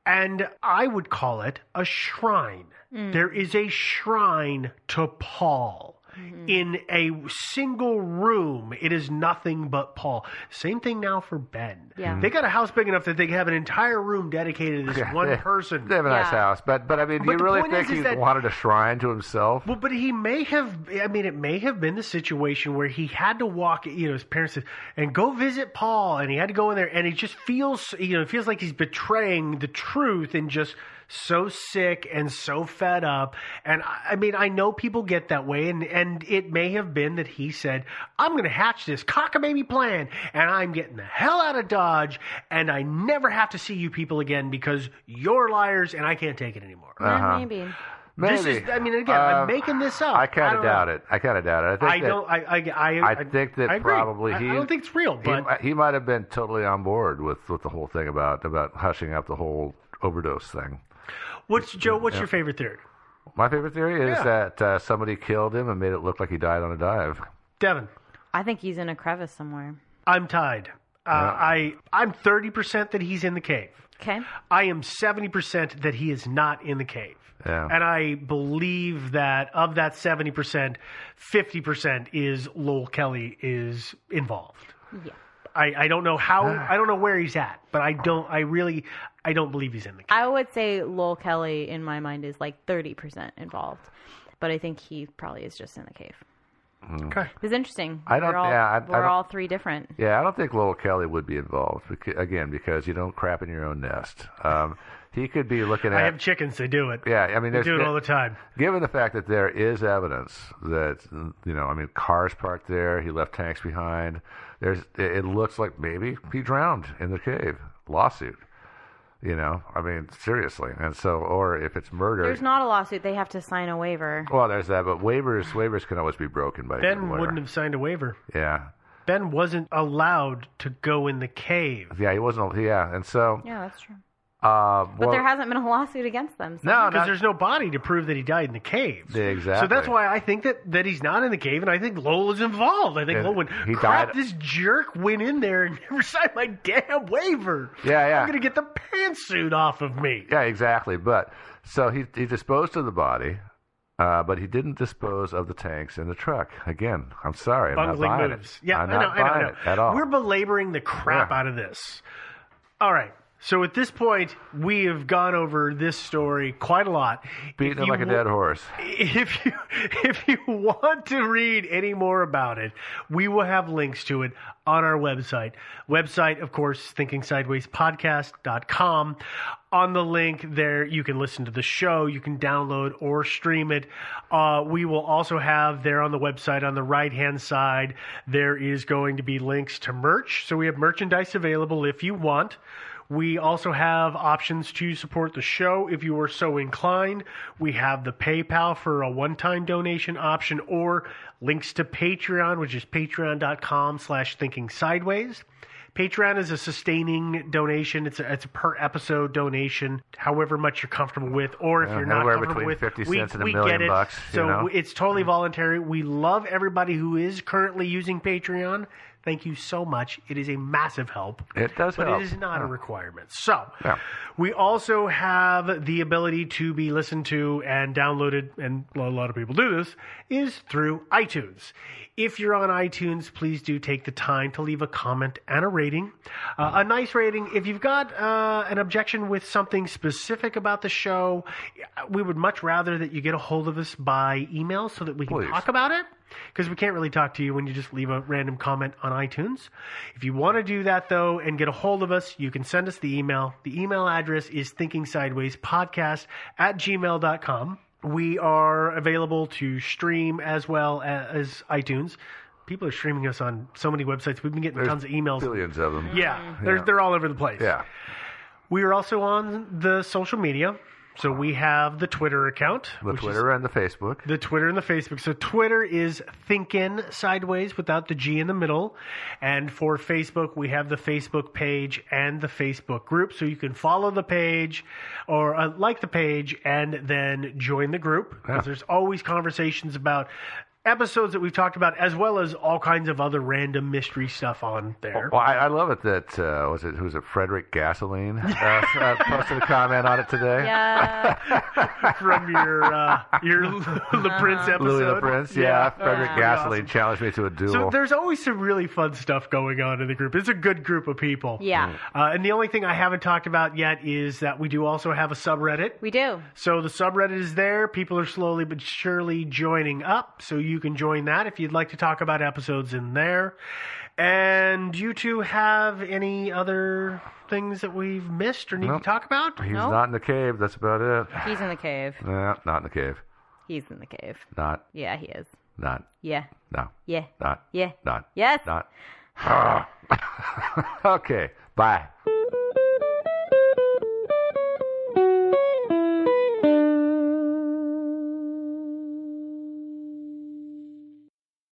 S4: And I would call it a shrine.
S7: Mm-hmm.
S4: Mm. There is a shrine to Paul. Mm-hmm. In a single room, it is nothing but Paul. Same thing now for Ben.
S7: Yeah.
S4: They got a house big enough that they have an entire room dedicated to this
S8: Yeah,
S4: one
S8: they-
S4: person.
S8: They have a nice house, but but I mean, do
S4: But
S8: you
S4: the
S8: really
S4: point
S8: think
S4: is- is
S8: he
S4: that-
S8: wanted a shrine to himself?
S4: Well, but he may have. I mean, it may have been the situation where he had to walk. You know, his parents said, and go visit Paul, and he had to go in there, and he just feels. You know, it feels like he's betraying the truth, and just so sick and so fed up. And I, I mean, I know people get that way, and and it may have been that he said, "I'm going to hatch this cockamamie plan, and I'm getting the hell out of Dodge, and I never have to see you people again because you're liars, and I can't take it anymore."
S8: Uh-huh.
S7: Maybe.
S4: This
S8: Maybe.
S4: is, I mean, again,
S8: Um,
S4: I'm making this up.
S8: I kind
S4: don't
S8: of doubt
S4: know.
S8: it. I kind of doubt it. I think
S4: I
S8: that,
S4: don't. I. I. I,
S8: I think that
S4: I agree.
S8: probably
S4: I-
S8: he.
S4: I don't think it's real,
S8: he
S4: but
S8: mi- he, might have been totally on board with, with the whole thing about about hushing up the whole overdose thing.
S4: what's Joe? What's
S8: Yeah.
S4: your favorite theory?
S8: My favorite theory is
S4: Yeah.
S8: that uh, somebody killed him and made it look like he died on a dive.
S4: Devin,
S7: I think he's in a crevice somewhere.
S4: I'm tied. Uh, I I'm 30 percent that he's in the cave.
S7: Okay.
S4: I am 70 percent that he is not in the cave.
S8: Yeah.
S4: And I believe that of that 70 percent, 50 percent is Lowell Kelly is involved.
S7: Yeah.
S4: I, I don't know how I don't know where he's at, but I don't I really I don't believe he's in the cave.
S7: I would say Lowell Kelly in my mind is like 30% involved, but I think he probably is just in the cave.
S4: Okay.
S7: It's interesting.
S8: Mm. I don't-
S7: We're all,
S8: yeah, I- I
S7: we're
S8: don't-
S7: all three different.
S8: Yeah, I don't think Lowell Kelly would be involved becau- again because you don't crap in your own nest. Um, he could be looking at.
S4: I have chickens. They do it.
S8: yeah, I mean,
S4: They
S8: there's
S4: do it
S8: been-
S4: all the time.
S8: Given the fact that there is evidence that you know, I mean, cars parked there, he left tanks behind. There's, it it looks like maybe he drowned in the cave. Lawsuit, you know. I mean, seriously. And so, or if it's murder,
S7: There's not a lawsuit. They have to sign a waiver.
S8: well, there's that. But waivers, waivers can always be broken by a good
S4: Ben
S8: lawyer.
S4: wouldn't have signed a waiver.
S8: Yeah,
S4: Ben wasn't allowed to go in the cave.
S8: yeah, he wasn't. Yeah, and so,
S7: Yeah, that's true.
S8: uh,
S7: But there hasn't been a lawsuit against them. So.
S8: no,
S4: Because
S8: not,
S4: there's no body to prove that he died in the cave.
S8: exactly.
S4: So that's why I think that, that he's not in the cave, and I think Lowell is involved. I think
S8: And
S4: Lowell went,
S8: he
S4: crap,
S8: died-
S4: this jerk went in there and never signed my damn waiver.
S8: Yeah, yeah.
S4: I'm going to get the pantsuit off of me.
S8: Yeah, exactly. But so he he disposed of the body, uh, but he didn't dispose of the tanks in the truck. Again, I'm sorry, I'm not
S4: Bungling
S8: buying
S4: moves.
S8: it.
S4: Yeah,
S8: I'm
S4: I know,
S8: not
S4: I know, I
S8: buying
S4: know.
S8: it at all.
S4: We're belaboring the crap
S8: Yeah.
S4: out of this. All right. So at this point, we have gone over this story quite a lot. If
S8: beating it
S4: you
S8: like a
S4: wa-
S8: dead horse.
S4: if you if you want to read any more about it, we will have links to it on our website. Website, of course, thinkingsidewayspodcast.com. On the link there, you can listen to the show, you can download or stream it. Uh, we will also have there on the website on the right hand side, there is going to be links to merch. So we have merchandise available if you want. We also have options to support the show if you are so inclined. We have the PayPal for a one-time donation option or links to Patreon, which is patreon.com slash thinking sideways. Patreon is a sustaining donation. It's a, it's a per episode donation, however much you're comfortable with, or if
S8: Yeah,
S4: you're not
S8: anywhere
S4: comfortable
S8: between
S4: with,
S8: 50
S4: we,
S8: cents and a
S4: we
S8: million
S4: get it.
S8: bucks, you
S4: so
S8: know? Mm-hmm.
S4: it's totally voluntary. We love everybody who is currently using Patreon. Thank you so much. It is a massive help
S8: It does
S4: but
S8: help.
S4: it is not a
S8: Yeah.
S4: requirement. So
S8: Yeah.
S4: we also have the ability to be listened to and downloaded, and a lot of people do this, is through iTunes. If you're on iTunes, please do take the time to leave a comment and a rating. Uh, a nice rating. If you've got uh, an objection with something specific about the show, we would much rather that you get a hold of us by email so that we can
S8: Please.
S4: talk about it because we can't really talk to you when you just leave a random comment on iTunes. If you want to do that though and get a hold of us, you can send us the email. The email address is thinkingsidewayspodcast at gmail.com. We are available to stream as well as iTunes. people are streaming us on so many websites. We've been getting tons of emails.
S8: Billions of them.
S4: Yeah, they're they're all over the place.
S8: Yeah.
S4: We are also on the social media. So we have the Twitter account,
S8: The
S4: which is
S8: Twitter and the Facebook.
S4: the Twitter and the Facebook. So Twitter is thinking sideways without the G in the middle. And for Facebook, we have the Facebook page and the Facebook group. So you can follow the page or uh, like the page and then join the group because there's always conversations about episodes that we've talked about as well as all kinds of other random mystery stuff on there.
S8: Well, I, I love it that uh, was it who's it Frederick Gasoline uh, uh, posted a comment on it today.
S7: Yeah.
S4: From your uh, your Le Prince episode.
S8: Louis the Prince, yeah, Frederick Gasoline challenged me to a duel.
S4: So there's always some really fun stuff going on in the group. It's a good group of people.
S7: Yeah.
S4: Uh, and the only thing I haven't talked about yet is that we do also have a subreddit.
S7: We do.
S4: So the subreddit is there. People are slowly but surely joining up. So you can join that if you'd like to talk about episodes in there. And you two have any other things that we've missed or need
S8: Nope.
S4: to talk about?
S8: He's not in the cave. That's about it.
S7: He's in the cave.
S8: Nah, not in the cave.
S7: He's in the cave.
S8: Not.
S7: Yeah, he is.
S8: Not.
S7: Yeah.
S8: No.
S7: Yeah.
S8: Not.
S7: Yeah.
S8: Not.
S7: Yes.
S8: Not. Ah. okay. Bye.